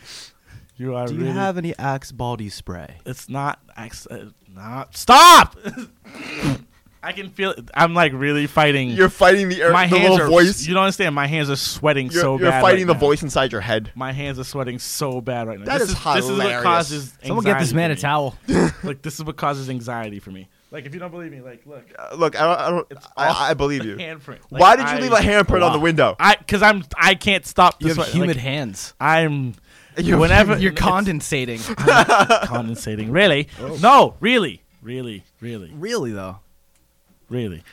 You are.
Do you
really,
have any Axe body spray?
It's not. Ex- uh, not. Stop. I can feel. It. I'm like really fighting.
You're fighting the air-
My
the
hands
little
are,
voice.
You don't understand. My hands are sweating
You're,
so
you're
bad.
fighting
right
the
now.
voice inside your head.
My hands are sweating so bad right now.
That
this
is
This is what
hilarious.
causes. Anxiety
Someone get this man a
for me.
towel.
like this is what causes anxiety for me. Like if you don't believe me, like look.
Uh, Look, I don't. I, don't,
off
I, I believe
the
you.
handprint.
Why
Like,
did you
I-
leave a handprint on the
Wow.
window?
I because I'm I can't stop.
You
This
have
way.
humid
Like,
hands.
I'm
You-
whenever
you're
it's-
condensating.
I'm condensating. Really?
Oh.
No, really, really, really,
really though.
really.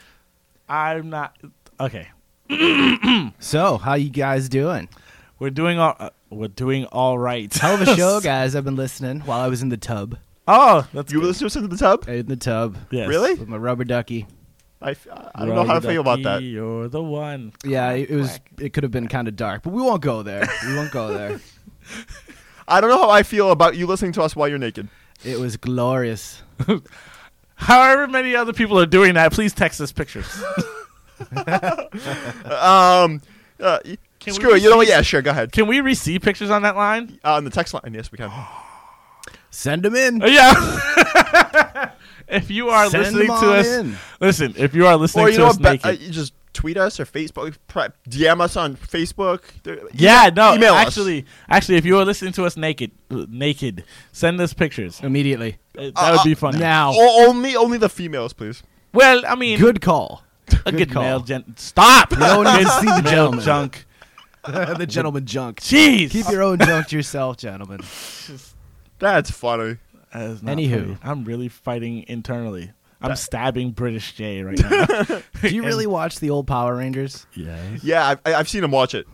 I'm not okay.
So, how you guys doing?
We're doing all uh, we're doing all right.
Hell of a show, guys. I've been listening while I was in the tub.
Oh, that's
you listened to us in the tub?
In the tub.
Yes.
Really?
With my rubber ducky.
I, f- I don't know how to feel about that.
You're the one.
Yeah, it was. It could have been kind of dark, but we won't go there. We won't go there.
I don't know how I feel about you listening to us while you're naked.
It was glorious.
However many other people are doing that, please text us pictures.
Um, uh, y-
Can
screw
we
it. You know what?
see-
Yeah, sure. Go ahead.
Can we receive pictures on that line?
Uh, on the text line, yes, we can.
Send them in.
Uh, yeah. if you are
Send
listening
them
to
on
us,
in.
listen. If you are listening
or you
to
know
us
what? Be-
naked,
uh, you just tweet us or Facebook, pri- DM us on Facebook. There-
yeah, no.
email us.
actually, actually, if you are listening to us naked, uh, naked, send us pictures.
Immediately.
Uh, that
Uh,
would
uh,
be funny.
Now.
O- only only the females, please.
well, I mean,
Good call.
a good,
call.
male gent. Stop.
You don't need to
Good
see the
male
gentleman.
junk.
the gentleman junk.
Jeez.
Keep your own junk to yourself, gentlemen.
That's funny.
That is not
Anywho.
funny. I'm really fighting internally. I'm stabbing British J right now.
Do you really watch the old Power Rangers?
yeah.
Yeah, I've, I- I've seen him watch it.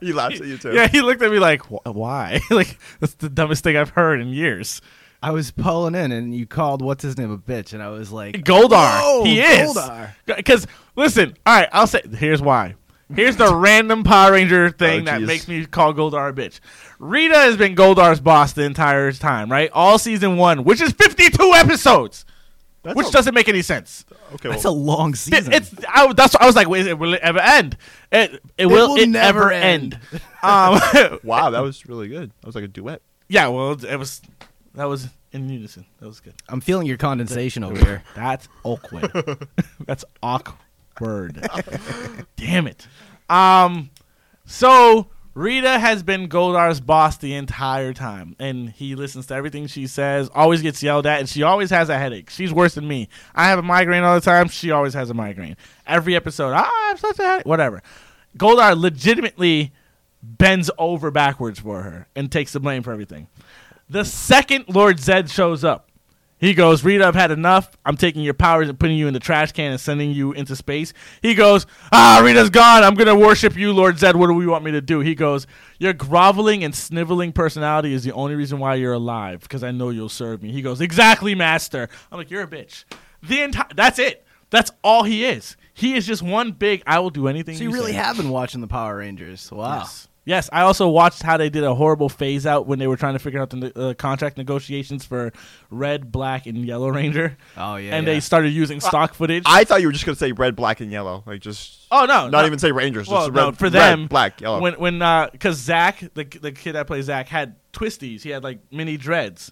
he laughs at you too.
Yeah, he looked at me like, "Wh- "Why?" like that's the dumbest thing I've heard in years.
I was pulling in, and you called what's his name a bitch, and I was like
Goldar.
"Whoa,
he is.
Goldar.
Because listen, all right, I'll say here's why. Here's the random Power Ranger thing that
geez.
makes me call Goldar a bitch. Rita has been Goldar's boss the entire time, right? All season one, which is 52 episodes, which doesn't make any sense.
Okay,
That's a long season.
It's I, that's what I was like. Wait, is it, will it ever end? It, it, will, it ever end. Um,
uh, wow, that was really good. That was like a duet.
yeah, well, it was that was in unison. That was good.
I'm feeling your condensation over here.
That's awkward. That's awkward. Damn it. Um, so Rita has been Goldar's boss the entire time, and he listens to everything she says. Always gets yelled at, and she always has a headache. She's worse than me. I have a migraine all the time. She always has a migraine. Every episode, ah, I have such a headache. Whatever. Goldar legitimately bends over backwards for her and takes the blame for everything. The second Lord Zed shows up, he goes, Rita, I've had enough. I'm taking your powers and putting you in the trash can and sending you into space. He goes, Ah, Rita's gone. I'm going to worship you, Lord Zed. What do we want me to do? He goes, Your groveling and sniveling personality is the only reason why you're alive because I know you'll serve me. He goes, Exactly, master. I'm like, You're a bitch. The entire, that's it. That's all he is. He is just one big, I will do anything.
So you really
say."
have been watching the Power Rangers. Wow.
Yes. Yes, I also watched how they did a horrible phase out when they were trying to figure out the ne- uh, contract negotiations for Red, Black, and Yellow Ranger.
Oh yeah.
and
yeah.
they started using stock footage.
Uh, I thought you were just gonna say red, black, and yellow. Like just.
Oh no!
Not
no.
even say Rangers.
Well,
just
no,
red,
for them,
red, black, yellow.
When when because Zach, the the kid that plays Zach, had twisties. He had like mini dreads.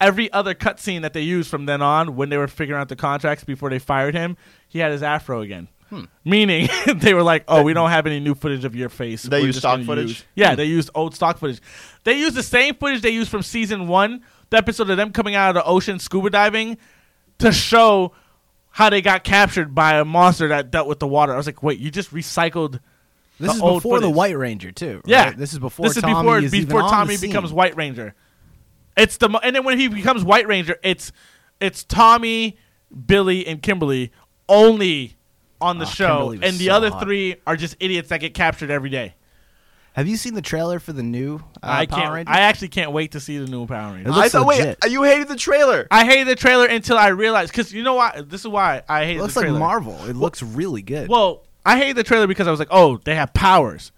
Every other cutscene that they used from then on, when they were figuring out the contracts before they fired him, he had his afro again.
Hmm.
Meaning they were like, "Oh, we don't have any new footage of your face."
They
We're
used
just
stock
gonna
footage? Hmm.
use-" yeah, they used old stock footage. They used the same footage they used from season one, the episode of them coming out of the ocean scuba diving, to show how they got captured by a monster that dealt with the water. I was like, "Wait, you just recycled."
This
the
is
old
before the
footage.
White Ranger too. right?
Yeah,
This is before.
This is
Tommy
before
is even
before
on the
Tommy
scene.
becomes White Ranger. It's the mo- and then when he becomes White Ranger, it's it's Tommy, Billy, and Kimberly only on the
Oh,
show,
Kimberly was
and the
so
other
hot.
three are just idiots that get captured every day.
Have you seen the trailer for the new uh,
I
Power
can't.
Ranger?
I actually can't wait to see the new Power Ranger.
It looks
I thought.
legit.
Wait, you hated the trailer.
I hated the trailer until I realized because you know why. This is why I hated.
it looks
the
like
trailer.
Marvel. It looks really good.
Well, I hated the trailer because I was like, oh, they have powers.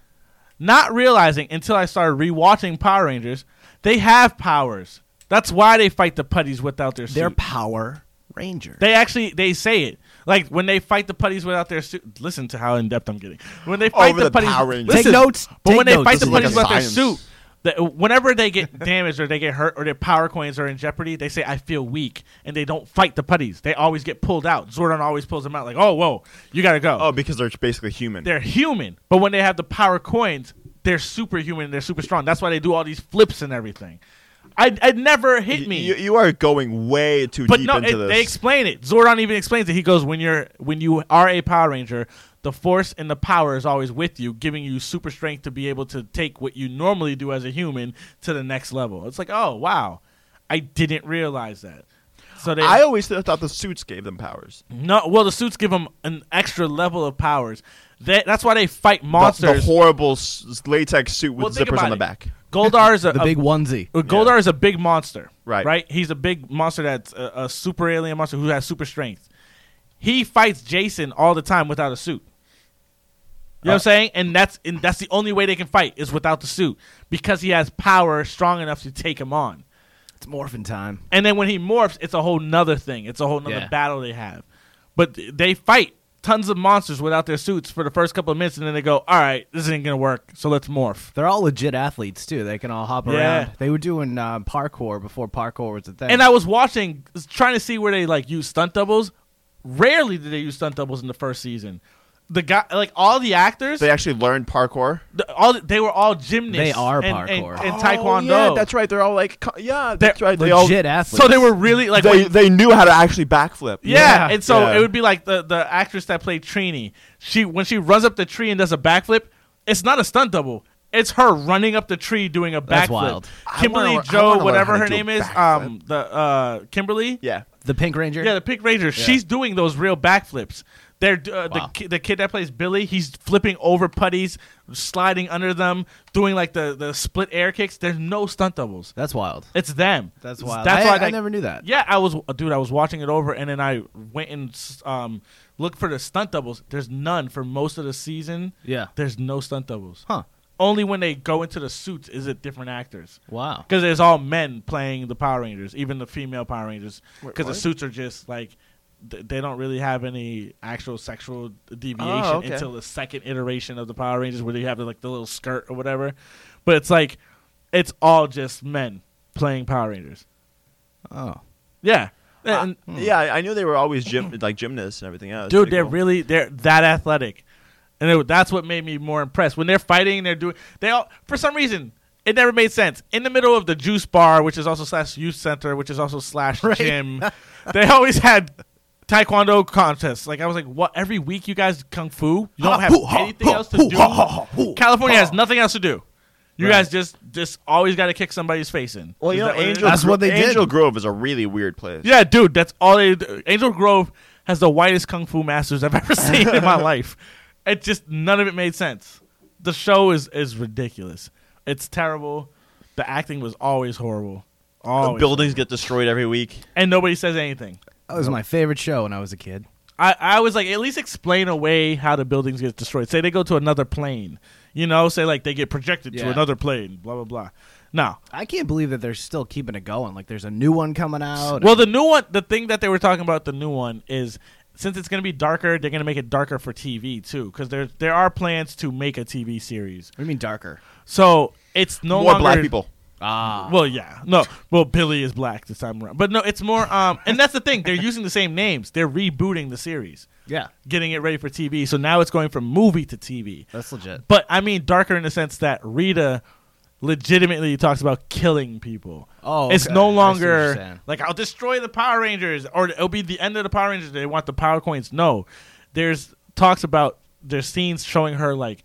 Not realizing until I started rewatching Power Rangers, they have powers. That's why they fight the putties without their suit.
They're Power Ranger.
They actually they say it like when they fight the putties without their suit. Listen to how in depth I'm getting. When they fight
Over
the
the
putties,
Power Rangers.
listen,
Take notes.
But
Take
when
notes.
they fight
This
the
is like
putties
a
without their
science.
suit, that whenever they get damaged or they get hurt or their power coins are in jeopardy, they say I feel weak, and they don't fight the putties. They always get pulled out. Zordon always pulls them out. Like oh whoa, you gotta go.
Oh, because they're basically human.
They're human, but when they have the power coins, they're superhuman. They're super strong. That's why they do all these flips and everything. I it never hit me.
You, you are going way too
But
deep
no,
into
it-
this.
they explain it. Zordon even explains it. He goes, "When you're when you are a Power Ranger, the force and the power is always with you, giving you super strength to be able to take what you normally do as a human to the next level." It's like, oh wow, I didn't realize that. So they,
I always th- thought the suits gave them powers.
no, well, the suits give them an extra level of powers. They, that's why they fight
The- The,
monsters.
horrible s- latex suit with
Well, think
zippers
about
on the
it.
back.
Goldar is a,
the
a-
big onesie.
Uh, Goldar is a big monster,
Right.
Right. He's a big monster that's a, a super alien monster who has super strength. He fights Jason all the time without a suit. You
Uh,
know what I'm saying? And that's and that's the only way they can fight is without the suit because he has power strong enough to take him on.
It's morphin' time.
And then when he morphs, it's a whole nother thing. It's a whole nother
Yeah.
battle they have. But th- they fight tons of monsters without their suits for the first couple of minutes, and then they go, "All right, this ain't gonna work. So let's morph."
They're all legit athletes too. They can all hop
Yeah.
around. They were doing uh, parkour before parkour was a thing.
And I was watching, s- trying to see where they like use stunt doubles. Rarely did they use stunt doubles in the first season. The guy, like all the actors,
They actually learned parkour.
the- all they were all gymnasts.
They are
and- and-
parkour.
and,
Oh,
taekwondo.
yeah, that's right. They're all like, co- yeah, that's right. They all,
legit athletes.
so they were really like
they,
when-
they knew how to actually backflip.
yeah. And so
Yeah.
it would be like the the actress that played Trini. She when she runs up the tree and does a backflip, it's not a stunt double. It's her running up the tree doing a
That's
backflip.
wild.
I wanna- I
Kimberly
wanna learn
Joe,
how
whatever
to
her
do a
name is,
backflip.
um, the uh, Kimberly.
Yeah.
the Pink Ranger.
Yeah, the Pink Ranger. She's doing those real backflips. They're uh, the ki- the kid that plays Billy. He's flipping over putties, sliding under them, doing like the, the split air kicks. There's no stunt doubles.
That's wild.
It's them.
That's
It's-
wild.
That's
I-
why
I never knew that.
Yeah, I was uh, dude. I was watching it over, and then I went and s- um looked for the stunt doubles. There's none for most of the season.
Yeah.
there's no stunt doubles.
Huh.
Only when they go into the suits is it different actors.
Wow.
Because it's all men playing the Power Rangers, even the female Power Rangers.
Wait,
Because the
what?
suits are just like th- they don't really have any actual sexual deviation
Oh, okay.
until the second iteration of the Power Rangers, where they have the, like the little skirt or whatever. But it's like it's all just men playing Power Rangers.
Oh,
yeah,
I- yeah. I knew they were always gym like gymnasts and everything else.
dude, they're really they're that athletic, and it, that's what made me more impressed. When they're fighting, they're doing they all for some reason it never made sense. In the middle of the juice bar, which is also slash youth center, which is also slash gym, they always had taekwondo contests. Like I was like, what? Every week you guys kung fu? You don't have anything else to do. California has nothing else to do. You
Right.
guys just just always got to kick somebody's face in.
Well,
Is
you know,
that what it
Angel,
is?
Gro- Angel Grove is a really weird place.
Yeah, dude, that's all they do. Angel Grove has the whitest kung fu masters I've ever seen in my life. It just none of it made sense. The show is is ridiculous. It's terrible. The acting was always horrible. Always.
buildings get destroyed every week.
and nobody says anything.
That was my favorite show when I was a kid.
I, I was like, at least explain away how the buildings get destroyed. Say they go to another plane, you know. Say like they get projected to
Yeah.
another plane. Blah blah blah. No,
I can't believe that they're still keeping it going. Like there's a new one coming out.
Well, the new one, the thing that they were talking about, the new one is since it's going to be darker, they're going to make it darker for TV too, because there there are plans to make a TV series.
What do you mean darker?
So it's no
More
longer
black people.
Ah.
Well, yeah. No. Well, Billy is black this time around, but no, it's more. Um, and that's the thing. They're using the same names. They're rebooting the series.
Yeah.
Getting it ready for TV. So now it's going from movie to TV.
That's legit.
But I mean darker in the sense that Rita legitimately talks about killing people.
Oh,
it's
okay.
no
I see what you're
longer
saying.
like I'll destroy the Power Rangers or it'll be the end of the Power Rangers. They want the power coins. No, there's talks about there's scenes showing her like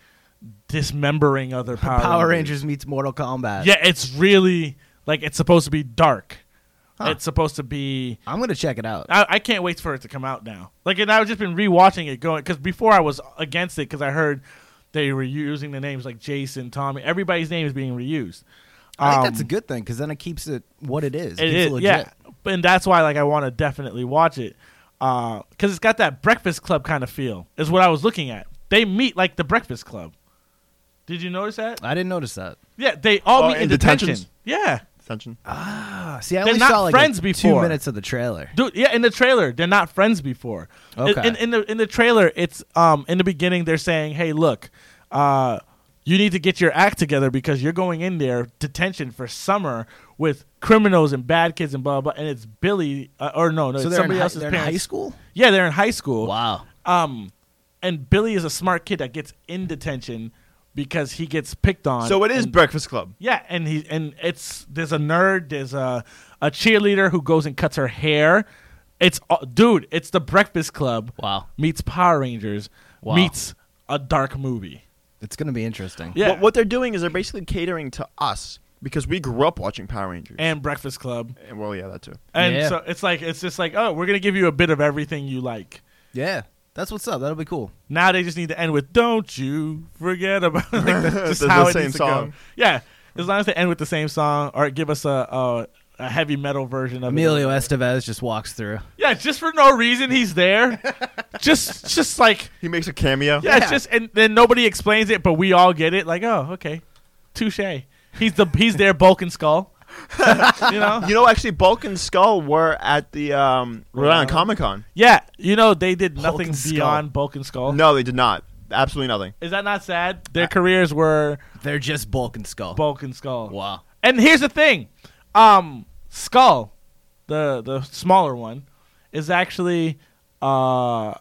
dismembering other Power,
Power Rangers meets Mortal Kombat.
Yeah, it's really like it's supposed to be dark.
Huh.
It's supposed to be.
I'm gonna check it out.
I, I can't wait for it to come out now. Like, and I've just been rewatching it going because before I was against it because I heard they were using the names like Jason, Tommy. Everybody's name is being reused.
I think that's
Um,
a good thing because then it keeps it what it is.
it
keeps
is, yeah, and that's why like I want to definitely watch it because it's got that Breakfast Club kind of feel. Is what I was looking at. They meet like the Breakfast Club. Did you notice that?
I didn't notice that.
Yeah, they all
Uh, Oh,
meet in,
in
detention.
detentions?
Yeah,
detention.
Ah, see, I
They're
only
not
saw like
friends
a-
before.
two minutes of the trailer.
dude. Yeah, in the trailer, they're not friends before. In-
Okay.
In, in the in the trailer, it's um in the beginning they're saying, "Hey, look, uh, you need to get your act together because you're going in there detention for summer with criminals and bad kids and blah blah." blah. And it's Billy uh, or no, no,
So
it's
they're in
somebody
hi-
else's
they're in
parents.
high school?
Yeah, they're in high school.
Wow.
Um, and Billy is a smart kid that gets in detention because he gets picked on.
So it is
and-
Breakfast Club.
yeah, and he and it's there's a nerd, there's a a cheerleader who goes and cuts her hair. It's uh, dude, it's the Breakfast Club.
Wow.
Meets Power Rangers.
Wow.
Meets a dark movie.
It's gonna be interesting.
What, what they're doing is they're basically catering to us because we grew up watching Power Rangers.
And Breakfast Club.
And, well, yeah, that too.
And
Yeah.
so it's like it's just like, "Oh, we're going to give you a bit of everything you like."
Yeah, that's what's up. That'll be cool.
Now they just need to end with "Don't you forget about like, that's just
The-
how
the
it
same
needs to
song.
go. Yeah, as long as they end with the same song or give us a a, a heavy metal version of it.
Emilio Estevez just walks through.
Yeah, just for no reason he's there. just just like
he makes a cameo.
Yeah, it's just and then nobody explains it, but we all get it. Like, oh, okay. Touche. He's the he's there bulk and skull. you know?
You know, actually, Bulk and Skull were at the um, Rhode Island Comic Con.
Yeah, you know they did nothing
and Skull.
beyond bulk and skull.
No, they did not. Absolutely nothing.
Is that not sad? Their careers were
They're just Bulk and Skull.
bulk and skull.
Wow.
And here's the thing. Um Skull, the the smaller one, is actually uh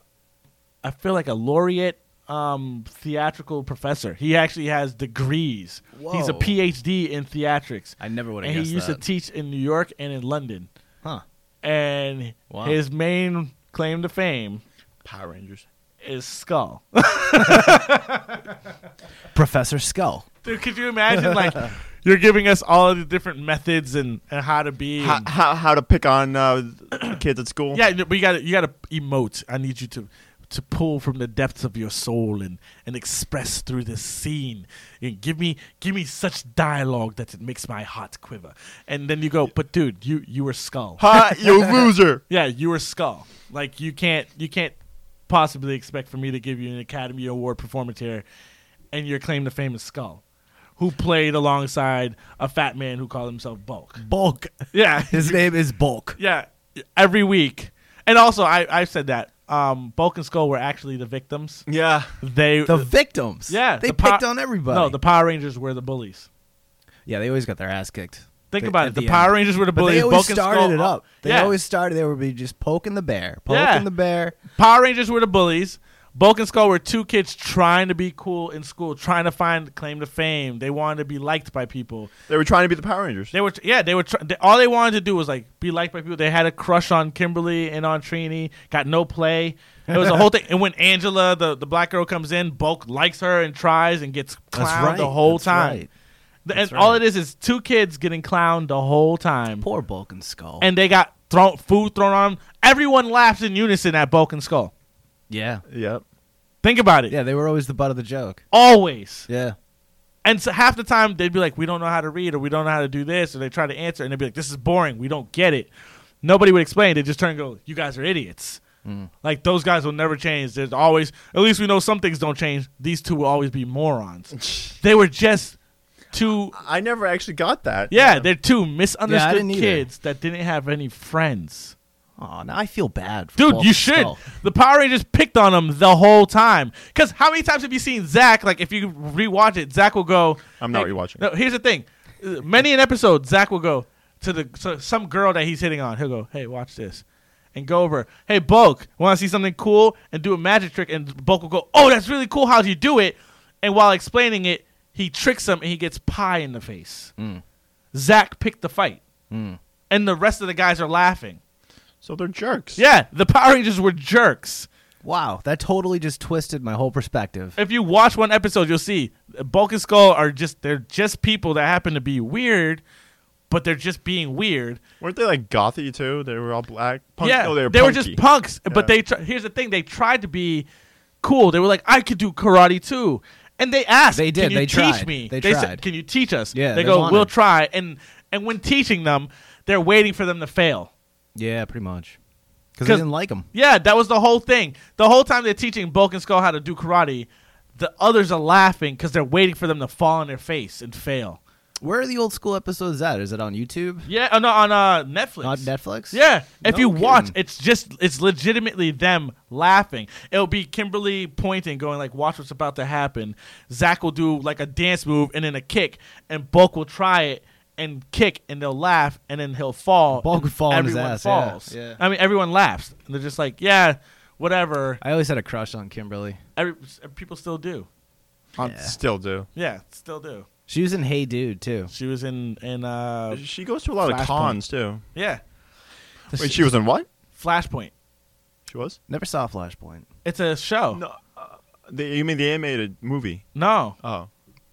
I feel like a laureate um theatrical professor. He actually has degrees. He's a
Whoa.
PhD in theatrics.
I never would have
and
guessed
he used
that.
to teach in New York and in London.
Huh.
And
Wow.
his main claim to fame
Power Rangers
is Skull.
Professor Skull.
Dude, could you imagine like you're giving us all of the different methods and, and how to be
How,
and-
how, how to pick on uh, kids at school?
Yeah, but you got to you got to emote. I need you to to pull from the depths of your soul and, and express through this scene. And give me give me such dialogue that it makes my heart quiver. And then you go, but dude, you you were skull.
Ha, you loser.
yeah, you were skull. Like you can't you can't possibly expect for me to give you an Academy Award performance here, and your claim to fame is skull. Who played alongside a fat man who called himself Bulk?
Bulk.
Yeah.
His name is Bulk.
Yeah, every week. And also, I I said that um, Bulk and Skull were actually the victims.
Yeah,
they uh,
The victims?
Yeah,
They
the Pow-
picked on everybody.
No, the Power Rangers were the bullies.
Yeah, they always got their ass kicked.
Think
They-
about
at
it. The,
end.
Power Rangers were the
But
bullies.
They always
Bulk and
started
Skull-
it up. They
yeah.
always started. They would be just poking the bear, poking
Yeah.
the bear.
Power Rangers were the bullies. Bulk and Skull were two kids trying to be cool in school, trying to find claim to fame. They wanted to be liked by people.
They were trying to be the Power Rangers.
They were, tr- yeah, they were. Tr- they, all they wanted to do was like be liked by people. They had a crush on Kimberly and on Trini. Got no play. It was a whole thing. And when Angela, the, the black girl, comes in, Bulk likes her and tries and gets
That's
clowned
right.
the whole
That's
time.
right.
The-
That's
and all
right.
it is is two kids getting clowned the whole time.
Poor Bulk and Skull.
And they got thrown food thrown on them. Everyone laughs in unison at Bulk and Skull.
Yeah.
Yep.
Think about it.
Yeah, they were always the butt of the joke.
Always.
Yeah.
And so half the time they'd be like, "We don't know how to read, or we don't know how to do this," or they try to answer, and they'd be like, "This is boring. We don't get it." Nobody would explain. They just turn and go, "You guys are idiots."
Mm.
Like those guys will never change. There's always, at least we know some things don't change. These two will always be morons. they were just two.
I never actually got that.
Yeah, they're two misunderstood
didn't either.
kids that didn't have any friends.
Oh, now I feel bad. for
Dude,
Bulk
you
and
should.
Skull.
The Power Rangers picked on him the whole time. Because how many times have you seen Zach? Like, if you rewatch it, Zach will go.
I'm not rewatching.
No, here's the thing. Uh, Many an episode, Zach will go to the so some girl that he's hitting on. He'll go, "Hey, watch this," and go over. Hey, Bulk, want to see something cool? And do a magic trick. And Bulk will go, "Oh, that's really cool. How do you do it?" And while explaining it, he tricks him and he gets pie in the face.
Mm.
Zach picked the fight, and the rest of the guys are laughing.
So they're jerks.
Yeah, the Power Rangers were jerks.
Wow, that totally just twisted my whole perspective.
If you watch one episode, you'll see Bulk and Skull are just they're just people that happen to be weird, but they're just being weird.
Weren't they like gothy too? They were all black. Punk-
yeah,
no, they were,
just
punky.
punks. But
Yeah.
they tr- here's the thing: they tried to be cool. They were like, "I could do karate too," and they asked,
They did.
Can you
They
teach
tried.
me?"
They
said,
tried.
"Can you teach us?"
Yeah,
they
they
go,
wanted.
"We'll try." And and when teaching them, they're waiting for them to fail.
Yeah, pretty much. Because I didn't like him.
Yeah, that was the whole thing. The whole time they're teaching Bulk and Skull how to do karate, the others are laughing because they're waiting for them to fall on their face and fail.
Where are the old school episodes at? Is it on YouTube?
Yeah, on, on uh, Netflix.
On Netflix?
Yeah, if
No
you watch,
kidding.
it's just it's legitimately them laughing. It'll be Kimberly pointing, going like, "Watch what's about to happen." Zach will do like a dance move and then a kick, and Bulk will try it and kick, and they'll laugh, and then he'll fall.
Bulk
and
would fall on his
everyone
ass, yeah,
Falls.
yeah.
I mean, everyone laughs, and they're just like, "Yeah, whatever."
I always had a crush on Kimberly.
Every, people still do.
Um, Still do.
Yeah, still do.
She was in Hey Dude too.
She was in in uh.
She goes to a lot of cons too.
Yeah,
Wait, she was in what?
Flashpoint.
She was.
Never saw Flashpoint.
It's a show.
No, uh, the, you mean the animated movie?
No.
Oh.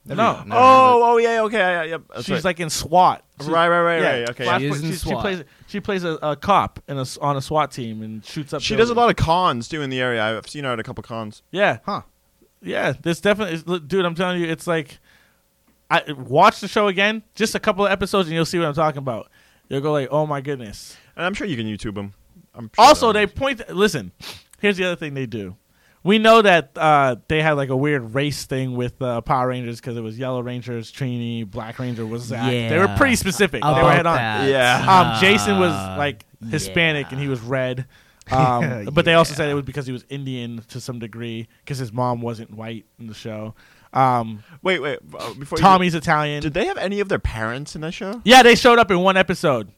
No.
Oh, oh yeah, okay, yeah, yeah. that's
She's
right.
like in SWAT. She's-
Right, right, right, right, okay.
Flashpoint-
She is in
she's- She
SWAT.
plays. She plays a, a cop in a s on a SWAT team and shoots up.
She does a
buildings.
lot of cons too in the area. I've seen her at a couple cons.
Yeah. Huh. Yeah. This definitely, it's- look, dude. I'm telling you, it's like, I watch the show again, just a couple of episodes, and you'll see what I'm talking about. You'll go like, oh my goodness.
And I'm sure you can YouTube them. I'm sure
Also, they point. Listen, here's the other thing they do. We know that uh, they had like a weird race thing with uh, Power Rangers because it was Yellow Rangers, Trini, Black Ranger was Zach. They were
Yeah.
pretty specific. they were
About
head on.
that.
Um,
Yeah.
Jason was
Uh,
like Hispanic and he was red. Um, but they also said it was because he was Indian to some degree because his mom wasn't white in the show. Um,
Wait, wait. Uh, before you-
Tommy's Italian.
Did they have any of their parents in that show?
yeah, they showed up in one episode.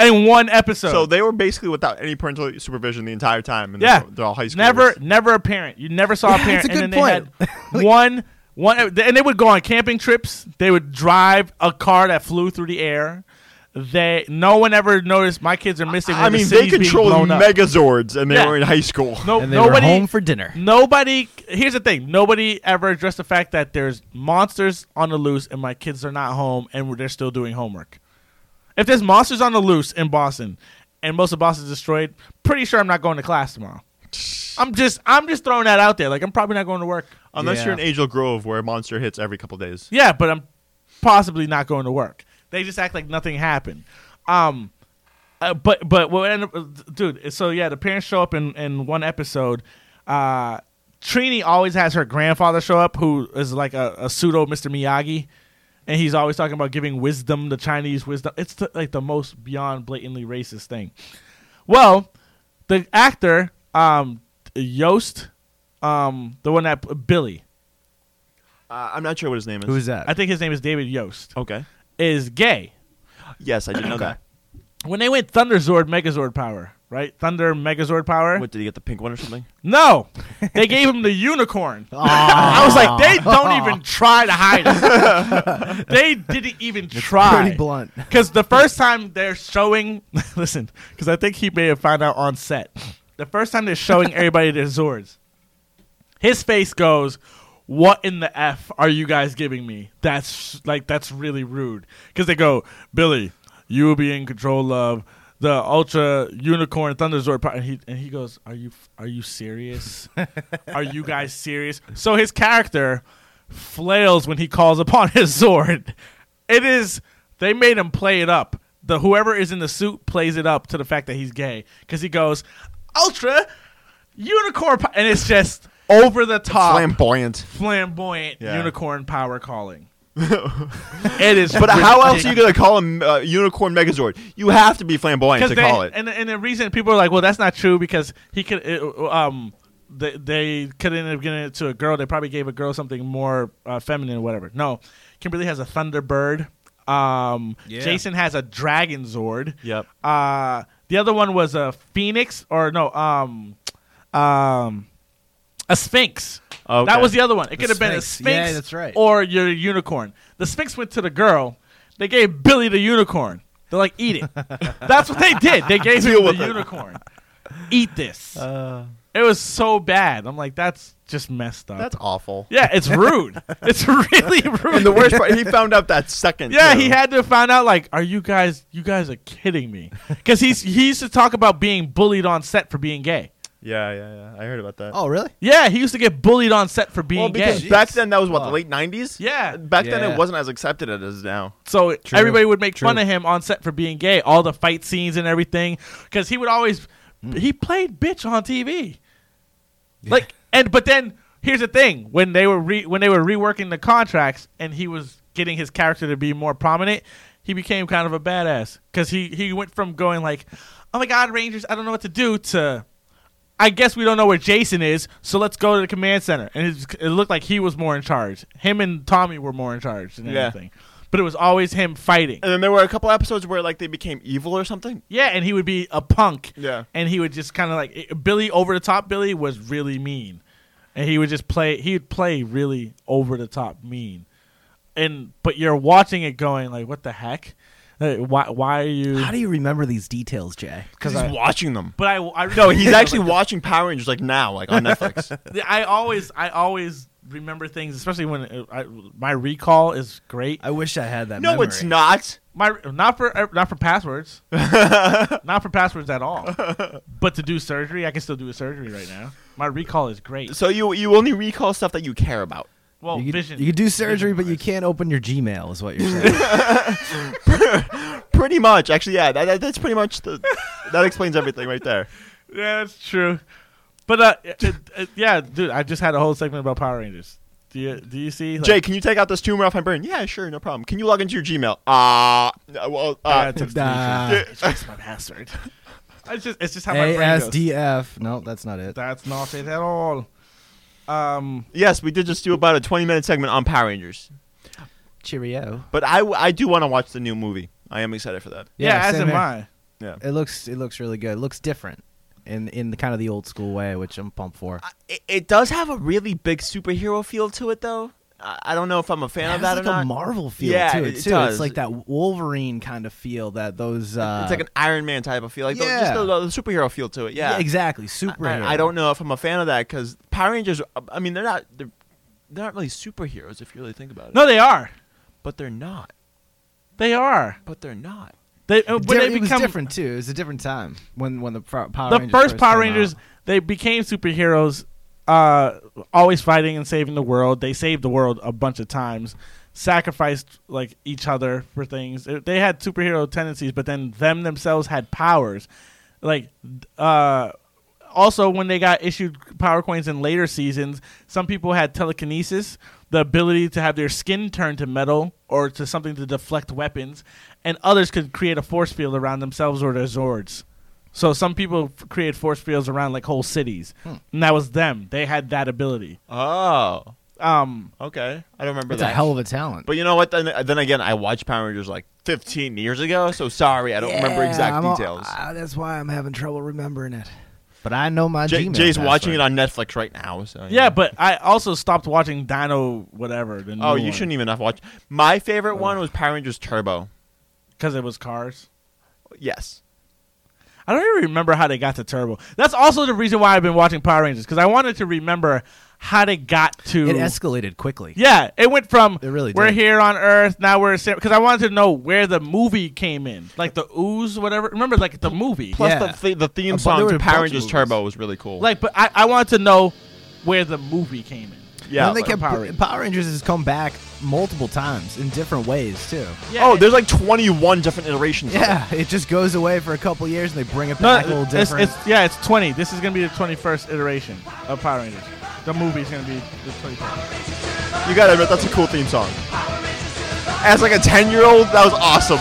In one episode.
So they were basically without any parental supervision the entire time. And
Yeah,
they're, they're all high school.
Never, never a parent. You never saw a
Yeah,
parent.
that's a
and
good
then they had one, one, and they would go on camping trips. They would drive a car that flew through the air. They, no one ever noticed my kids are missing.
I
when the
mean, they
city's being
controlled
blown up.
megazords, and they
Yeah.
were in high school.
No,
And they were
nobody
home for dinner.
Nobody. Here's the thing. Nobody ever addressed the fact that there's monsters on the loose, and my kids are not home, and they're still doing homework. If there's monsters on the loose in Boston, and most of Boston's destroyed, pretty sure I'm not going to class tomorrow. I'm just I'm just throwing that out there. Like I'm probably not going to work
Unless you're in
Yeah.
Angel Grove, where a monster hits every couple days.
Yeah, but I'm possibly not going to work. They just act like nothing happened. Um, uh, but but what ended up, dude? So yeah, the parents show up in in one episode. Uh, Trini always has her grandfather show up, who is like a, a pseudo Mr. Miyagi, and he's always talking about giving wisdom, the Chinese wisdom. It's the, like the most beyond blatantly racist thing. Well, the actor um Yost, um the one that Billy,
Uh, I'm not sure what his name is.
Who's that? I think his name is David Yost.
Okay.
Is gay.
Yes, I didn't know that.
When they went Thunderzord Megazord power, right? Thunder Megazord power.
What did he get the pink one or something?
No, they gave him the unicorn. I was like, they don't even try to hide it. they didn't even try.
pretty blunt.
Because the first time they're showing, listen, because I think he may have found out on set. The first time they're showing everybody their Zords, his face goes, "What in the f are you guys giving me? That's like that's really rude." Because they go, "Billy, you will be in control of." The ultra unicorn thunderzord, pro-" and he and he goes, "Are you are you serious? are you guys serious?" So his character flails when he calls upon his Zord. It is they made him play it up. The whoever is in the suit plays it up to the fact that he's gay because he goes ultra unicorn, po-" and it's just over the top,
Ah. Flamboyant.
flamboyant
Yeah.
unicorn power calling. it is,
But how else are you
ridiculous.
gonna call him uh, Unicorn Megazord? You have to be flamboyant to
they,
call it.
And, and the reason people are like, well, that's not true because he could, it, um, they, they could end up getting it to a girl. They probably gave a girl something more uh, feminine, or whatever. No, Kimberly has a Thunderbird. Um,
Yeah.
Jason has a Dragon Zord.
Yep.
Uh, the other one was a Phoenix or no, um, um, a Sphinx.
Okay.
That was the other one. It
The
could have been a
Sphinx. Yeah,
Sphinx
that's right.
or your unicorn. The Sphinx went to the girl. They gave Billy the unicorn. They're like, eat it. That's what they did. They gave
Deal
him the
with it.
unicorn. Eat this.
Uh.
it was so bad. I'm like, that's just messed up.
That's awful.
Yeah, it's rude. it's really rude.
And the worst part, he found out that second.
Yeah,
too.
he had to find out. Like, are you guys? You guys are kidding me. Because he's he used to talk about being bullied on set for being gay.
Yeah, yeah, yeah. I heard about that.
really? Yeah, he used to get bullied on set for being
Well, because
gay.
back then that was what the late '90s.
Yeah.
Back then
Yeah.
it wasn't as accepted as it is now.
So everybody would make fun of him on set for being gay. All the fight scenes and everything, because he would always he played bitch on TV. Like and but then here's the thing: when they were re, when they were reworking the contracts and he was getting his character to be more prominent, he became kind of a badass because he he went from going like, "Oh my God, Rangers, I don't know what to do," to I guess we don't know where Jason is, so let's go to the command center. And it, it looked like he was more in charge. Him and Tommy were more in charge than
Yeah.
anything. But it was always him fighting.
And then there were a couple episodes where like they became evil or something.
Yeah, and he would be a punk.
Yeah.
And he would just kind of like it- Billy over the top Billy was really mean. And he would just play he would play really over the top mean. And but you're watching it going like what the heck? Like, why why are you
How do you remember these details, Jay?
Because he's watching them.
But I, I
No, he's actually watching Power Rangers like now, like on Netflix.
I always I always remember things, especially when uh, I, my recall is great. I
wish I had that.
No, it's not.
My not for uh, not for passwords, not for passwords at all. But to do surgery, I can still do a surgery right now. My recall is great.
So you you only recall stuff that you care about.
Well,
You could,
vision.
you could do surgery, but you can't open your Gmail, is what you're saying.
Pretty much, actually, yeah. That, that- that's pretty much the. that explains everything right there.
Yeah, that's true. But uh, it, it, yeah, dude, I just had a whole segment about Power Rangers. Do you do you see? like-
Jay, can you take out this tumor off my brain? Yeah, sure, no problem. Can you log into your Gmail? Ah, uh, well,
Yeah,
uh,
it took three
Nah.
tries. It's just my password. It's just it's just how my brain goes.
ASDF. No, that's not it.
That's not it at all. Um,
yes, we did just do about a twenty-minute segment on Power Rangers,
Cheerio.
but I, w- I do want to watch the new movie. I am excited for that.
Yeah, as
same
am
here.
I.
Yeah.
It looks it looks really good. It looks different in in the kind of the old school way, which I'm pumped for.
It, it does have a really big superhero feel to it, though. I, I don't know if I'm a fan
It has
of that
like
or not.
a Marvel feel
yeah,
to it,
it
too.
does.
It's like that Wolverine kind of feel that those uh,
it's like an Iron Man type of feel, like the-
Yeah.
just the, the superhero feel to it. Yeah,
Yeah, exactly. Superhero.
I, I don't know if I'm a fan of that because Power Rangers. I mean, they're not they're, they're not really superheroes if you really think about it.
No, they are.
but they're not.
They are.
But they're not.
They uh, when
Di-
they
it was
become
different too. It was a different time when when the Pro- Power
the
Rangers
first Power
came
Rangers,
out.
they became superheroes, uh, always fighting and saving the world. They saved the world a bunch of times, sacrificed like each other for things. They- They had superhero tendencies, but then them themselves had powers. Like, uh, also when they got issued power coins in later seasons, some people had telekinesis, the ability to have their skin turn to metal or to something to deflect weapons, and others could create a force field around themselves or their Zords. So some people f- create force fields around like whole cities,
Hmm.
and that was them. They had that ability.
Oh.
Um.
Okay. I don't remember
That's a
that.
hell of a talent.
But you know what? Then, then again, I watched Power Rangers like 15 years ago, so sorry, I don't remember
Yeah,
exact
I'm all-
details.
ah, that's why I'm having trouble remembering it.
But I know my
Jay-
Gmail
Jay's
password.
watching it on Netflix right now. So
Yeah, but I also stopped watching Dino whatever. The
Oh,
new
you
one.
shouldn't even have watched. My favorite one was Power Rangers Turbo. e-
because it was cars.
Yes.
I don't even remember how they got to Turbo. That's also the reason why I've been watching Power Rangers because I wanted to remember how they got to.
It escalated quickly.
Yeah, it went from we're
did.
here on Earth now we're because I wanted to know where the movie came in, like the ooze, whatever. Remember, like the movie.
Plus the, th- the theme song to Power Rangers Turbo was really cool.
Like, but I, I wanted to know where the movie came in.
Yeah,
Then they
like-
kept,
Power
Power,
Rangers.
Rangers. has come back multiple times in different ways too.
oh, there's like 21 different iterations. of it.
Yeah, it just goes away for a couple years and they bring it
No,
back a little
it's,
different.
it's- yeah, it's twenty. This is gonna be the twenty-first iteration of Power Rangers. The movie's gonna be the twenty-first.
You gotta admit, that's a cool theme song. As like a 10 year old, that was awesome.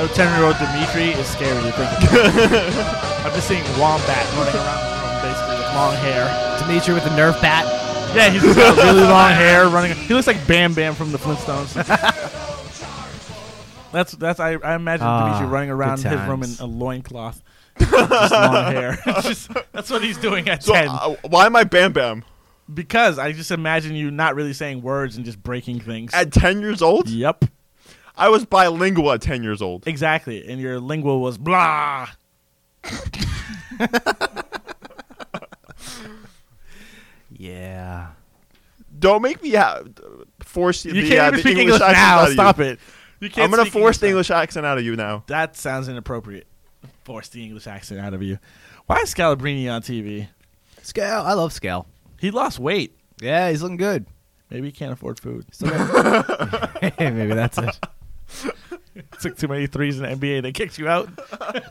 Oh, 10 year old Dimitri is scary to think about. I'm just seeing Wombat running around the room basically with long hair.
Dimitri with the Nerf bat.
Yeah, he's just got really long hair running. He looks like Bam Bam from the Flintstones. that's that's I, I imagine
Ah,
Dimitri running
good
around his room in
times.
a loincloth. just long hair. Just- that's what he's doing at
So,
10.
uh, why am I Bam Bam?
because I just imagine you not really saying words and just breaking things.
At 10 years old?
Yep.
I was bilingual at 10 years old.
Exactly. And your lingual was blah.
yeah.
Don't make me ha- force
You
the,
can't
uh,
even
the
speak
English
English
accent
now.
out of you.
Stop it. You can't
I'm gonna
speak
force
English
the
now.
English accent out of you now.
That sounds inappropriate. Force the English accent out of you. Why is Scalabrini on TV?
Scale. I love Scale.
He lost weight.
Yeah, he's looking good.
Maybe he can't afford food.
Maybe that's it.
Took too many threes in the NBA. They kicked you out.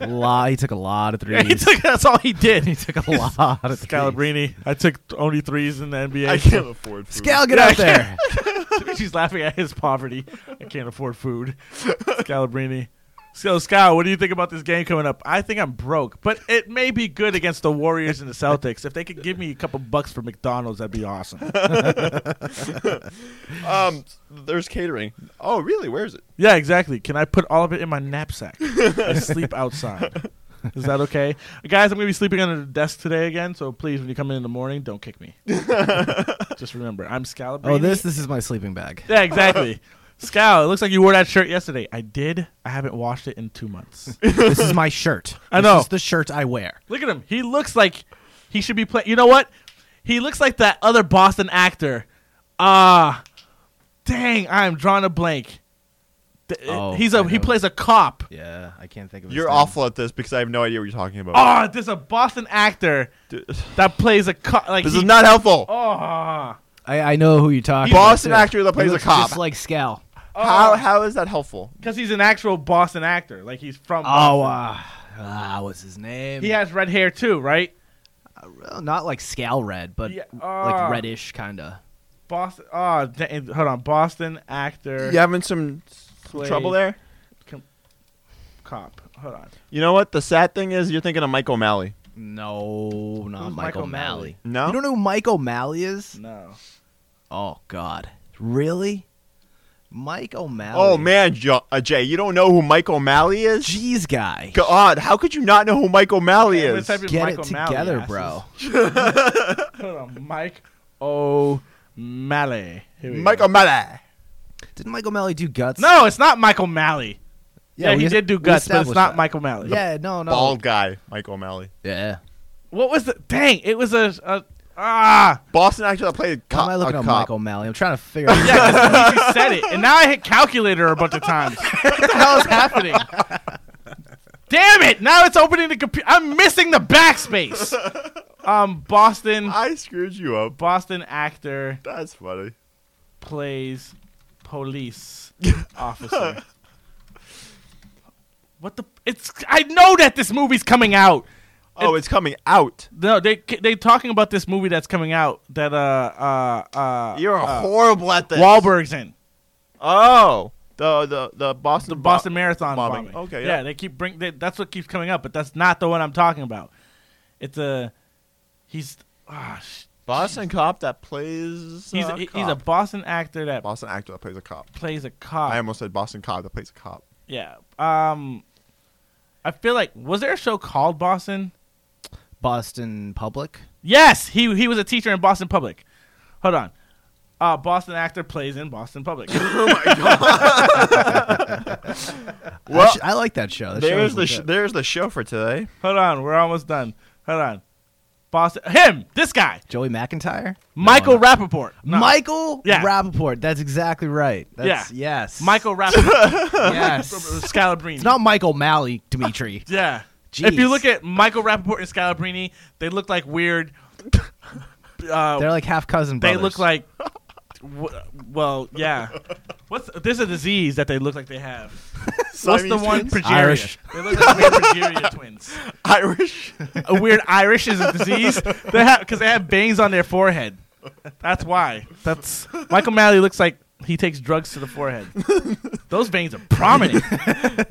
Lot, he took a lot of
Yeah,
threes.
he took, that's all he did. He
took a lot of
Scalabrini. I took only threes in the NBA.
I can't afford food.
Scal, get
Yeah, I
out there.
can't- She's laughing at his poverty. I can't afford food. Scalabrini. So, Scal, what do you think about this game coming up? I think I'm broke, but it may be good against the Warriors and the Celtics. If they could give me a couple bucks for McDonald's, that'd be awesome.
um, there's catering. Oh, really? Where is it?
yeah, exactly. Can I put all of it in my knapsack? I sleep outside. Is that okay? Guys, I'm going to be sleeping under the desk today again, so please, when you come in in the morning, don't kick me. Just remember, I'm Scalabrini.
Oh, this this is my sleeping bag.
Yeah, exactly. Scow, it looks like you wore that shirt yesterday. I did. I haven't washed it in two months.
this is my shirt.
I
This
know.
is the shirt I wear.
Look at him. He looks like he should be playing. You know what? He looks like that other Boston actor. Ah, dang! I'm drawing a blank. Th- eh,
Oh,
he's
I
a he
know.
plays a cop.
Yeah, I can't think of. his
You're
name.
awful at this because I have no idea what you're talking about.
Oh, there's a Boston actor that plays a cop. Like
This
he-
is not helpful.
Oh,
I, I know who you're talking.
Boston
about, too.
actor that plays
He
a
looks
cop.
just like Scal.
How how is that helpful?
because he's an actual Boston actor. Like he's from.
Oh,
Boston.
uh, ah, what's his name?
he has red hair too, right?
Uh, not like Scal red, but
Yeah, uh,
like reddish kind of.
Boston. Oh, dang, hold on. Boston actor.
You having some
Play-
trouble there?
Com- cop. Hold on.
You know what? The sad thing is, you're thinking of Mike O'Malley.
No, not Michael
Who's Mike O'Malley?
Malley.
No?
you don't know who Mike O'Malley is?
No.
Oh God, really? Mike O'Malley.
Oh man, Jo- uh, Jay, you don't know who Mike O'Malley is?
jeez, guy.
God, how could you not know who Mike O'Malley
Yeah, I'm gonna
is?
type in
Get
Michael
it
Malley,
together,
asses.
bro.
Hold on. Mike O'Malley. Here we
Mike
go.
O'Malley.
Didn't Mike O'Malley do guts?
No, it's not Michael Malley. Yeah,
we
he
es-
did do
we
guts, but it's
established
not
that.
Michael Malley.
Yeah, no, no.
Bald guy, Mike O'Malley.
Yeah.
What was the dang? It was a, a Ah,
Boston actor that played
Why
cop.
am I looking
a
up
cop.
Michael O'Malley? I'm trying to figure out.
Yeah, 'cause you said it, and now I hit calculator a bunch of times. What the hell is happening? Damn it! Now it's opening the computer. I'm missing the backspace. Um, Boston.
I screwed you up.
Boston actor
That's funny.
plays police officer. What the? It's. I know that this movie's coming out.
Oh, it's coming out.
No, they they talking about this movie that's coming out that uh uh uh.
You're
uh,
horrible at this.
Wahlberg's in.
Oh, the the the Boston
the Boston Marathon bombing.
bombing. Okay,
yeah.
yeah.
they keep bring. They, that's what keeps coming up, but that's not the one I'm talking about. It's a he's ah, sh-
Boston cop that plays.
he's
uh,
a, he's a Ah.
cop.
Boston actor that
Boston actor that plays a cop.
plays a cop.
I almost said Boston cop that plays a cop.
yeah. Um, I feel like was there a show called Boston?
Boston Public.
Yes, he he was a teacher in Boston Public. Hold on. Uh, Boston actor plays in Boston Public. oh my god.
Well, sh- I like that show. That show
there's
was
the
legit.
there's the show for today.
Hold on, we're almost done. Hold on. Boston him, this guy.
Joey McIntyre.
Michael Rappaport. No.
Michael
Yeah.
Rappaport. That's exactly right. That's,
yeah.
Yes.
Michael Rappaport.
Yes.
Scalabrini.
It's not Michael Malley, Dimitri.
Yeah.
Jeez.
If you look at Michael Rappaport and Scalabrini, they look like weird. Uh,
They're like half cousin
they
brothers.
look like. w- Well, yeah. What's there's a disease that they look like they have. What's the
Siamese
one?
twins?
Progeria.
Irish.
They look like weird progeria twins.
Irish.
A weird Irish is a disease. They have because they have bangs on their forehead. That's why. That's Michael Malley looks like he takes drugs to the forehead. Those veins are prominent.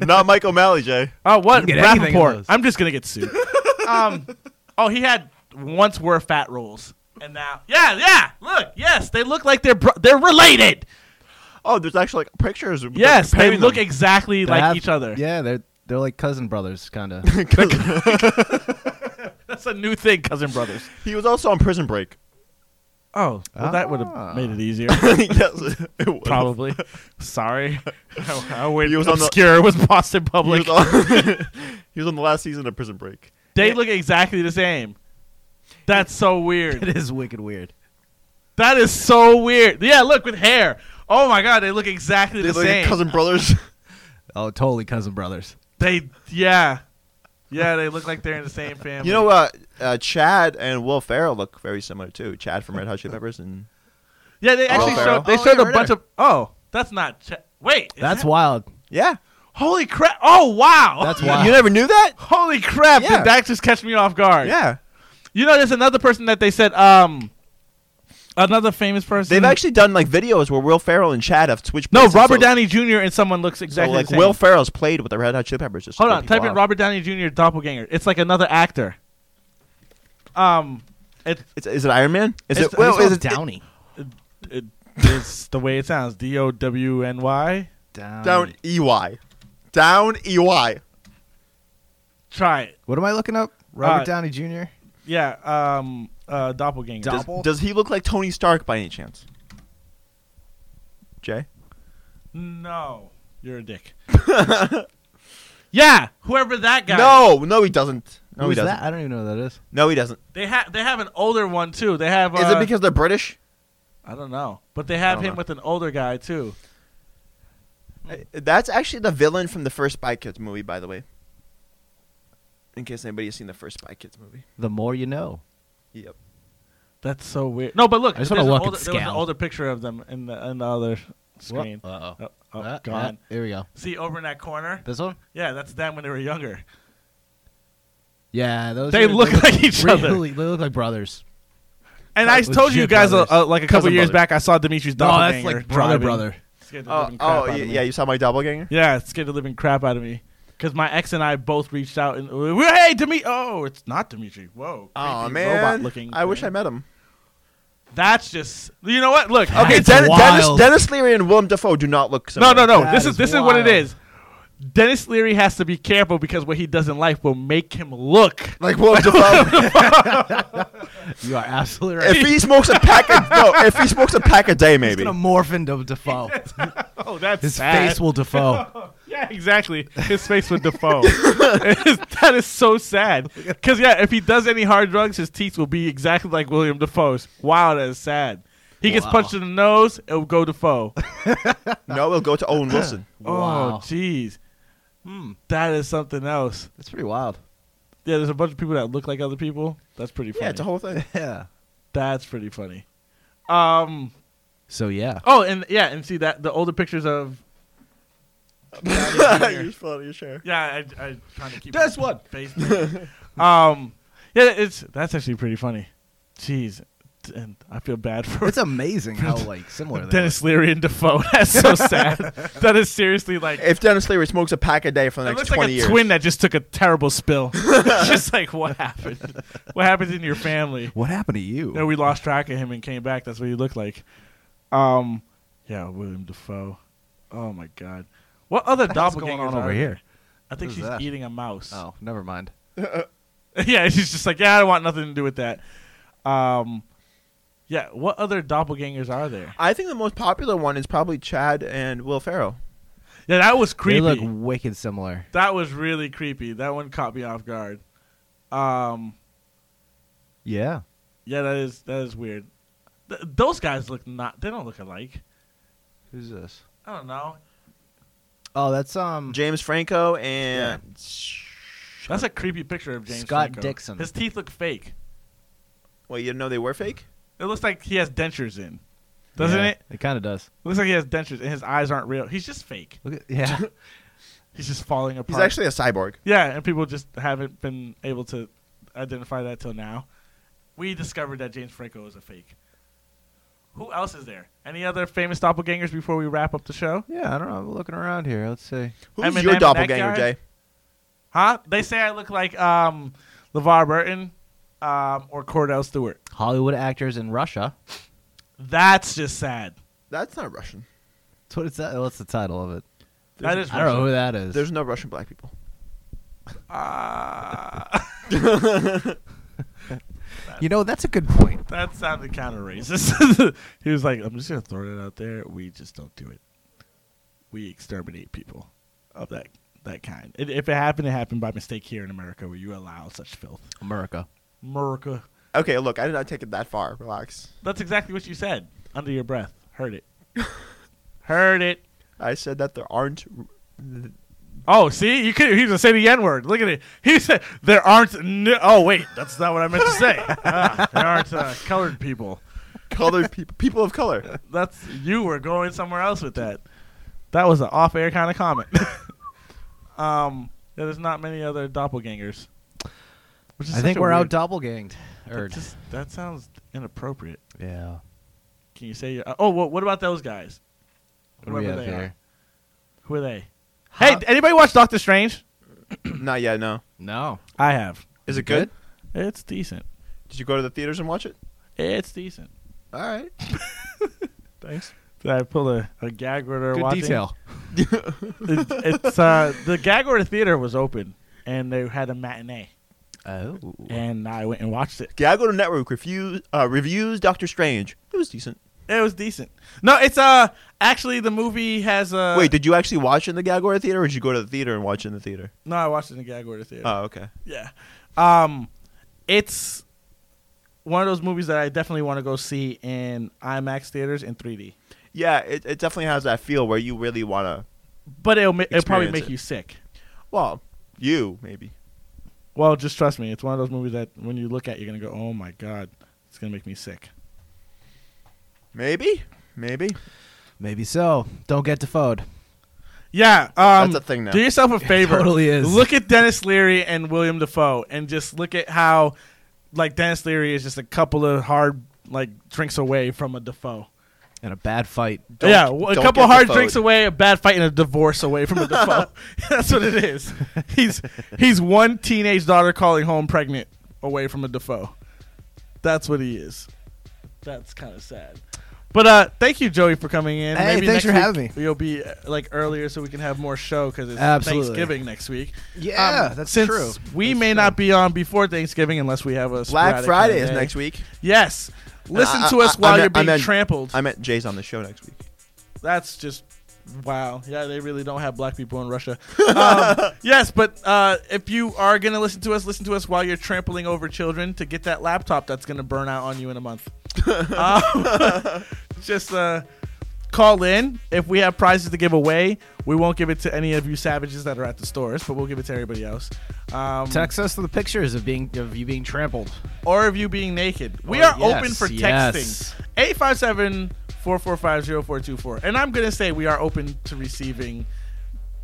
Not Michael Malley, Jay.
Oh, what?
You can get anything in
Rappaport.
those.
I'm just going to get sued. um, oh, he had once were fat rolls. And now, yeah, yeah. Look, yes, they look like they're bro- they're related.
Oh, there's actually like pictures. of-
Yes, they
comparing
look
them.
exactly
They
like
have-
each other.
Yeah, they're they're like cousin brothers, kind of.
That's a new thing, cousin brothers.
He was also on Prison Break.
Oh, well, that would have made it easier.
yes, it was.
Probably. Sorry. How, how weird
He was on the-
obscure was Boston Public.
He was, on, he was on the last season of Prison Break.
they look exactly the same. That's so weird.
it is wicked weird.
That is so weird. Yeah, look with hair. Oh my god, they look exactly
They
the
look like
same.
cousin brothers.
Oh, totally cousin brothers.
They yeah. Yeah, they look like they're in the same family.
You know what? Uh, Chad and Will Ferrell look very similar too. Chad from Red Hot Chili Peppers and
Yeah, they actually
Ferrell.
showed they
Oh,
showed
yeah,
a
right
bunch
there.
of Oh, that's not Ch- Wait. is
That's
that-
wild.
yeah.
Holy crap. Oh wow.
That's wild.
You never knew that?
Holy crap.
Yeah.
Did that just catch me off guard?
Yeah.
You know there's another person that they said um another famous person
They've actually done like videos where Will Ferrell and Chad have switched.
Hmm. No,
places,
Robert
so-
Downey Jr. and someone looks
So,
exactly
like
the same.
Will Ferrell's played with the Red Hot Chili Peppers. Just
Hold
to
on,
people
type in
off.
Robert Downey Jr. doppelganger. It's like another actor. Um, it,
It's, is it Iron Man? Is
It's-
it? Well,
He's
is
all
it
Downey.
it it's the way it sounds. D O W N Y.
Down.
down E Y? Down E Y.
Try it.
What am I looking up? Robert
Uh,
Downey Jr.
Yeah. Um. Uh. Doppelganger.
Does, does he look like Tony Stark by any chance? Jay.
no, you're a dick. yeah. Whoever that guy.
No, no, he doesn't. No,
Who's
he doesn't.
that? I don't even know who that is.
No, he doesn't.
They have. They have an older one too. They have. Uh,
Is it because they're British?
I don't know. But they have
don't
him
know.
with an older guy too. Hmm.
Uh, That's actually the villain from the first Spy Kids movie, by the way. In case anybody has seen the first Spy Kids movie.
The more you know.
Yep.
That's so weird. No, but look.
I just
there's
wanna
an
look
older,
at
there was an
Scout.
older picture of them in the, in the other screen.
Uh
Oh, oh,
oh.
gone.
There we go.
See over in that corner.
This one?
Yeah, that's them when they were younger.
Yeah, those.
They
are-
look like each other.
really- They look like brothers.
And
Like
I told you
legit
guys uh,
brothers.
uh, like a couple
Cousin
years
brother.
back, I saw Dimitri's
No, that's
doppelganger.
like brother,
driving.
brother.
Scared the
Oh,
living crap
oh
out of
y-
me.
yeah, you saw my doppelganger?
yeah, it scared the living crap out of me because my ex and I both reached out and we hey Dimitri. Oh, it's not Dimitri. Whoa,
Oh
creepy
man,
robot looking.
I wish I
thing.
met him.
That's just you know what? Look,
Okay,
it's-
Den- Dennis,
wild.
Dennis Leary and Willem Dafoe do not look
no,
similar.
no, no.
That
This is
is
this is what it
wild.
is. Dennis Leary has to be careful because what he does in life will make him look.
Like Willem Dafoe,
You are absolutely right.
if he smokes a pack, a, no, if he smokes a pack a day,
He's
maybe.
gonna morph into Defoe.
Oh, that's
His
sad.
face will Defoe.
yeah, exactly. His face would defoe. It is- that is so sad. Because yeah, if he does any hard drugs, his teeth will be exactly like William Defoe's. Wow, that is sad. He gets
Wow.
punched in the nose, it will go Defoe.
no, it'll go to Owen Wilson.
Oh,
Wow.
jeez. Hmm, That is something else. That's pretty wild. Yeah, there's a bunch of people that look like other people. That's pretty funny.
Yeah, it's a whole thing.
Yeah. That's pretty funny. Um.
So yeah.
Oh, and yeah, and see that the older pictures of.
You're funny, sure.
Yeah, I, I trying to keep.
That's
my
what.
Face um. Yeah, it's that's actually pretty funny. Jeez, and I feel bad for.
It's amazing how, like, similar they
Dennis
look.
Leary and Defoe. That's so sad. that is seriously like
If Dennis Leary smokes a pack a day for the
it
next
looks
20
like a
years.
twin that just took a terrible spill. just like what happened? What happened in your family?
What happened to you?
No, we lost track of him and came back. That's what he looked like. Um, yeah, William Defoe. Oh my God, what other
What the hell's
doppelgangers
going on
are
over
there?
here?
I think
Who's
she's
that?
eating a mouse.
Oh, never mind.
yeah, she's just like, yeah, I don't want nothing to do with that. Um, yeah, what other doppelgangers are there?
I think the most popular one is probably Chad and Will Ferrell.
Yeah, that was creepy.
They look wicked similar.
That was really creepy. That one caught me off guard. Um,
Yeah.
yeah, that is that is weird. Th- those guys look not. They don't look alike.
Who's this?
I don't know.
Oh, that's um
James Franco and
That's a creepy picture of James
Scott
Franco.
Dixon.
His teeth look fake.
Wait, you didn't know they were fake?
It looks like he has dentures in, doesn't
Yeah,
it?
It kind of does.
Looks like he has dentures and his eyes aren't real. He's just fake.
Look at, yeah.
He's just falling apart.
He's actually a cyborg.
Yeah, and people just haven't been able to identify that till now. We discovered that James Franco is a fake. Who else is there? Any other famous doppelgangers before we wrap up the show?
Yeah, I don't know. I'm looking around here. Let's see.
Who's Eminem your and that doppelganger, guy? Jay? Huh? They say I look like um, LeVar Burton um, or Cordell Stewart.
Hollywood actors in Russia.
That's just sad.
That's not Russian.
That's what it's. What's the title of it?
That is
I don't know
Russian.
who that is.
There's no Russian black people.
Ah. you know, that's a good point.
That sounded kind of racist. he was like, I'm just going to throw that out there. We just don't do it. We exterminate people of that that kind. It, if it happened, it happened by mistake here in America where you allow such filth.
America.
America.
Okay, look, I did not take it that far. Relax.
That's exactly what you said under your breath. Heard it. Heard it.
I said that there aren't. r-
Oh, see, you could. He was gonna say the N word. Look at it. He said there aren't. No, oh, wait, that's not what I meant to say. Ah, there aren't uh, colored people.
Colored people. People of color.
That's you were going somewhere else with that. That was an off-air kind of comment. um, yeah, there's not many other doppelgangers. Which
I think
such a
we're out
weird-
doppelganged. Or
That, just- that sounds inappropriate.
yeah.
Can you say? Your, oh, what, what about those guys?
What do we have
are.
here?
Who are they? Hey, d- anybody watch Doctor Strange?
not yet, no.
No.
I have.
Is it good?
It's decent.
Did you go to the theaters and watch it?
It's decent.
All right. Thanks.
Did I pull a, a gag order?
Good
watching?
detail.
It- it's uh, the gag order theater was open, and they had a matinee.
Oh.
And I went and watched it.
Gaggle Network refuse, uh, reviews Doctor Strange. It was decent.
It was decent. No, it's uh actually the movie has uh, a
Wait, did you actually watch it in the Gagora theater, or did you go to the theater and watch it in the theater?
No, I watched it in the gag order theater.
Oh, okay.
Yeah. Um, it's one of those movies that I definitely want to go see in IMAX theaters in 3D.
Yeah, it, it definitely has that feel where you really want to.
But it'll, ma- it'll probably
Experience
make
it.
you sick.
Well, you maybe.
Well, just trust me. It's one of those movies that when you look at, you're going to go, oh my God, it's going to make me sick.
Maybe. Maybe.
Maybe so. Don't get defoed.
Yeah, um,
That's a thing now.
Do yourself a
It
favor.
totally is.
Look at Dennis Leary and William Defoe, and just look at how, like Dennis Leary is just a couple of hard like drinks away from a Defoe.
And a bad fight.
yeah, w- a couple hard drinks away, a bad fight, and a divorce away from a Defoe. That's what it is. He's he's one teenage daughter calling home pregnant away from a Defoe. That's what he is. That's kind of sad. But uh, thank you, Joey, for coming in.
Hey, thanks for
next week
having me.
You'll be uh, like earlier, so we can have more show because it's
Absolutely.
Thanksgiving next week.
Yeah, that's
Um, since
true.
We may not be on before Thanksgiving unless we have a
Black
sporadic
Friday is
holiday.
next week.
Yes, listen
I-
to
I-
us
I- I
while
meant-
you're
I
being
meant-
trampled.
I meant Jay's on the show next week.
That's just Wow. Yeah, they really don't have black people in Russia. um, yes, but uh, if you are going to listen to us, listen to us while you're trampling over children to get that laptop that's going to burn out on you in a month. Um, just uh, call in. If we have prizes to give away, we won't give it to any of you savages that are at the stores, but we'll give it to everybody else. Um,
Text us the pictures of being of you being trampled.
or of you being naked. We
Or-
are open
yes,
for
yes.
texting. 857 445 0424. And I'm going to say we are open to receiving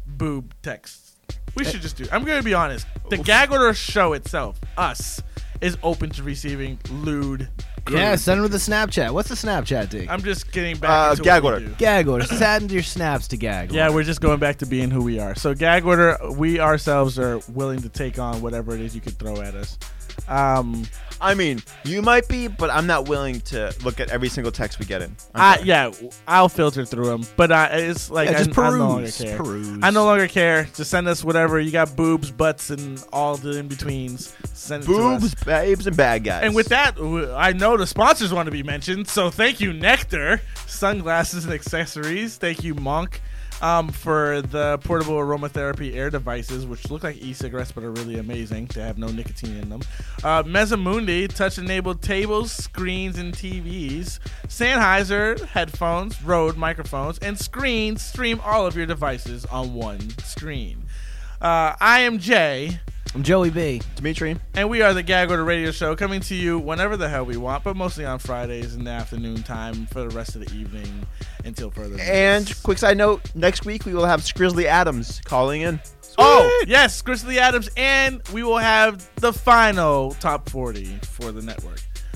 boob texts. We should just do I'm going to be honest. The gag order show itself, us, is open to receiving lewd. crude.
Yeah, send them to the Snapchat. What's the Snapchat, Dig?
I'm just getting back uh, into gag order.
Gag order. Just add your snaps to gag.
Yeah, we're just going back to being who we are. So gag order, we ourselves are willing to take on whatever it is you could throw at us. Um,
I mean, you might be, but I'm not willing to look at every single text we get in.
I, yeah, w- I'll filter through them, but I, it's like
Yeah,
I,
just
I no longer
peruse,
care.
peruse.
I no longer care. Just send us whatever you got: boobs, butts, and all the in betweens. Send it to us.
Boobs, babes, and bad guys.
And with that, w- I know the sponsors want to be mentioned, so thank you, Nectar Sunglasses and Accessories. Thank you, Monk, um, for the portable aromatherapy air devices, which look like e-cigarettes but are really amazing. They have no nicotine in them. Uh, Mezzamundi touch-enabled tables, screens, and TVs. Sennheiser headphones, Rode microphones, and screens stream all of your devices on one screen. Uh, I am Jay.
I'm Joey B.
Dimitri.
And we are the Gag Order Radio Show, coming to you whenever the hell we want, but mostly on Fridays in the afternoon time for the rest of the evening until further. notice.
And quick side note: next week we will have Scrizzly Adams calling in.
oh yes, Grizzly Adams, and we will have the final top forty for the network.